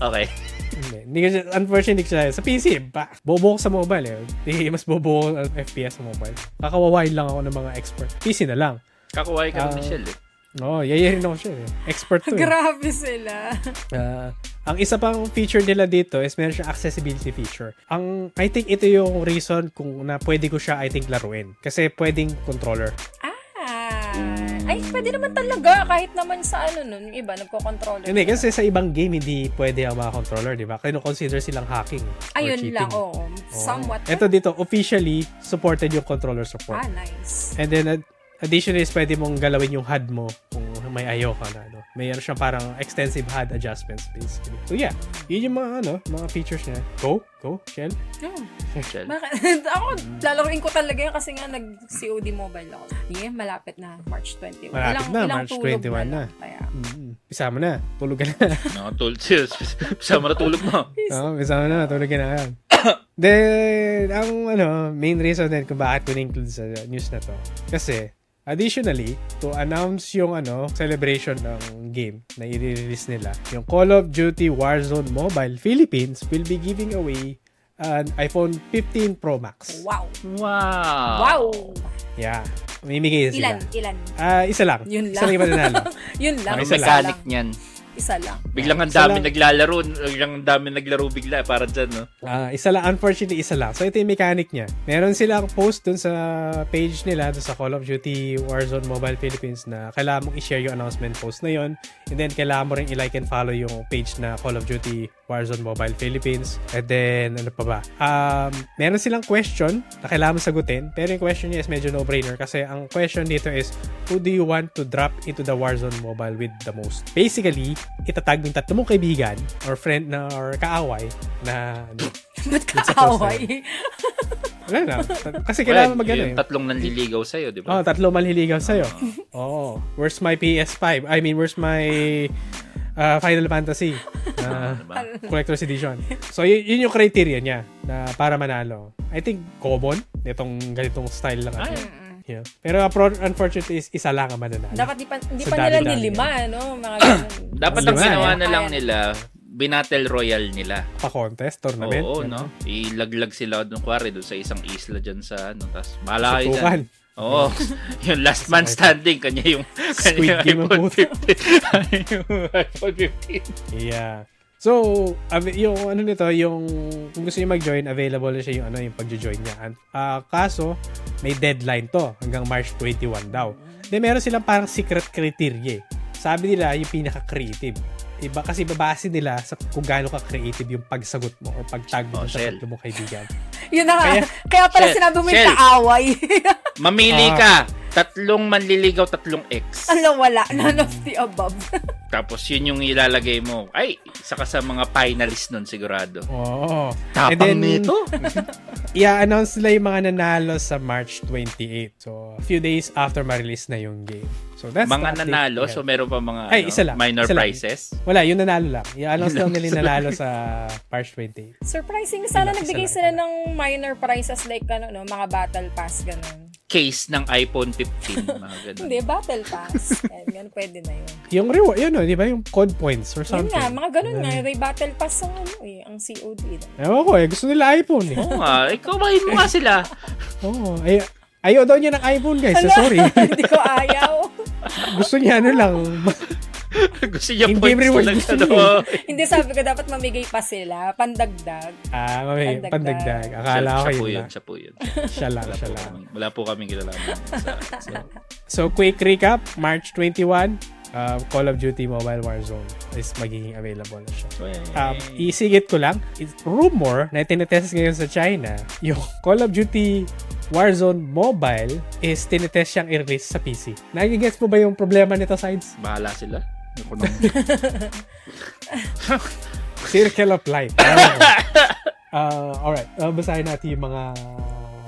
Speaker 2: Okay.
Speaker 1: Hindi. Hindi ko siya, unfortunately, hindi ko siya. Sa PC, ba, bobo ko sa mobile eh. Hindi, mas bobo ko ang FPS sa mobile. Kakawawain lang ako ng mga expert. PC na lang.
Speaker 2: Kakuha
Speaker 1: Ah.
Speaker 2: ka ng Michelle eh.
Speaker 1: Oo, oh, yayarin ako siya eh. Expert to eh.
Speaker 3: Grabe sila.
Speaker 1: Ah, ang isa pang feature nila dito is meron siyang accessibility feature. Ang, I think ito yung reason kung na pwede ko siya, I think, laruin. Kasi pwedeng controller.
Speaker 3: Ah. Ay, pwede naman talaga. Kahit naman sa ano nun, yung iba, nagko-controller.
Speaker 1: Hindi, kasi sa ibang game, hindi pwede ang mga controller, di ba? Kino-consider silang hacking or
Speaker 3: Ayun
Speaker 1: cheating. Oh.
Speaker 3: lang, oo. Somewhat.
Speaker 1: Ito dito, officially, supported yung controller support.
Speaker 3: Ah, nice.
Speaker 1: And then, ad- additionally, is pwede mong galawin yung HUD mo kung may ayaw ka na. Ano. Mayroon siyang parang extensive HUD adjustments, basically. So, yeah. Yun yung mga, ano, mga features niya. Go, go, Shell.
Speaker 3: Hmm.
Speaker 2: Michelle.
Speaker 3: Bakit? ako, lalaroin ko talaga yun kasi nga nag-COD mobile ako. Yeah, malapit na. March 21.
Speaker 1: Malapit na, March
Speaker 3: tulog
Speaker 1: 21 na.
Speaker 3: lang. Kaya,
Speaker 1: Mm. Isa mo na. Tulog ka na.
Speaker 2: No, tul- Sama na tulog mo.
Speaker 1: Oo, isa Oh, mo na. Tulog ka na ngayon. Then, ang ano, main reason din kung bakit ko na-include sa news na to. Kasi, additionally, to announce yung ano, celebration ng game na i-release nila, yung Call of Duty Warzone Mobile Philippines will be giving away an iPhone 15 Pro Max.
Speaker 3: wow.
Speaker 2: Wow.
Speaker 3: Wow.
Speaker 1: Yeah. Mamimigay
Speaker 3: Ilan,
Speaker 1: sila.
Speaker 3: ilan.
Speaker 1: Ah, isa lang.
Speaker 3: Yun
Speaker 1: Isa
Speaker 3: lang.
Speaker 1: lang yung mananalo.
Speaker 3: Yun lang.
Speaker 2: Ang
Speaker 1: Isa lang.
Speaker 2: mechanic niyan.
Speaker 3: Isa lang.
Speaker 2: Biglang ang
Speaker 1: Isa
Speaker 2: dami
Speaker 1: lang.
Speaker 2: naglalaro. Biglang ang dami naglaro bigla. eh, Para dyan, no?
Speaker 1: Ah, isa lang, unfortunately, isa lang. So, ito yung mechanic niya. Meron silang post dun sa page nila, dun sa Call of Duty Warzone Mobile Philippines na kailangan mong i-share yung announcement post na yon And then, kailangan mo rin i-like and follow yung page na Call of Duty Warzone Mobile Philippines. And then, ano pa ba? Um, meron silang question na kailangan mo sagutin. Pero yung question niya is medyo no-brainer kasi ang question dito is, who do you want to drop into the Warzone Mobile with the most? Basically, itatag mo yung tatlo mong kaibigan or friend na or kaaway na ano,
Speaker 3: Ba't
Speaker 1: It's supposed to.
Speaker 3: kaaway?
Speaker 1: wala na. Ta- Kasi kailangan
Speaker 2: Well,
Speaker 1: mag ano
Speaker 2: yung
Speaker 1: eh.
Speaker 2: tatlong nanliligaw sa'yo, di
Speaker 1: Oh,
Speaker 2: ba?
Speaker 1: tatlo maliligaw sa'yo. Oo. Oh, where's my PS5? I mean, where's my uh, Final Fantasy? Uh,
Speaker 2: Diba?
Speaker 1: collector's edition. So, yun, yun yung criteria niya na para manalo. I think common nitong ganitong style lang.
Speaker 2: Ah,
Speaker 1: Ano. Yeah. Pero apro- unfortunately, is isa lang ang mananalo.
Speaker 3: Dapat di pa, di
Speaker 1: Sa
Speaker 3: pa nila
Speaker 1: dami-dami
Speaker 3: nilima, no? Mga ganun.
Speaker 2: Dapat
Speaker 1: Diba?
Speaker 2: ang ginawa na
Speaker 3: Kaya
Speaker 2: lang
Speaker 3: na.
Speaker 2: nila, binatel royal nila.
Speaker 1: pa-contest, tournament.
Speaker 2: Oo,
Speaker 1: ganun.
Speaker 2: no? Ilaglag sila doon kwari doon sa isang isla dyan sa ano. Tapos bahala kayo
Speaker 1: Sutukan.
Speaker 2: dyan. Oo. yung last man standing, kanya yung, kanya yung
Speaker 1: Squid Game ang
Speaker 2: iPhone
Speaker 1: puto.
Speaker 2: 15. Kanya yung iPhone 15.
Speaker 1: Yeah. So, av- yung ano nito, yung kung gusto niyo mag-join, available na siya yung ano, yung pagjo-join niya. An- ah, kaso, may deadline to hanggang March 21 daw. Then meron silang parang secret criteria. eh. Sabi nila yung pinaka-creative. Iba kasi babase nila sa kung gaano ka creative yung pagsagot mo or pagtag mo
Speaker 2: Oh,
Speaker 1: sa
Speaker 2: Shell.
Speaker 1: tatlo mong kaibigan.
Speaker 3: Yun na nga. Kaya,
Speaker 1: Kaya-
Speaker 3: pala
Speaker 2: Shell,
Speaker 3: sinabi mo yung
Speaker 2: Shell.
Speaker 3: kaaway.
Speaker 2: Mamili
Speaker 1: Ah.
Speaker 2: ka. Tatlong manliligaw, tatlong ex.
Speaker 3: Alam, wala. None of the above.
Speaker 2: Tapos yun yung ilalagay mo. Ay, isa ka sa mga finalist nun sigurado.
Speaker 1: Oo. And
Speaker 2: Tapang
Speaker 1: then,
Speaker 2: nito.
Speaker 1: i-announce nila yung mga nanalo sa March 28. So, a few days after ma-release na yung game. So, that's the
Speaker 2: Mga
Speaker 1: update
Speaker 2: nanalo.
Speaker 1: we have.
Speaker 2: So meron pa mga
Speaker 1: Ay,
Speaker 2: ano,
Speaker 1: isa lang,
Speaker 2: minor
Speaker 1: isa lang.
Speaker 2: prizes.
Speaker 1: Wala, yung nanalo lang. I-announce
Speaker 2: Yun
Speaker 1: lang
Speaker 2: lang.
Speaker 1: nila yung nanalo sa March 28.
Speaker 3: Surprising. Sana
Speaker 1: Isa lang,
Speaker 3: nagbigay
Speaker 1: isa
Speaker 3: sila
Speaker 1: lang.
Speaker 3: ng minor prizes like ano, no? Mga battle pass, ganun.
Speaker 2: Case ng iPhone 15. Mga ganun.
Speaker 3: Hindi, battle pass. Ayan, ganun pwede na yun.
Speaker 1: Yung reward, yun, oh, di ba? Yung code points or
Speaker 3: Yun
Speaker 1: something.
Speaker 3: nga, mga ganun nga. May battle pass ang ano eh, ang COD. no?
Speaker 1: Ewan ko eh, gusto nila iPhone eh.
Speaker 2: Oo nga. Ikaw bahin mo nga sila.
Speaker 1: Oo. Ay, ayaw daw niya ng iPhone guys, so
Speaker 3: Ala,
Speaker 1: sorry.
Speaker 3: Ano? Hindi ko ayaw.
Speaker 1: gusto niya ano lang.
Speaker 2: Gusto niya
Speaker 1: In-game
Speaker 2: points
Speaker 1: reward
Speaker 2: talaga.
Speaker 1: gusto
Speaker 2: Ano?
Speaker 1: niya
Speaker 3: Hindi, sabi ko dapat mamigay pa sila. Pandagdag.
Speaker 1: Ah, mami,
Speaker 3: Pandagdag.
Speaker 1: pandagdag. Akala
Speaker 2: Siya,
Speaker 1: ko
Speaker 2: siya po
Speaker 1: yun
Speaker 2: yun.
Speaker 1: lang.
Speaker 2: Siya po yun.
Speaker 1: Siya lang,
Speaker 2: Wala
Speaker 1: siya
Speaker 2: po
Speaker 1: lang.
Speaker 2: kaming- Wala po kaming kinalaman. Sa, sa,
Speaker 1: So, quick recap, March 21, uh, Call of Duty Mobile Warzone is magiging available na siya.
Speaker 2: eh,
Speaker 1: Um, isigit ko lang, it's rumor na tinetest ngayon sa China, yung Call of Duty Warzone Mobile is tinetest siyang i-release sa PC. Nagigets mo ba yung problema nito, Sides?
Speaker 2: bahala sila. Ako nang-
Speaker 1: Circle of life. Alam mo. uh, alright, uh, basahin natin yung mga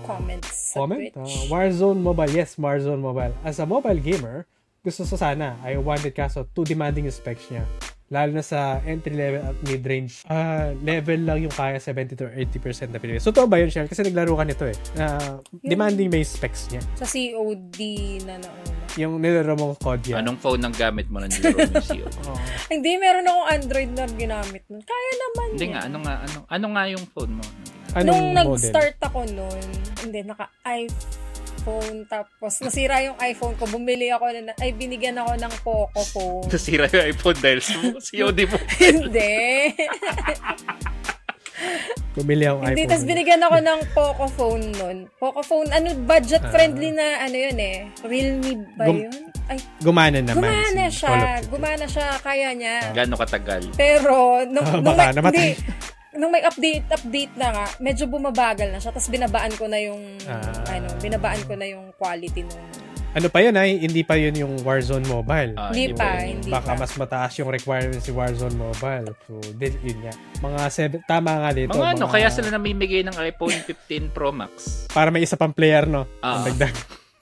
Speaker 3: Comments sa
Speaker 1: comment.
Speaker 3: Twitch.
Speaker 1: Uh, Warzone Mobile. Yes, Warzone Mobile. As a mobile gamer, gusto ko sana. I want it kaso too demanding yung specs niya. Lalo na sa entry level at mid-range ah, level lang yung kaya 70 to 80% na Pilipinas. So, totoo ba yun, Shell? Kasi naglaro ka nito eh. Ah, demanding may specs niya.
Speaker 3: Sa COD na nauna.
Speaker 1: Yung nilaro mong COD yan.
Speaker 2: Anong phone ang gamit mo ng Jerome Museum?
Speaker 1: Oo.
Speaker 3: Hindi, meron akong Android na ginamit nun. Kaya naman
Speaker 2: Hindi
Speaker 3: yan.
Speaker 2: nga, ano nga, ano, ano nga yung phone mo?
Speaker 1: Anong
Speaker 3: Nung
Speaker 1: model?
Speaker 3: nag-start ako nun, hindi, naka-iPhone. Tapos nasira yung iPhone ko. Bumili ako, na, ay binigyan ako ng Poco phone.
Speaker 2: Nasira yung iPhone dahil sa COD mo.
Speaker 3: hindi.
Speaker 1: Bumili akong iPhone.
Speaker 3: hindi, tapos binigyan ako ng Poco phone nun. Poco phone, ano, budget-friendly na, ano yun eh. Realme ba
Speaker 1: Ah. Gum-
Speaker 3: yun? Ay,
Speaker 1: Gumana naman.
Speaker 3: gumana
Speaker 1: si
Speaker 3: siya.
Speaker 1: Call of Duty.
Speaker 3: Gumana siya. Kaya niya.
Speaker 2: Gano'ng katagal?
Speaker 3: Pero, nung,
Speaker 1: Ah,
Speaker 3: nung,
Speaker 1: baka
Speaker 3: may,
Speaker 1: namatay.
Speaker 3: hindi, nung may update, update na nga, medyo bumabagal na siya. Tapos binabaan ko na yung,
Speaker 1: Ah.
Speaker 3: ano, binabaan ko na yung quality nung,
Speaker 1: Ano pa yun ay? Hindi pa yun yung Warzone Mobile.
Speaker 2: Ah, hindi
Speaker 3: hindi pa,
Speaker 2: pa.
Speaker 3: hindi
Speaker 1: Baka
Speaker 3: pa.
Speaker 1: mas mataas yung requirements si Warzone Mobile. So, di, yun nga. Mga seven, tama nga dito.
Speaker 2: Mga ano, kaya sila namimigay ng iPhone 15 Pro Max.
Speaker 1: Para may isa pang player, no?
Speaker 2: Ah.
Speaker 1: Ang dagdag.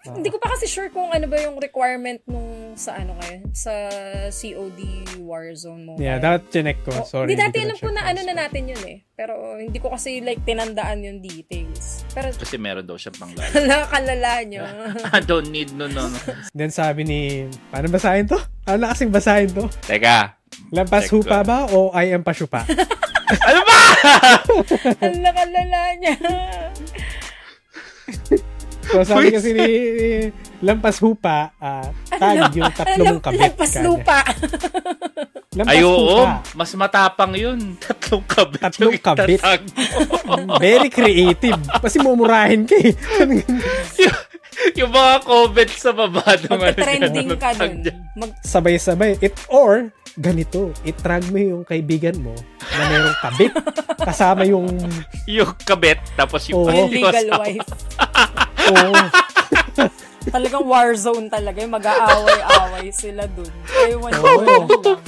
Speaker 3: Hindi ko pa kasi sure kung ano ba yung requirement nung sa ano ngayon, sa COD Warzone mo.
Speaker 1: Yeah, dapat chinek ko.
Speaker 3: Oh,
Speaker 1: Sorry.
Speaker 3: Hindi dati
Speaker 1: ko
Speaker 3: alam ko na
Speaker 1: check.
Speaker 3: ano na natin yun eh. Pero hindi ko kasi like tinandaan yung details. Pero
Speaker 2: Kasi meron daw siyang panglalo.
Speaker 3: hala, kalala nyo.
Speaker 2: I don't need no, no, no.
Speaker 1: Then sabi ni, paano basahin to? Ano na kasing basahin to?
Speaker 2: Teka.
Speaker 1: Lampas
Speaker 2: Check
Speaker 1: hupa
Speaker 2: ko.
Speaker 1: ba o I am pasyupa?
Speaker 2: Ano ba?
Speaker 3: hala, kalala niya.
Speaker 1: So sabi
Speaker 2: Wait.
Speaker 1: kasi ni, ni Lampas hupa, ah,
Speaker 3: Ano
Speaker 1: tag yung tatlong kabit.
Speaker 3: Lagpas
Speaker 1: kanya.
Speaker 3: lupa.
Speaker 1: Lampas
Speaker 2: Ay, oo.
Speaker 1: hupa.
Speaker 2: Mas matapang yun. Tatlong kabit.
Speaker 1: Tatlong
Speaker 2: yung
Speaker 1: kabit.
Speaker 2: itatag mo.
Speaker 1: Very creative. Kasi mumurahin ka eh.
Speaker 2: yung, yung mga comment sa baba. nung ano
Speaker 3: Magta-trending
Speaker 2: dyan,
Speaker 3: ka
Speaker 2: tag
Speaker 3: dun.
Speaker 2: dyan.
Speaker 3: Mag
Speaker 1: Sabay-sabay. It or, ganito, itrag mo yung kaibigan mo na merong kabit. Kasama yung,
Speaker 2: Yung kabit, tapos yung
Speaker 1: Oo. Oh.
Speaker 3: yung legal
Speaker 2: asawa.
Speaker 3: wife.
Speaker 1: oh,
Speaker 3: Talagang warzone talaga. Yung mag-aaway-aaway sila dun. Ewan ko.
Speaker 1: Oo.
Speaker 3: yun lang.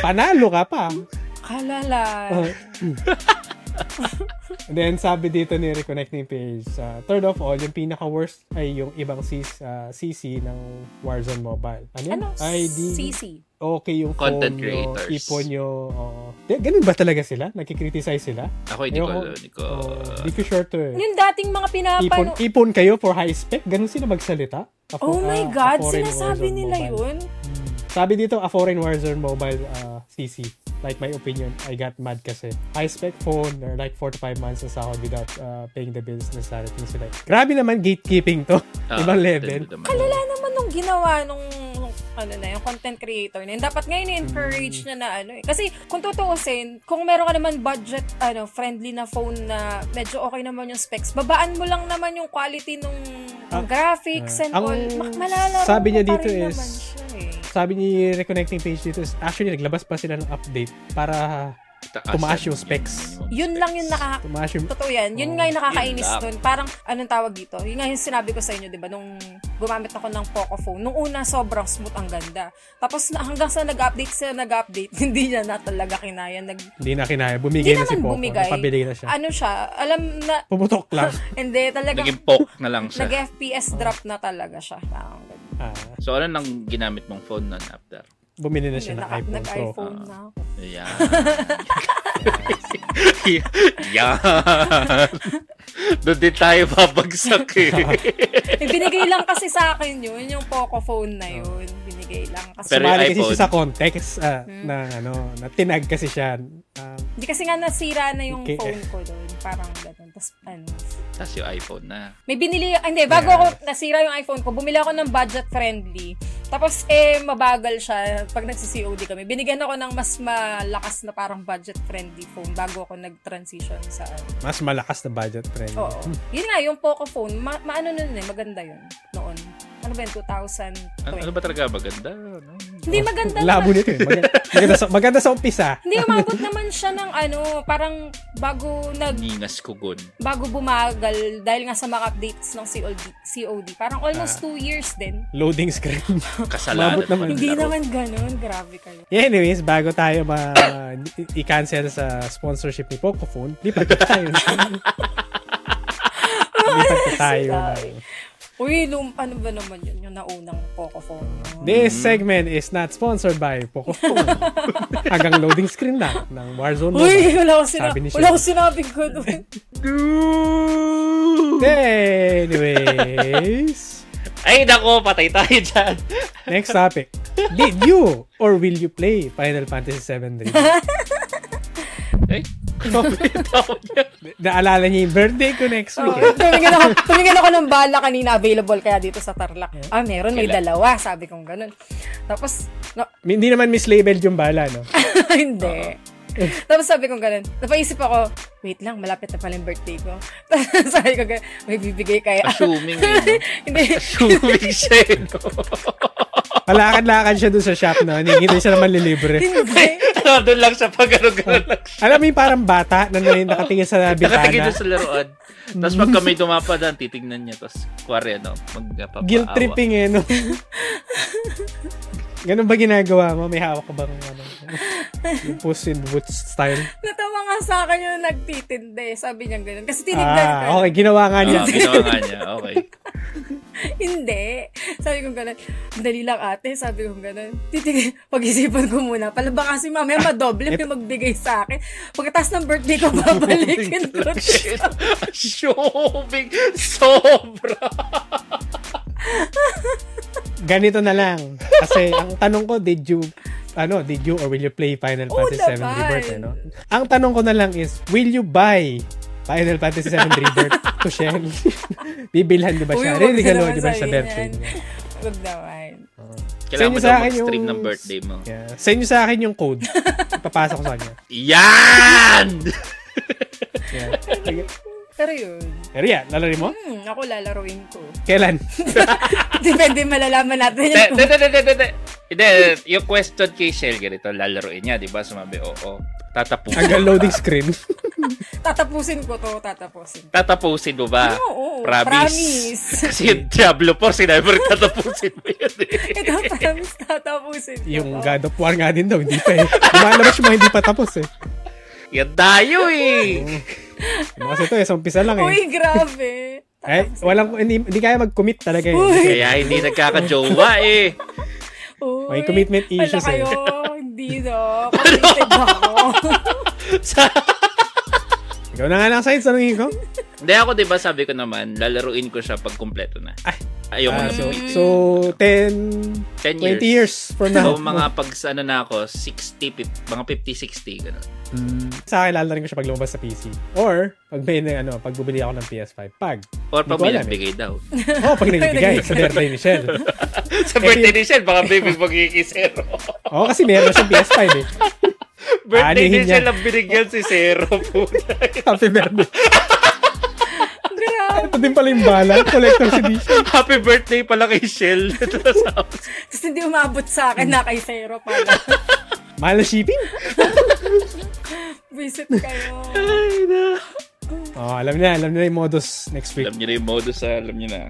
Speaker 1: panalo ka pa.
Speaker 3: Kalala.
Speaker 1: Oh. And then sabi dito ni Reconnecting Page, uh, third of all, yung pinaka-worst ay yung ibang CC, ah, CC ng Warzone Mobile. Ano yun?
Speaker 3: Ano?
Speaker 1: Ay, di-
Speaker 3: CC.
Speaker 1: Okay yung phone
Speaker 2: Content
Speaker 1: nyo,
Speaker 2: creators.
Speaker 1: ipon nyo. oo. Di- ganun ba talaga sila? Nakikriticize sila?
Speaker 2: Ako hindi ko,
Speaker 1: Ayoko.
Speaker 2: alam, hindi ko.
Speaker 1: Oo, Di ko sure to eh.
Speaker 3: Yung dating mga
Speaker 1: ipon,
Speaker 3: pinapano.
Speaker 1: ipon kayo for high spec? Ganun sila magsalita? A
Speaker 3: Oh
Speaker 1: fo-
Speaker 3: my
Speaker 1: ah, a
Speaker 3: God,
Speaker 1: foreign
Speaker 3: sinasabi
Speaker 1: Warzone
Speaker 3: nila
Speaker 1: mobile.
Speaker 3: yun.
Speaker 1: Sabi dito, a foreign Warzone mobile ah, CC. Like my opinion, I got mad kasi. High spec phone or like 4 to 5 months na sahod without ah, paying the bills na sarating sila. Grabe naman gatekeeping to.
Speaker 2: Ah,
Speaker 1: Ibang level.
Speaker 2: hindi ko naman.
Speaker 3: Kalala naman nung ginawa nung nung ano na, yung content creator na yun. Dapat ngayon
Speaker 1: Mm.
Speaker 3: i-encourage na na ano eh. Kasi kung tutuusin, kung meron ka naman budget, ano, friendly na phone na medyo okay naman yung specs, babaan mo lang naman yung quality nung nung graphics and
Speaker 1: Ah, ang
Speaker 3: all. Mak- malalaro
Speaker 1: sabi
Speaker 3: mo
Speaker 1: niya
Speaker 3: pa
Speaker 1: dito
Speaker 3: rin
Speaker 1: is-
Speaker 3: naman siya eh.
Speaker 1: Sabi ni Reconnecting Page dito is actually naglabas pa sila ng update para
Speaker 2: Taasan
Speaker 1: tumaas yung
Speaker 2: yun,
Speaker 1: specs.
Speaker 2: minimum
Speaker 3: Yun lang yung nakaka
Speaker 1: tumaas yung
Speaker 3: Totoo yan. Yun nga yung nakakainis
Speaker 2: Yun lang.
Speaker 3: dun. Parang, anong tawag dito? Yun nga yung sinabi ko sa inyo, di ba? Nung gumamit ako ng Poco phone. Nung una, sobrang smooth ang ganda. Tapos na, hanggang sa nag-update sa nag-update, hindi niya na talaga kinaya. Nag,
Speaker 1: Hindi na kinaya.
Speaker 3: hindi
Speaker 1: Bumigay na si
Speaker 3: naman
Speaker 1: Poco.
Speaker 3: bumigay.
Speaker 1: Napabili na siya.
Speaker 3: Ano siya? Alam na,
Speaker 1: Pumutok lang.
Speaker 3: hindi talaga.
Speaker 2: Naging poke na lang siya.
Speaker 3: Nag-FPS drop na talaga siya. Parang ganun.
Speaker 1: Ah,
Speaker 2: So, ano nang ginamit mong phone nun after?
Speaker 1: bumili na
Speaker 3: Hindi,
Speaker 1: siya ng
Speaker 3: naka-
Speaker 1: iPhone, Pro.
Speaker 3: Nag-iPhone na ako.
Speaker 2: Ayan. Yan. Doon din tayo babagsak eh.
Speaker 3: Eh, binigay lang kasi sa akin yun, yung Poco phone na yun. Binigay lang. Kasi
Speaker 2: Pero-
Speaker 1: Sumali
Speaker 2: yung
Speaker 1: kasi
Speaker 2: iPhone.
Speaker 1: siya sa context ah,
Speaker 3: Hmm.
Speaker 1: na ano, na tinag kasi siya. Ah,
Speaker 3: hindi kasi nga nasira na yung
Speaker 1: Okay.
Speaker 3: phone ko doon. Parang ganun. Tapos ano,
Speaker 2: Tapos yung iPhone na.
Speaker 3: May binili, ah, hindi, bago ako nasira yung iPhone ko, bumili ako ng budget-friendly. Tapos, eh, mabagal siya pag nagsi-COD kami. Binigyan ako ng mas malakas na parang budget-friendly phone bago ako nag-transition sa,
Speaker 1: mas malakas na budget friend.
Speaker 3: oo.
Speaker 2: Hmm.
Speaker 3: Yun nga, yung Poco phone, ma- maano nun eh, maganda yun noon. Ano ba yun, 2020?
Speaker 2: Ano, ano ba talaga maganda? Ano?
Speaker 3: Hindi, maganda
Speaker 1: Labo
Speaker 3: naman.
Speaker 1: nito eh. Maganda, maganda, sa, maganda sa umpisa.
Speaker 3: Hindi, umabot naman siya ng ano, parang bago nag
Speaker 2: Ningas ko gun.
Speaker 3: bago bumagal dahil nga sa mga updates ng COD, COD. Parang
Speaker 2: Ah.
Speaker 3: almost 2 two years din.
Speaker 1: Loading screen.
Speaker 2: Kasalanan
Speaker 1: Umabot naman.
Speaker 2: pa ng
Speaker 3: Hindi
Speaker 2: laro.
Speaker 3: naman ganun, grabe kayo.
Speaker 1: yeah, anyways, bago tayo ma i- i-cancel sa sponsorship ni Pocophone, lipat pa tayo. lipat pa tayo. ng-
Speaker 3: Uy, lum, ano ba naman yun? Yung naunang Poco Phone.
Speaker 1: This segment is not sponsored by Pocophone. Hanggang loading screen na ng Warzone
Speaker 3: Uy,
Speaker 1: Mobile.
Speaker 3: wala akong sinabi.
Speaker 1: Sabi ni
Speaker 3: Wala
Speaker 1: Sheila.
Speaker 3: akong sinabi ko doon.
Speaker 1: Anyways,
Speaker 2: Ay, nako, patay tayo dyan.
Speaker 1: next topic. Did you or will you play Final Fantasy VII Remake?
Speaker 2: Ay, comment ako niya.
Speaker 1: Naalala niya yung birthday ko next
Speaker 3: Oh,
Speaker 1: week. eh.
Speaker 3: tumingin, ako, tumingin ako ng bala kanina available kaya dito sa Tarlac. Ah, meron, may
Speaker 2: Kailan?
Speaker 3: dalawa. Sabi kong ganun. Tapos, no,
Speaker 1: Hindi naman mislabeled yung bala, no?
Speaker 3: hindi. Tapos sabi kong ganun. Napaisip ako, wait lang, malapit na pala yung birthday ko. Tapos sabi ko ganun, may bibigay
Speaker 1: eh,
Speaker 3: kaya.
Speaker 2: Assuming yun. no?
Speaker 3: hindi.
Speaker 2: Assuming siya eh, yun.
Speaker 1: Palakad-lakad siya doon sa shop na hindi hindi siya naman lilibre.
Speaker 3: Hindi.
Speaker 2: no? Ano, Doon lang siya pag gano'n lang siya.
Speaker 1: Alam mo yung parang bata na may nakatingin sa
Speaker 2: Nakatingin
Speaker 1: bitana.
Speaker 2: doon sa laruan. Tapos pag kami dumapadaan, titignan niya. Tapos, kuwari, ano, magpapaawa.
Speaker 1: Guilt tripping eh, no? Ganun ba ginagawa mo? May hawak ka bang ano? Yung puss in boots style?
Speaker 3: Natawa nga sa akin yung nagtitindi. Sabi niya ganun. Kasi tinignan ko.
Speaker 1: Ah, okay. Ginawa nga niya.
Speaker 2: Ah, ginawa nga niya. Okay.
Speaker 3: Hindi. Sabi ko ganun, dali lang ate. Sabi ko ganun, titigil, pag-isipan ko muna. Pala ba kasi mamaya madoble may magbigay sa akin. Pagkatas ng birthday ko, babalikin ko.
Speaker 2: Shit. Assuming. Sobra.
Speaker 1: Ganito na lang. Kasi ang tanong ko, did you ano, did you or will you play Final
Speaker 3: Oo
Speaker 1: Fantasy VII
Speaker 3: naman.
Speaker 1: Rebirth? Ano? Ang tanong ko na lang is, will you buy Final Fantasy VII Rebirth to Shell? Bibilhan di ba
Speaker 3: Uy,
Speaker 1: siya?
Speaker 3: wag
Speaker 1: Really,
Speaker 3: na
Speaker 1: gano'n
Speaker 3: naman
Speaker 1: di ba sa
Speaker 3: sabihin
Speaker 1: birthday
Speaker 3: yan.
Speaker 1: niya?
Speaker 3: Huwag naman.
Speaker 1: Send
Speaker 2: Kailangan mo
Speaker 1: niyo
Speaker 2: daw
Speaker 1: sa akin
Speaker 2: mag-stream
Speaker 1: yung-
Speaker 2: ng birthday mo.
Speaker 1: Yeah. Send niyo sa akin yung code. Ipapasa ko sa kanya.
Speaker 2: Yan!
Speaker 1: Yeah.
Speaker 3: Pero yun.
Speaker 1: Pero yeah, lalarin mo?
Speaker 3: Hmm, ako lalaroin ko.
Speaker 1: Kailan?
Speaker 3: Depende malalaman
Speaker 2: Te,
Speaker 3: natin yan.
Speaker 2: te, te, te, te, te, te. Hindi, yung question kay Shell ganito, lalaroin niya, di ba? Sumabi, oo. Tatapusin.
Speaker 1: Hanggang loading screen.
Speaker 3: Tatapusin ko to, tatapusin.
Speaker 2: Tatapusin mo ba?
Speaker 3: Oo, oo.
Speaker 2: promise.
Speaker 3: Promise.
Speaker 2: Kasi yung Diablo 4, sinabi mo rin tatapusin mo yun eh.
Speaker 3: Ito, promise, tatapusin ko
Speaker 1: yung
Speaker 3: to.
Speaker 1: God of War nga din daw, hindi pa eh. Lumalabas yung mga hindi pa tapos eh.
Speaker 2: Yan tayo eh.
Speaker 1: Ano Kasi ito eh, sa umpisa lang eh.
Speaker 3: Uy, grabe.
Speaker 1: Eh, walang, hindi, hindi kaya mag-commit talaga eh.
Speaker 3: Uy.
Speaker 2: Kaya hindi nagkakajowa eh.
Speaker 3: Uy,
Speaker 1: May commitment Ano? issues
Speaker 3: wala
Speaker 1: eh.
Speaker 3: kayo. Hindi no. Committed ako.
Speaker 2: Sa-
Speaker 1: Ikaw na nga lang sa'yo, tanongin ko.
Speaker 2: Hindi ako, di ba, sabi ko naman, lalaruin ko siya pag kumpleto na.
Speaker 1: Ay.
Speaker 2: Ayoko
Speaker 1: Ah,
Speaker 2: na
Speaker 1: so,
Speaker 2: sumitin.
Speaker 1: so, 10,
Speaker 2: 10
Speaker 1: 20 years from now.
Speaker 2: So, mga pag, ano na ako, 60, pip- mga 50-60, gano'n.
Speaker 1: Sa akin, lalo na rin ko siya pag lumabas sa PC. Or, pag may, na- ano, pag bubili ako ng PS5. Pag.
Speaker 2: Or
Speaker 1: Hindi
Speaker 2: pag
Speaker 1: ko
Speaker 2: may
Speaker 1: alam eh.
Speaker 2: nagbigay daw.
Speaker 1: Oh, pag nagbigay sa birthday ni Shell.
Speaker 2: Sa birthday ni Shell, baka baby magiging zero.
Speaker 1: Oo, kasi meron siyang PS5 eh.
Speaker 2: birthday
Speaker 1: Aanihin
Speaker 2: ni
Speaker 1: niya.
Speaker 2: Shell ang binigyan si zero po.
Speaker 1: Happy birthday.
Speaker 3: grabe.
Speaker 1: Ito din pala yung bala. Collector's edition.
Speaker 2: Happy birthday pala kay Shell.
Speaker 3: Tapos hindi umabot sa akin na kay Zero pala.
Speaker 1: Mahal na shipping.
Speaker 3: Visit kayo.
Speaker 1: Oh, alam niyo na, alam niyo na yung modus next week.
Speaker 2: alam niyo na yung modus, ah, alam niyo na.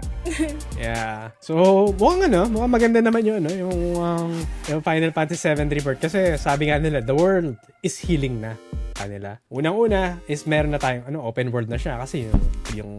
Speaker 1: Yeah. So, mukhang ano, mukhang maganda naman yun, ano, yung, um, yung Final Fantasy 7 Rebirth. Kasi sabi nga nila, the world is healing na kanila. Unang-una is meron na tayong ano, open world na siya kasi yung, yung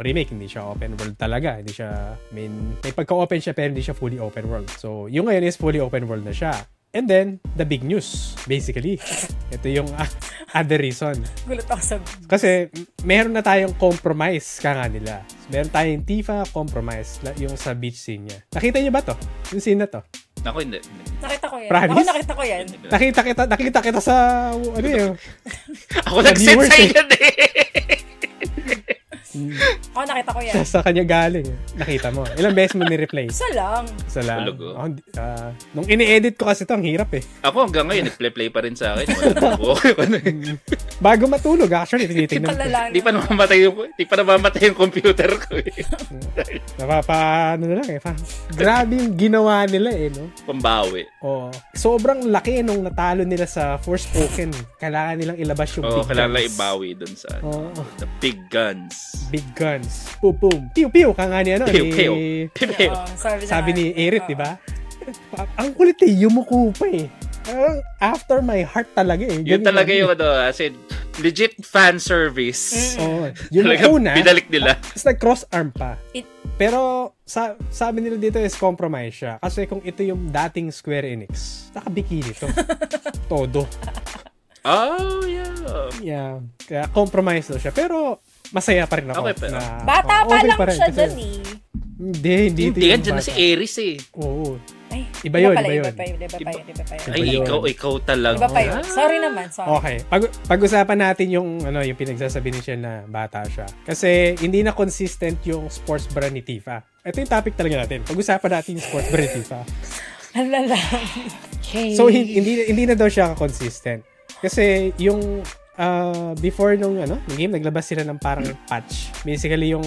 Speaker 1: remake, hindi siya open world talaga. Hindi siya, I mean, may pagka-open siya pero hindi siya fully open world. So, yung ngayon is fully open world na siya. And then, the big news, basically. Ito yung ah, other reason.
Speaker 3: Gulat ako sa...
Speaker 1: Kasi m- meron na tayong compromise ka nga nila. Meron tayong Tifa compromise la- yung sa beach scene niya. Nakita niyo ba to? Yung scene na to?
Speaker 2: Ako hindi.
Speaker 3: Nakita ko yan.
Speaker 1: Promise?
Speaker 3: Ako nakita ko yan.
Speaker 1: Nakita kita, nakita kita sa ano yun?
Speaker 2: Ako nag-send
Speaker 1: viewers
Speaker 2: sa
Speaker 1: eh.
Speaker 2: inyo eh.
Speaker 3: Ako nakita ko yan.
Speaker 1: sa, sa kanya galing. Nakita mo. Ilang beses mo ni-replay?
Speaker 3: Isa lang.
Speaker 1: Isa lang.
Speaker 2: Tulog, oh.
Speaker 1: Oh, hindi- ah, nung ini-edit ko kasi to, ang hirap eh.
Speaker 2: Ako hanggang ngayon, nag-play pa rin sa akin. Wala na po.
Speaker 1: Bago matulog, actually, tinitingnan ko.
Speaker 3: Kalala
Speaker 2: Di pa namamatay yung, di pa namamatay yung computer ko eh.
Speaker 1: Napapa, ano na lang eh. Pa, grabe yung ginawa nila eh, no?
Speaker 2: Pambawi.
Speaker 1: Oo. Sobrang laki nung natalo nila sa Forspoken. Kailangan nilang ilabas yung
Speaker 2: Oo,
Speaker 1: big
Speaker 2: kailangan
Speaker 1: guns. Oh.
Speaker 2: ibawi dun sa ano,
Speaker 1: Oo.
Speaker 2: the big guns.
Speaker 1: Big guns. Boom, boom. Pew, pew. Kang nga ni ano,
Speaker 2: Pew,
Speaker 1: ni-
Speaker 2: pew. Pew, pew.
Speaker 3: Oo, Oh, sabi, Oh. niya
Speaker 1: Sabi
Speaker 3: nga.
Speaker 1: ni Erit,
Speaker 3: Oo.
Speaker 1: di ba? Pa- Ang kulit eh. Yumuko pa eh. Parang after my heart talaga eh.
Speaker 2: Yun
Speaker 1: Ganun
Speaker 2: talaga
Speaker 1: yun. Mm.
Speaker 2: yung ano, as in, legit fan service.
Speaker 1: Oo. Yung
Speaker 2: Talaga,
Speaker 1: una,
Speaker 2: binalik nila.
Speaker 1: tapos nag-cross arm pa.
Speaker 3: It-
Speaker 1: Pero sa sabi nila dito is compromise siya. Kasi kung ito yung dating Square Enix, nakabikini to. Todo.
Speaker 2: Oh, yeah.
Speaker 1: Yeah. Kaya compromise daw siya. Pero masaya pa rin ako.
Speaker 2: Okay pa rin.
Speaker 3: Bata
Speaker 1: oo,
Speaker 3: pa
Speaker 1: okay
Speaker 3: lang
Speaker 1: rin
Speaker 3: siya
Speaker 1: kasi-
Speaker 3: dun eh.
Speaker 1: Hindi, hindi. ito
Speaker 2: Hindi,
Speaker 1: yung
Speaker 2: yan dyan na
Speaker 1: bata.
Speaker 2: si Aries eh.
Speaker 1: Oo.
Speaker 3: Ay,
Speaker 1: Iba yun,
Speaker 3: pala,
Speaker 1: iba yun.
Speaker 3: Iba pa yun, iba pa yun, iba pa yun.
Speaker 1: Iba
Speaker 2: Ay,
Speaker 1: Diba yun.
Speaker 2: ikaw, ikaw talaga. Ah.
Speaker 3: Iba pa yun. Sorry naman, sorry.
Speaker 1: Okay. Pag- pag-usapan natin yung ano yung pinagsasabi ni Shell na bata siya. Kasi hindi na consistent yung sports bra ni Tifa. Ito yung topic talaga natin. Pag-usapan natin yung sports bra ni Tifa.
Speaker 3: Ang lala.
Speaker 1: So hin- hindi hindi na daw siya consistent. Kasi yung ah, before nung ano, nung game naglabas sila ng parang patch. Basically yung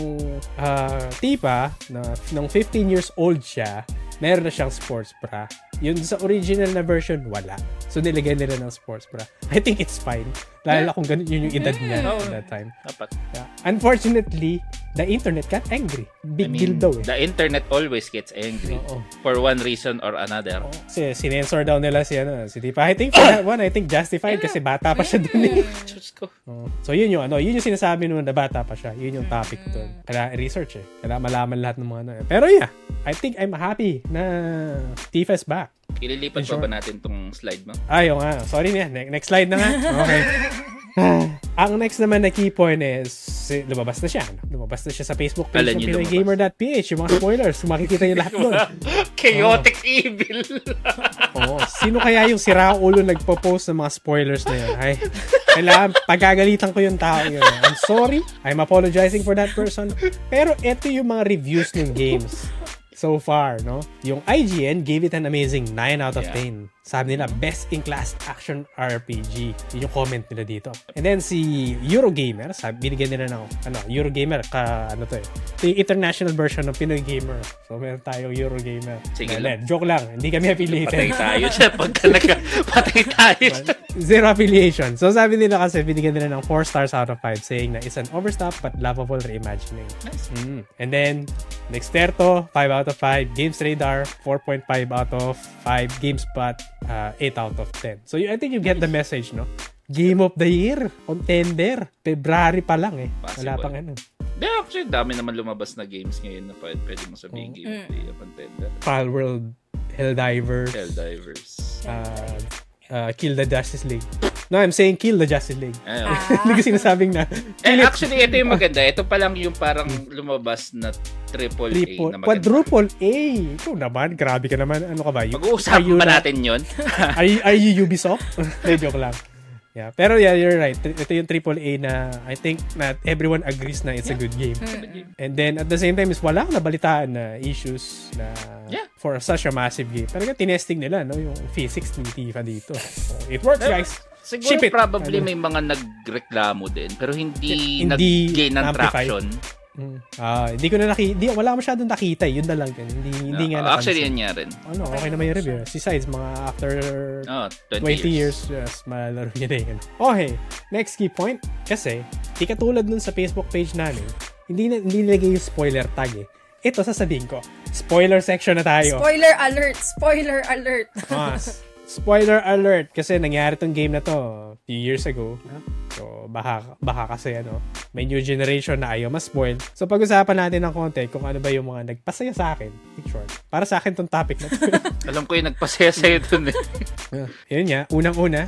Speaker 1: ah, tipa na nung 15 years old siya, meron na siyang sports bra. Yun sa original na version wala. So nilagay nila ng sports bra. I think it's fine. Lalo na kung ganun yun yung edad niya at that time.
Speaker 2: Dapat.
Speaker 1: Yeah. Unfortunately, the internet got angry.
Speaker 2: I
Speaker 1: Big deal
Speaker 2: mean,
Speaker 1: daw eh.
Speaker 2: the internet always gets angry
Speaker 1: Oo.
Speaker 2: for one reason or another.
Speaker 1: Kasi sinensor daw nila si ano, si Tipa. I think for that one, I think justified kasi bata pa siya dun eh.
Speaker 2: Diyos ko.
Speaker 1: Oo. So yun yung ano, yun yung sinasabi nung na bata pa siya. Yun yung topic doon. Kailangan i-research eh. Kailangan malaman lahat ng mga ano. eh. Pero yeah, I think I'm happy na Tifa's back.
Speaker 2: Ililipat pa
Speaker 1: Sure.
Speaker 2: ba natin tong slide mo?
Speaker 1: Ayaw nga. Sorry na. Ne- Next slide na nga. Okay. Ah, Ang next naman na key point is si- lumabas na siya. ano? Lumabas na siya sa Facebook page ng
Speaker 2: Alam niyo lumabas.
Speaker 1: pinagamer.ph. Yung mga spoilers, kung makikita niyo lahat doon.
Speaker 2: Chaotic evil.
Speaker 1: Oo. Sino kaya yung sira ulo nagpo-post ng mga spoilers na yun? Ay, kailangan pagagalitan ko yung tao yun. I'm sorry. I'm apologizing for that person. Pero ito yung mga reviews ng games so far, no? Yung IGN gave it an amazing 9 out of
Speaker 2: Yeah.
Speaker 1: 10. Sabi nila, best in class action RPG. Yun yung comment nila dito. And then si Eurogamer, sabi, binigyan nila ng, ano, Eurogamer, ka, ano to eh. Ito yung international version ng Pinoy Gamer. So, meron tayong Eurogamer.
Speaker 2: Sige
Speaker 1: Dahil, Joke lang, hindi kami affiliated.
Speaker 2: Patay tayo siya pagka nagka... Patay tayo siya.
Speaker 1: Zero affiliation. So sabi nila kasi binigyan nila ng 4 stars out of 5 saying na it's an overstuffed but lovable reimagining. Mm. And then, Nexterto, 5 out of 5. Games Radar, 4.5 out of 5. GameSpot, uh, 8 out of 10. So you- I think you get the message, no? Game of the Year, contender. February pa lang eh. Wala
Speaker 2: Possible.
Speaker 1: pang ano.
Speaker 2: Hindi, actually, dami naman lumabas na games ngayon na pwede, pwede mo sabihin game
Speaker 3: Mm.
Speaker 2: of the year contender.
Speaker 1: Pal World, Helldivers,
Speaker 2: Helldivers.
Speaker 1: uh, uh, Kill the Justice League. No, I'm saying Kill the Justice League.
Speaker 2: Ayun.
Speaker 3: Ah.
Speaker 1: Hindi ko sinasabing na.
Speaker 2: Ah. Eh,
Speaker 1: Kill it.
Speaker 2: actually, ito yung maganda. Ito pa lang yung parang lumabas na
Speaker 1: Mm.
Speaker 2: triple A
Speaker 1: Triple,
Speaker 2: na maganda.
Speaker 1: quadruple A. Ikaw naman, grabe ka naman. Ano ka ba? You-
Speaker 2: Pag-uusapan
Speaker 1: are you
Speaker 2: ba
Speaker 1: na-
Speaker 2: natin yun?
Speaker 1: are, you- are you Ubisoft? Hindi, joke lang. Yeah. Pero yeah, you're right. Ito yung triple A na I think na everyone agrees na it's a good game.
Speaker 2: Mm.
Speaker 3: Mm.
Speaker 1: And then at the same time is wala akong nabalitaan na issues na
Speaker 2: Yeah.
Speaker 1: for such a massive game. Talaga tinesting nila no yung physics ni Tifa dito. So, it works guys.
Speaker 2: Siguro
Speaker 1: Ship it.
Speaker 2: probably
Speaker 1: Ano?
Speaker 2: may mga nagreklamo din pero hindi,
Speaker 1: Hindi
Speaker 2: nag-gain ng
Speaker 1: amplify.
Speaker 2: traction.
Speaker 1: Mm. Ah, hindi ko na nakita. Hindi, wala masyadong nakita. eh. Yun na lang. yun. Hindi, hindi
Speaker 2: No,
Speaker 1: nga
Speaker 2: oh, actually,
Speaker 1: napansin.
Speaker 2: yan nga rin.
Speaker 1: Ano, okay naman yung review. Besides, mga after
Speaker 2: Oh, 20,
Speaker 1: 20
Speaker 2: years.
Speaker 1: years, yes, malalaro niya na yun. Okay, next key point. Kasi, di katulad nun sa Facebook page namin, hindi, na, hindi nilagay yung spoiler tag eh. Ito, sasabihin ko, spoiler section na tayo.
Speaker 3: Spoiler alert! Spoiler alert!
Speaker 1: Ah, s- spoiler alert! Kasi nangyari tong game na to a few years ago. So, baka, baka kasi ano, may new generation na ayaw ma-spoil. So, pag-usapan natin ng konti kung ano ba yung mga nagpasaya sa akin. In short, para sa akin tong topic na to.
Speaker 2: Alam ko yung nagpasaya sa'yo dun eh.
Speaker 1: Yeah. Ah, Yun nga, unang-una,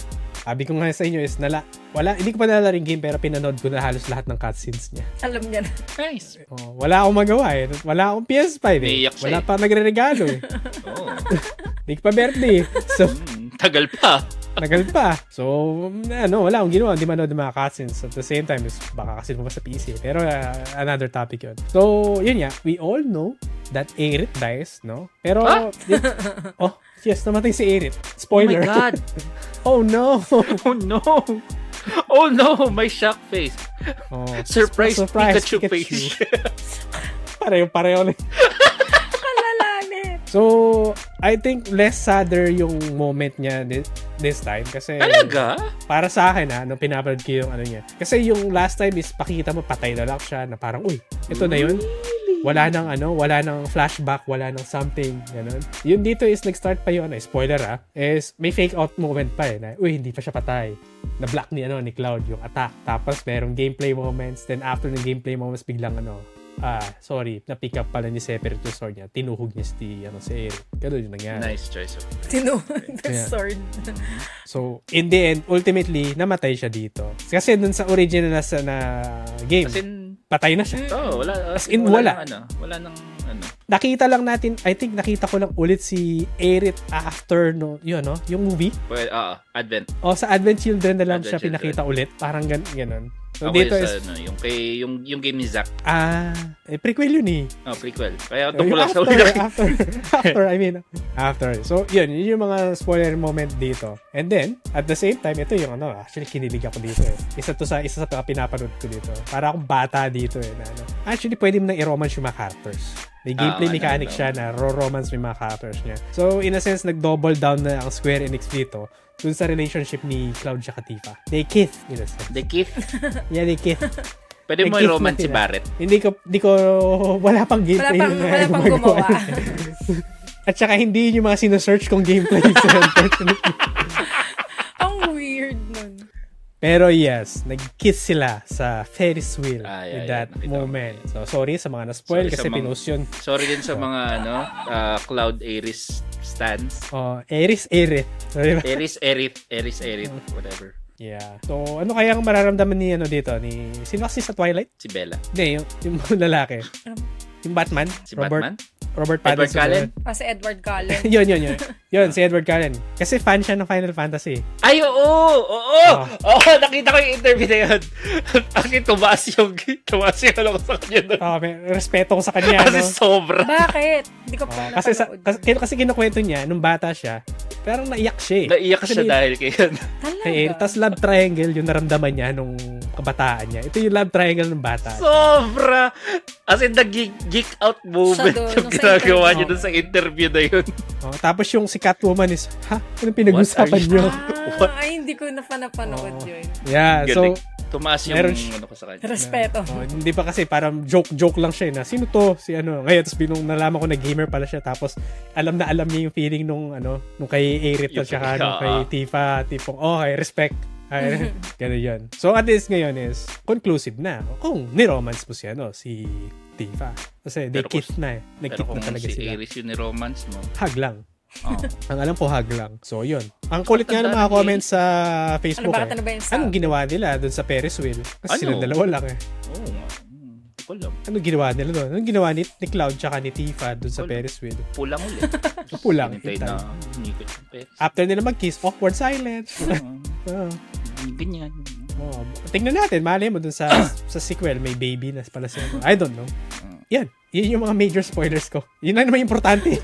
Speaker 1: sabi ko nga sa inyo is nala, wala, hindi ko pa nalala yung game pero pinanood ko na halos lahat ng cutscenes niya.
Speaker 3: Alam niya na.
Speaker 2: Nice.
Speaker 1: Oh, wala akong magawa eh. Wala akong PS5 eh.
Speaker 2: Naiyak siya
Speaker 1: Wala
Speaker 2: eh.
Speaker 1: pa nagre-regalo eh.
Speaker 2: Oh.
Speaker 1: Hindi ko pa birthday eh. So,
Speaker 2: Hmm, tagal pa.
Speaker 1: Tagal pa. So, mm, ano, wala akong ginawa. Hindi manood ng mga cutscenes. At the same time, is baka kasi lumabas sa PC. Pero, uh, another topic yun. So, yun nga. We all know that Aerith dies, no? Pero, di- oh, yes, namatay si Aerith. Spoiler.
Speaker 2: Ah! Oh my God.
Speaker 1: oh, no.
Speaker 2: Oh no. Oh no, my shock face.
Speaker 1: Oh,
Speaker 2: Surprise,
Speaker 1: surprise,
Speaker 2: Pikachu, face.
Speaker 1: Pareho-pareho lang.
Speaker 3: Kalalanin!
Speaker 1: So, I think less sadder yung moment niya thi- this time kasi
Speaker 2: Talaga?
Speaker 1: para sa akin ha, nung pinapanood ko yung ano niya. Kasi yung last time is pakita mo patay na lang siya na parang, uy, ito na yun. Wala nang ano, wala nang flashback, wala nang something, ganun. Yun dito is nag-start pa yun, ano, spoiler ha, is may fake out moment pa eh, na, uy, hindi pa siya patay. Na-block ni ano, ni Cloud yung attack. Tapos merong gameplay moments, then after ng gameplay moments, biglang ano, ah, sorry, na-pick up pala ni Sephiroth yung sword niya. Tinuhog niya si, ano, si Eric. Ganun yung nangyari.
Speaker 2: Nice choice of
Speaker 3: Tinuhod the
Speaker 1: Yeah.
Speaker 3: sword.
Speaker 1: So, in the end, ultimately, namatay siya dito. Kasi dun sa original na, sa, na game,
Speaker 2: As in,
Speaker 1: patay na siya.
Speaker 2: oh, wala.
Speaker 1: As in, wala.
Speaker 2: nang ano, wala nang ano.
Speaker 1: Nakita lang natin, I think nakita ko lang ulit si Aerith after, no, yun, no? Yung movie.
Speaker 2: Well, oo, Advent.
Speaker 1: O, sa Advent Children na lang
Speaker 2: Advent
Speaker 1: siya
Speaker 2: Children.
Speaker 1: pinakita ulit. Parang gan ganun. So,
Speaker 2: Ako
Speaker 1: dito
Speaker 2: yung,
Speaker 1: is,
Speaker 2: sa, ano, yung, kay, yung, yung game ni Zack.
Speaker 1: ah, eh, prequel yun eh.
Speaker 2: Oh, prequel. Kaya ito ko
Speaker 1: Yung
Speaker 2: lang sa
Speaker 1: after,
Speaker 2: ulit.
Speaker 1: after, after, I mean, after. So, yun, yun yung mga spoiler moment dito. And then, at the same time, ito yung ano, actually kinilig ako dito eh. Isa to sa, isa sa mga pinapanood ko dito. Para akong bata dito eh. Na, ano. Actually, pwede mo nang i-romance yung mga characters. May gameplay
Speaker 2: Ah,
Speaker 1: mechanic
Speaker 2: ano,
Speaker 1: siya na ro-romance mo yung mga characters niya. So, in a sense, nag-double down na ang Square Enix dito dun sa relationship ni Cloud siya Tifa. They kiss, in a sense.
Speaker 2: The Keith.
Speaker 1: Yeah, they kiss.
Speaker 2: Pwede mo
Speaker 1: They kiss
Speaker 2: i-romance
Speaker 1: na
Speaker 2: si
Speaker 1: sila.
Speaker 2: Barrett.
Speaker 1: Hindi ko, hindi ko, wala pang
Speaker 3: Wala
Speaker 1: gameplay.
Speaker 3: pang,
Speaker 1: na
Speaker 3: wala pang
Speaker 1: gumagawa.
Speaker 3: gumawa.
Speaker 1: At saka hindi yun yung mga sinesearch kong gameplay. So, unfortunately.
Speaker 3: Ang weird nun.
Speaker 1: Pero yes, nag-kiss sila sa Ferris wheel
Speaker 2: Ah, yeah,
Speaker 1: with
Speaker 2: yeah.
Speaker 1: that
Speaker 2: Nakita ko.
Speaker 1: moment. So sorry sa mga na-spoil
Speaker 2: Sorry
Speaker 1: kasi
Speaker 2: sa mga-
Speaker 1: pinost yun.
Speaker 2: Sorry din sa mga, ano, ah, Cloud Ares stands.
Speaker 1: Oh, Eris Erith. Sorry ba?
Speaker 2: Ares, Aerith, Ares, Aerith, whatever.
Speaker 1: Yeah. So ano kaya ang mararamdaman ni ano dito ni sino kasi sa Twilight?
Speaker 2: Si Bella.
Speaker 1: Hindi, yung, yung lalaki.
Speaker 3: Um,
Speaker 1: Yung Batman,
Speaker 2: Si
Speaker 1: Robert
Speaker 2: Batman?
Speaker 1: Robert
Speaker 2: Edward
Speaker 1: Pattinson.
Speaker 2: Cullen?
Speaker 3: Kasi Ah, Edward Cullen.
Speaker 1: yun, yun, yun. Yun, si Edward Cullen. Kasi fan siya ng Final Fantasy.
Speaker 2: Ay, oo! Oo!
Speaker 1: Ah.
Speaker 2: Oo, nakita ko yung interview na yun. Actually, tumaas yung, tumaas yung alam ko sa kanya doon.
Speaker 1: Oh, may respeto ko sa kanya.
Speaker 2: Kasi
Speaker 1: no?
Speaker 2: sobra.
Speaker 3: Bakit? Hindi ko
Speaker 1: Ah,
Speaker 3: pa
Speaker 1: kasi, sa,
Speaker 3: napanood.
Speaker 1: kasi, kasi kinukwento niya, nung bata siya, parang naiyak siya eh.
Speaker 2: Naiyak siya
Speaker 1: Actually,
Speaker 2: dahil kay
Speaker 3: Talaga?
Speaker 1: Kay Eric. Tapos love triangle, yung naramdaman niya nung kabataan niya. Ito yung love triangle ng bata.
Speaker 2: Sobra! As in, nag-geek out moment
Speaker 3: doon,
Speaker 2: yung
Speaker 3: nung sa
Speaker 2: ginagawa
Speaker 1: interview.
Speaker 2: niya doon sa interview na yun.
Speaker 1: Oh, tapos yung si Catwoman is, ha? Anong pinag-usapan
Speaker 2: What are
Speaker 1: niyo?
Speaker 2: you-
Speaker 3: Ah, ay, hindi ko na pa napanood
Speaker 1: Oo.
Speaker 3: yun.
Speaker 1: Yeah, Ah, so,
Speaker 2: Galing. Tumaas yung
Speaker 1: meron siya-
Speaker 2: ano ko sa kanya.
Speaker 3: Respeto.
Speaker 1: oh, hindi pa kasi parang joke-joke lang siya eh, na sino to? Si ano? Ngayon, tapos binung nalaman ko na gamer pala siya. Tapos, alam na alam niya yung feeling nung, ano, nung kay Eric at
Speaker 2: Yung-
Speaker 1: saka nung
Speaker 2: Ah.
Speaker 1: kay Tifa. Tipong, oh, okay, respect. Ay, ganun yun. So, at least ngayon is, conclusive na. Kung niromance mo si, ano, si Tifa. Kasi they
Speaker 2: Pero kung-
Speaker 1: kiss na eh.
Speaker 2: Pero
Speaker 1: Nag-kiss
Speaker 2: kung
Speaker 1: na talaga
Speaker 2: si
Speaker 1: sila.
Speaker 2: Aries yun ni romance mo,
Speaker 1: Hag lang.
Speaker 2: oh,
Speaker 1: Ang alam ko, hag lang. So, yun. Ang kulit nga ng
Speaker 2: Matanda
Speaker 1: mga
Speaker 2: ni
Speaker 1: comments sa
Speaker 3: Ano
Speaker 1: Facebook
Speaker 3: ba?
Speaker 1: eh.
Speaker 3: Ano ba yung sabi?
Speaker 1: Anong ginawa nila doon sa Ferris wheel? Kasi
Speaker 2: Ano?
Speaker 1: silang dalawa lang eh.
Speaker 2: oh, hindi ko alam.
Speaker 1: Anong ginawa nila doon? Anong ginawa ni, ni Cloud tsaka ni Tifa doon sa
Speaker 2: Wala.
Speaker 1: Ferris wheel?
Speaker 2: Pulang ulit.
Speaker 1: Pulang, Ah.
Speaker 2: Hinintay
Speaker 1: hintayin.
Speaker 2: na, hindi ko siya pets.
Speaker 1: After nila mag-kiss, awkward silence.
Speaker 2: Oh,
Speaker 1: oh,
Speaker 2: Ganyan.
Speaker 1: oh. Tingnan natin, mali mo doon sa sa sequel, may baby na pala siya. I don't know. Yan. Yun yung mga major spoilers ko. Yun lang naman importante.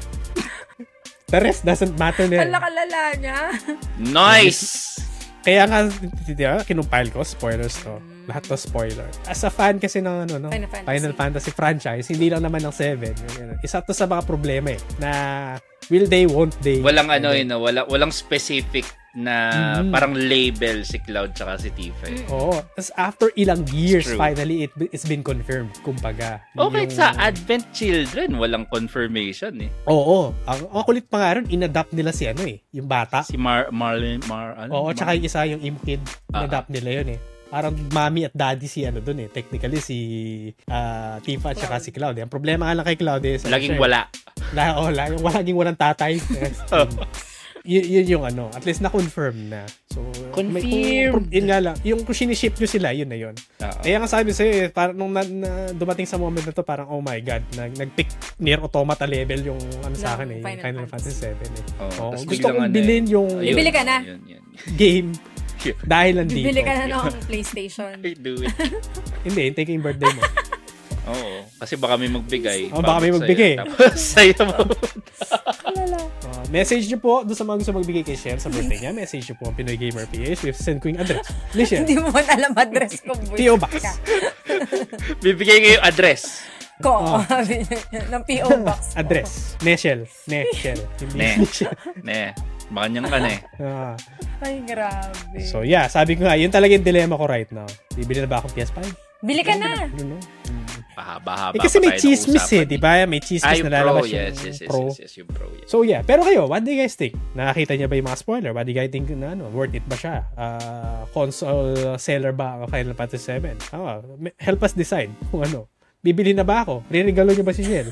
Speaker 1: The rest doesn't matter na.
Speaker 3: Ang lakalala niya.
Speaker 2: Nice!
Speaker 1: Kaya nga, di ba, kinumpile ko, spoilers to. Lahat to spoiler. As a fan kasi ng ano, no,
Speaker 3: Final Fantasy.
Speaker 1: Fantasy franchise, hindi lang naman ng 7. Isa to sa mga problema eh, na will they, won't they.
Speaker 2: Walang ano yun, no? wala, walang specific na
Speaker 1: Mhm.
Speaker 2: parang label si Cloud tsaka si Tifa. eh.
Speaker 1: Oo. Tapos after ilang years,
Speaker 2: True.
Speaker 1: finally, it, it's been confirmed. Kumbaga.
Speaker 2: Okay,
Speaker 1: Yung-
Speaker 2: sa Advent Children, walang confirmation eh.
Speaker 1: Oo. Ang, ang kulit pa nga ron, inadapt nila si ano eh, yung bata.
Speaker 2: Si Mar Marlin Mar ano?
Speaker 1: Oo,
Speaker 2: Mar-
Speaker 1: tsaka yung isa, yung Imkid,
Speaker 2: Ah,
Speaker 1: inadapt nila yun eh. Parang mommy at daddy si ano dun eh. Technically, si ah, Tifa at tsaka si Cloud. eh. Ang problema nga lang kay Cloud is... ano
Speaker 2: laging
Speaker 1: siya eh,
Speaker 2: wala.
Speaker 1: La, oh, la, yung laging walang tatay. Yes. Y- yun yung ano, at least na-confirm na. So, may- kung-
Speaker 2: Confirmed.
Speaker 1: yun nga lang, yung kung siniship nyo sila, yun na yun.
Speaker 2: Oo.
Speaker 1: Kaya nga sabi sa'yo, eh, parang nung na, na- dumating sa moment na to, parang, oh my God, nag, nag-pick near automata level yung ano sa
Speaker 3: Ng
Speaker 1: akin eh, yung Final
Speaker 3: Final
Speaker 1: Fantasy 7 eh.
Speaker 2: Oo,
Speaker 1: Oo,
Speaker 2: tas
Speaker 1: gusto
Speaker 2: biglang
Speaker 1: kong
Speaker 2: ano eh.
Speaker 1: bilhin yung
Speaker 2: Ayun,
Speaker 3: Bibili ka na.
Speaker 2: Yun, yun.
Speaker 1: game
Speaker 2: Yun.
Speaker 1: dahil nandito.
Speaker 3: Bibili ka na ng PlayStation.
Speaker 2: I do it.
Speaker 1: Hindi, hintay ko yung birthday mo.
Speaker 2: Oo. Kasi baka may magbigay.
Speaker 1: Oo, Oh, baka may
Speaker 2: Pagod sa'yo.
Speaker 1: magbigay.
Speaker 2: Tapos sa'yo mo.
Speaker 1: Ah, message nyo po doon sa mga gusto magbigay kay Shell sa birthday niya. Message nyo po ang Pinoy Gamer PH. We've send ko yung address. Ni Shell.
Speaker 3: Hindi mo man alam address ko. boy.
Speaker 1: P.O. Box.
Speaker 2: Bibigay ko yung address.
Speaker 3: Ko. sabi niya, ng P.O. Box.
Speaker 1: Oh. Address. Ne Shell. Ne Shell. Hindi
Speaker 2: Ne.
Speaker 1: ni Shell.
Speaker 2: Ne. Baka niyang ka na eh.
Speaker 1: Ah.
Speaker 3: Ay, grabe.
Speaker 1: so yeah, sabi ko nga, yun talaga yung dilemma ko right now. Bibili na ba akong PS5?
Speaker 3: Bili ka
Speaker 1: I
Speaker 3: na.
Speaker 1: don't know.
Speaker 2: Pahaba-haba.
Speaker 1: Eh, kasi
Speaker 2: pa
Speaker 1: may
Speaker 2: tayo ng
Speaker 1: chismis eh,
Speaker 2: usapan
Speaker 1: di ba? May chismis
Speaker 2: Ay, yung
Speaker 1: na
Speaker 2: pro,
Speaker 1: lalabas
Speaker 2: yes,
Speaker 1: yung
Speaker 2: yes, yes,
Speaker 1: pro.
Speaker 2: yes, yes, yung pro, yes.
Speaker 1: So yeah, pero kayo, what do you guys think? Nakakita niya ba yung mga spoiler? What do you guys think na ano? Worth it ba siya? Ah, console seller ba ang Final Fantasy 7? Ah, may- help us decide kung ano. Bibili na ba ako? Ririgalo niyo ba si Shell?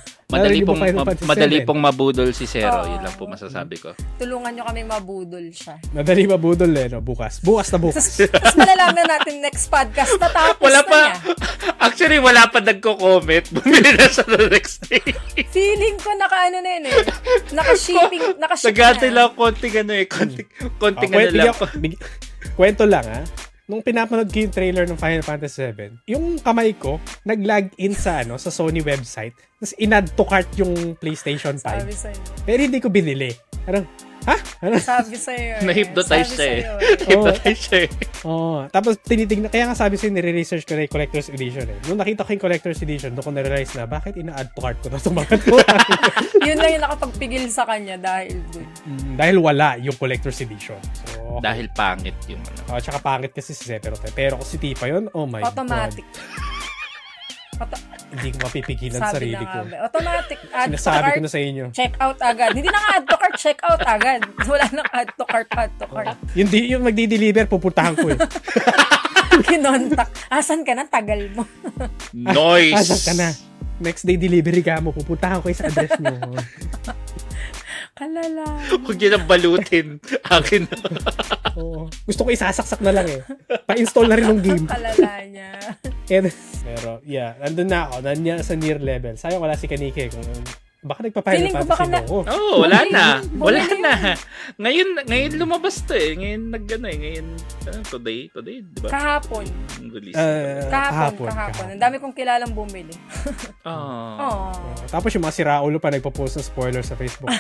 Speaker 1: Lalo, hindi
Speaker 2: Madali
Speaker 1: mo
Speaker 2: pong,
Speaker 1: Final
Speaker 2: ma-
Speaker 1: Fantasy
Speaker 2: madali
Speaker 1: VII.
Speaker 2: pong mabudol si Zero.
Speaker 3: Oo.
Speaker 2: Yun lang po masasabi ko.
Speaker 3: Tulungan nyo kami mabudol siya.
Speaker 1: Madali mabudol eh, no? Bukas. Bukas na bukas.
Speaker 3: Tapos, tapos malalaman natin next podcast natapos
Speaker 2: Wala
Speaker 3: na
Speaker 2: pa.
Speaker 3: niya.
Speaker 2: Actually, wala pa nagko-comment. Bumili na sa the next day.
Speaker 3: Feeling ko naka ano na yun eh. Naka-shipping, naka-shipping
Speaker 2: Nagati
Speaker 3: na.
Speaker 2: lang konting ano eh. Konting, konting
Speaker 1: Ah,
Speaker 2: ano
Speaker 1: kwento-
Speaker 2: lang.
Speaker 1: bigyan- big- kwento lang ha. Nung pinapanood ko yung trailer ng Final Fantasy VII, yung kamay ko, nag-log in sa, ano, sa Sony website. Tapos in-add to cart yung PlayStation 5.
Speaker 3: Sabi sa'yo.
Speaker 1: Pero hindi ko binili. Parang, ha? Ano?
Speaker 3: Sabi sa'yo. eh.
Speaker 2: Na-hypnotize
Speaker 3: Sabi
Speaker 2: siya eh.
Speaker 3: sa'yo
Speaker 2: Hypnotize siya eh.
Speaker 1: Oo. Tapos tinitignan, kaya nga sabi sa'yo, nire-research ko na yung Collector's Edition eh. Nung nakita ko yung Collector's Edition, doon ko na-realize na, bakit ina-add to cart ko na sa mga to?
Speaker 3: Yun lang yung nakapagpigil sa kanya dahil dun.
Speaker 1: Mm, Dahil wala yung Collector's Edition. So,
Speaker 2: Dahil pangit yung ano.
Speaker 1: oh, tsaka pangit kasi si Sephiroth. eh. Pero kung si Tifa yun, oh my
Speaker 3: Automatic. Auto-
Speaker 1: God. Hindi ko mapipigilan
Speaker 3: sabi
Speaker 1: sarili
Speaker 3: na
Speaker 1: ko.
Speaker 3: nga ba. Automatic. Add to
Speaker 1: Sinasabi
Speaker 3: cart.
Speaker 1: ko na sa inyo.
Speaker 3: Check out agad. Hindi na nga add to cart. Check out agad. Wala nang add to cart. Add to cart.
Speaker 1: Yung, di, yung magdi-deliver, pupuntahan ko eh.
Speaker 3: Kinontak. Asan ka na? Tagal mo.
Speaker 2: Noise!
Speaker 1: Asan ka na? Next day delivery ka mo, pupuntahan ko eh sa address niyo.
Speaker 3: Kalala.
Speaker 2: Huwag yun ang balutin. Akin na.
Speaker 1: Oo. Gusto ko isasaksak na lang eh. Pa-install na rin ng game.
Speaker 3: Kalala niya.
Speaker 1: And, pero, yeah. Nandun na ako. Nandiyan sa near level. Sayang wala si Kanike. Kung, baka nagpa-final
Speaker 3: Feeling ko baka
Speaker 1: fantasy
Speaker 3: na-
Speaker 1: na ako.
Speaker 2: Oo, oh, wala
Speaker 3: Bumili.
Speaker 2: na. Wala
Speaker 3: Bumili.
Speaker 2: na. Ngayon, ngayon lumabas to eh. Ngayon nag-ano eh. Ngayon, ah, today, today, di ba?
Speaker 3: Kahapon.
Speaker 2: Ang release.
Speaker 1: Ah,
Speaker 3: Kahapon. Kahapon. Ang dami kong kilalang bumili.
Speaker 2: oh.
Speaker 1: Ah.
Speaker 3: Oh.
Speaker 1: Tapos yung mga si Raulo pa nagpo-post ng spoiler sa Facebook. God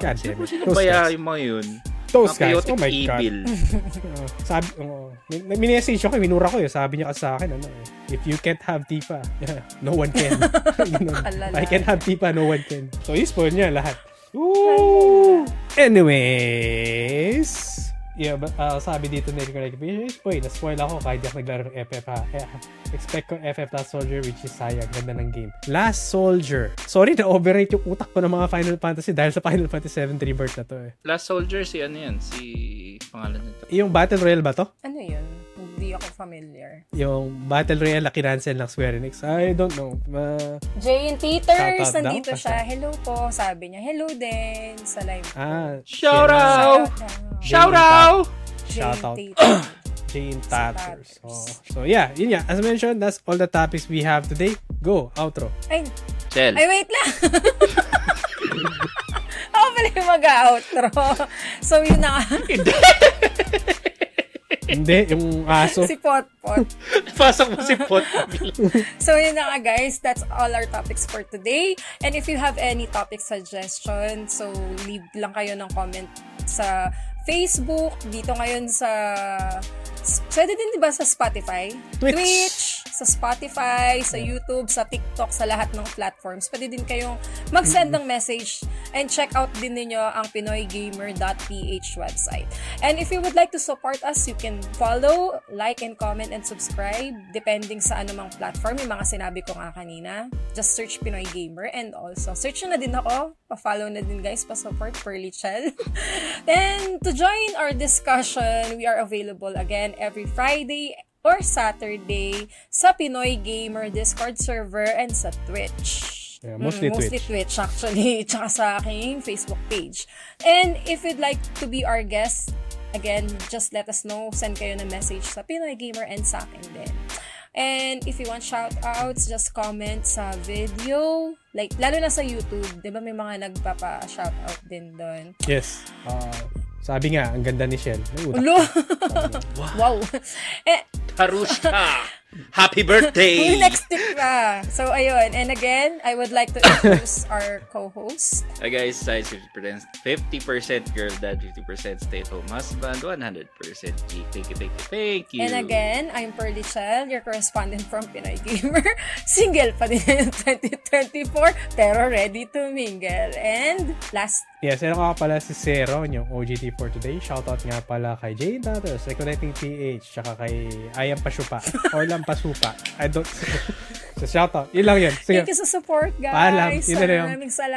Speaker 1: damn
Speaker 2: Sino,
Speaker 1: it.
Speaker 2: sino
Speaker 1: Those
Speaker 2: ba
Speaker 1: guys.
Speaker 2: yung mga yun?
Speaker 1: Those guys.
Speaker 2: Mga chaotic
Speaker 1: Oh my God.
Speaker 2: evil.
Speaker 3: Mm.
Speaker 1: Oo. Ah, sabi, oo. Min- minessage ako, minura ko yun. Sabi niya kasi sa akin, ano, eh, if you can't have Tifa, no one can. Ganun.
Speaker 3: Kalala.
Speaker 1: I can have Tifa, no one can. So, i-spoil niya lahat. Woo! Anyways, yeah, but, uh, sabi dito na Reconnect Visions, uy, na-spoil ako kahit di ako naglaro ng FF ha. Eh, ah, expect ko FF Last Soldier which is sayang, ganda ng game. Last Soldier. Sorry na overrate yung utak ko ng mga Final Fantasy dahil sa Final Fantasy 7 Rebirth na to eh.
Speaker 2: Last Soldier, si ano yan? Si pangalan nito.
Speaker 1: Yung Battle Royale ba to?
Speaker 3: Ano yun? Hindi ako familiar.
Speaker 1: yung Battle Royale na kinancel ng Square Enix. I don't know. Uh,
Speaker 3: Jane Peters,
Speaker 1: Shoutout daw
Speaker 3: nandito
Speaker 1: pa
Speaker 3: siya. Hello po. Sabi niya, hello din sa live. ko.
Speaker 1: ah,
Speaker 2: Shout out!
Speaker 3: Shoutout.
Speaker 2: Shout out!
Speaker 1: Shout out.
Speaker 3: Jane Peters.
Speaker 1: Jane Tatters. Oh.
Speaker 3: Tatters.
Speaker 1: So yeah, yun yeah. As mentioned, that's all the topics we have today. Go, outro.
Speaker 3: Ay,
Speaker 2: Chel.
Speaker 3: ay, wait lang. Ako pala yung mag-outro. So, yun na nga.
Speaker 1: Hindi, yung aso.
Speaker 3: si Potpot.
Speaker 2: Pasok mo si Pot.
Speaker 3: So, yun na nga, guys. That's all our topics for today. And if you have any topic suggestion, so leave lang kayo ng comment sa Facebook, dito ngayon sa... s- Pwede din, di ba, sa Spotify?
Speaker 1: Twitch.
Speaker 3: sa Spotify, sa YouTube, sa TikTok, sa lahat ng platforms. Pwede din kayong mag-send ng message and check out din ninyo ang pinoygamer.ph website. And if you would like to support us, you can follow, like, and comment, and subscribe depending sa anumang platform. Yung mga sinabi ko nga kanina, just search Pinoy Gamer and also search nyo na din ako. Pa-follow na din guys, pa-support Pearly Chell. Then, to join our discussion, we are available again every Friday or Saturday sa Pinoy Gamer Discord server and sa Twitch. Mm,
Speaker 1: Yeah, mostly
Speaker 3: mostly Twitch. actually, tsaka sa aking Facebook page. And if you'd like to be our guest, again, just let us know. Send kayo na message sa Pinoy Gamer and sa akin din. And if you want shoutouts, just comment sa video. Like, lalo na sa YouTube, di ba may mga nagpapa-shoutout din doon.
Speaker 1: Yes. Uh, sabi nga, ang ganda ni Shell. May utak.
Speaker 3: Ulo! wow. Eh,
Speaker 2: Harushka! Happy birthday!
Speaker 3: Uy, next tip na. So, ayun. And again, I would like to introduce our co-host.
Speaker 2: Hi guys, size 50%, 50% girl dad, 50% stay-at-home husband, 100% geek. Thank you, thank you, thank you.
Speaker 3: And again, I'm Pearly Chell, your correspondent from Pinoy Gamer. Single pa din ngayon 2024, pero ready to mingle. And last,
Speaker 1: Yes, and ako nga pala si Zero, yung OGT for today. Shoutout nga pala kay Jane Tatters, Reconnecting PH, tsaka kay Ayam Pasupa, Orlam Pasupa. I don't... so shoutout. Yun lang yun. Sige.
Speaker 3: thank you sa support, guys.
Speaker 1: Paalam. Yun na
Speaker 3: Sobrang
Speaker 1: lang.
Speaker 3: Maraming salamat.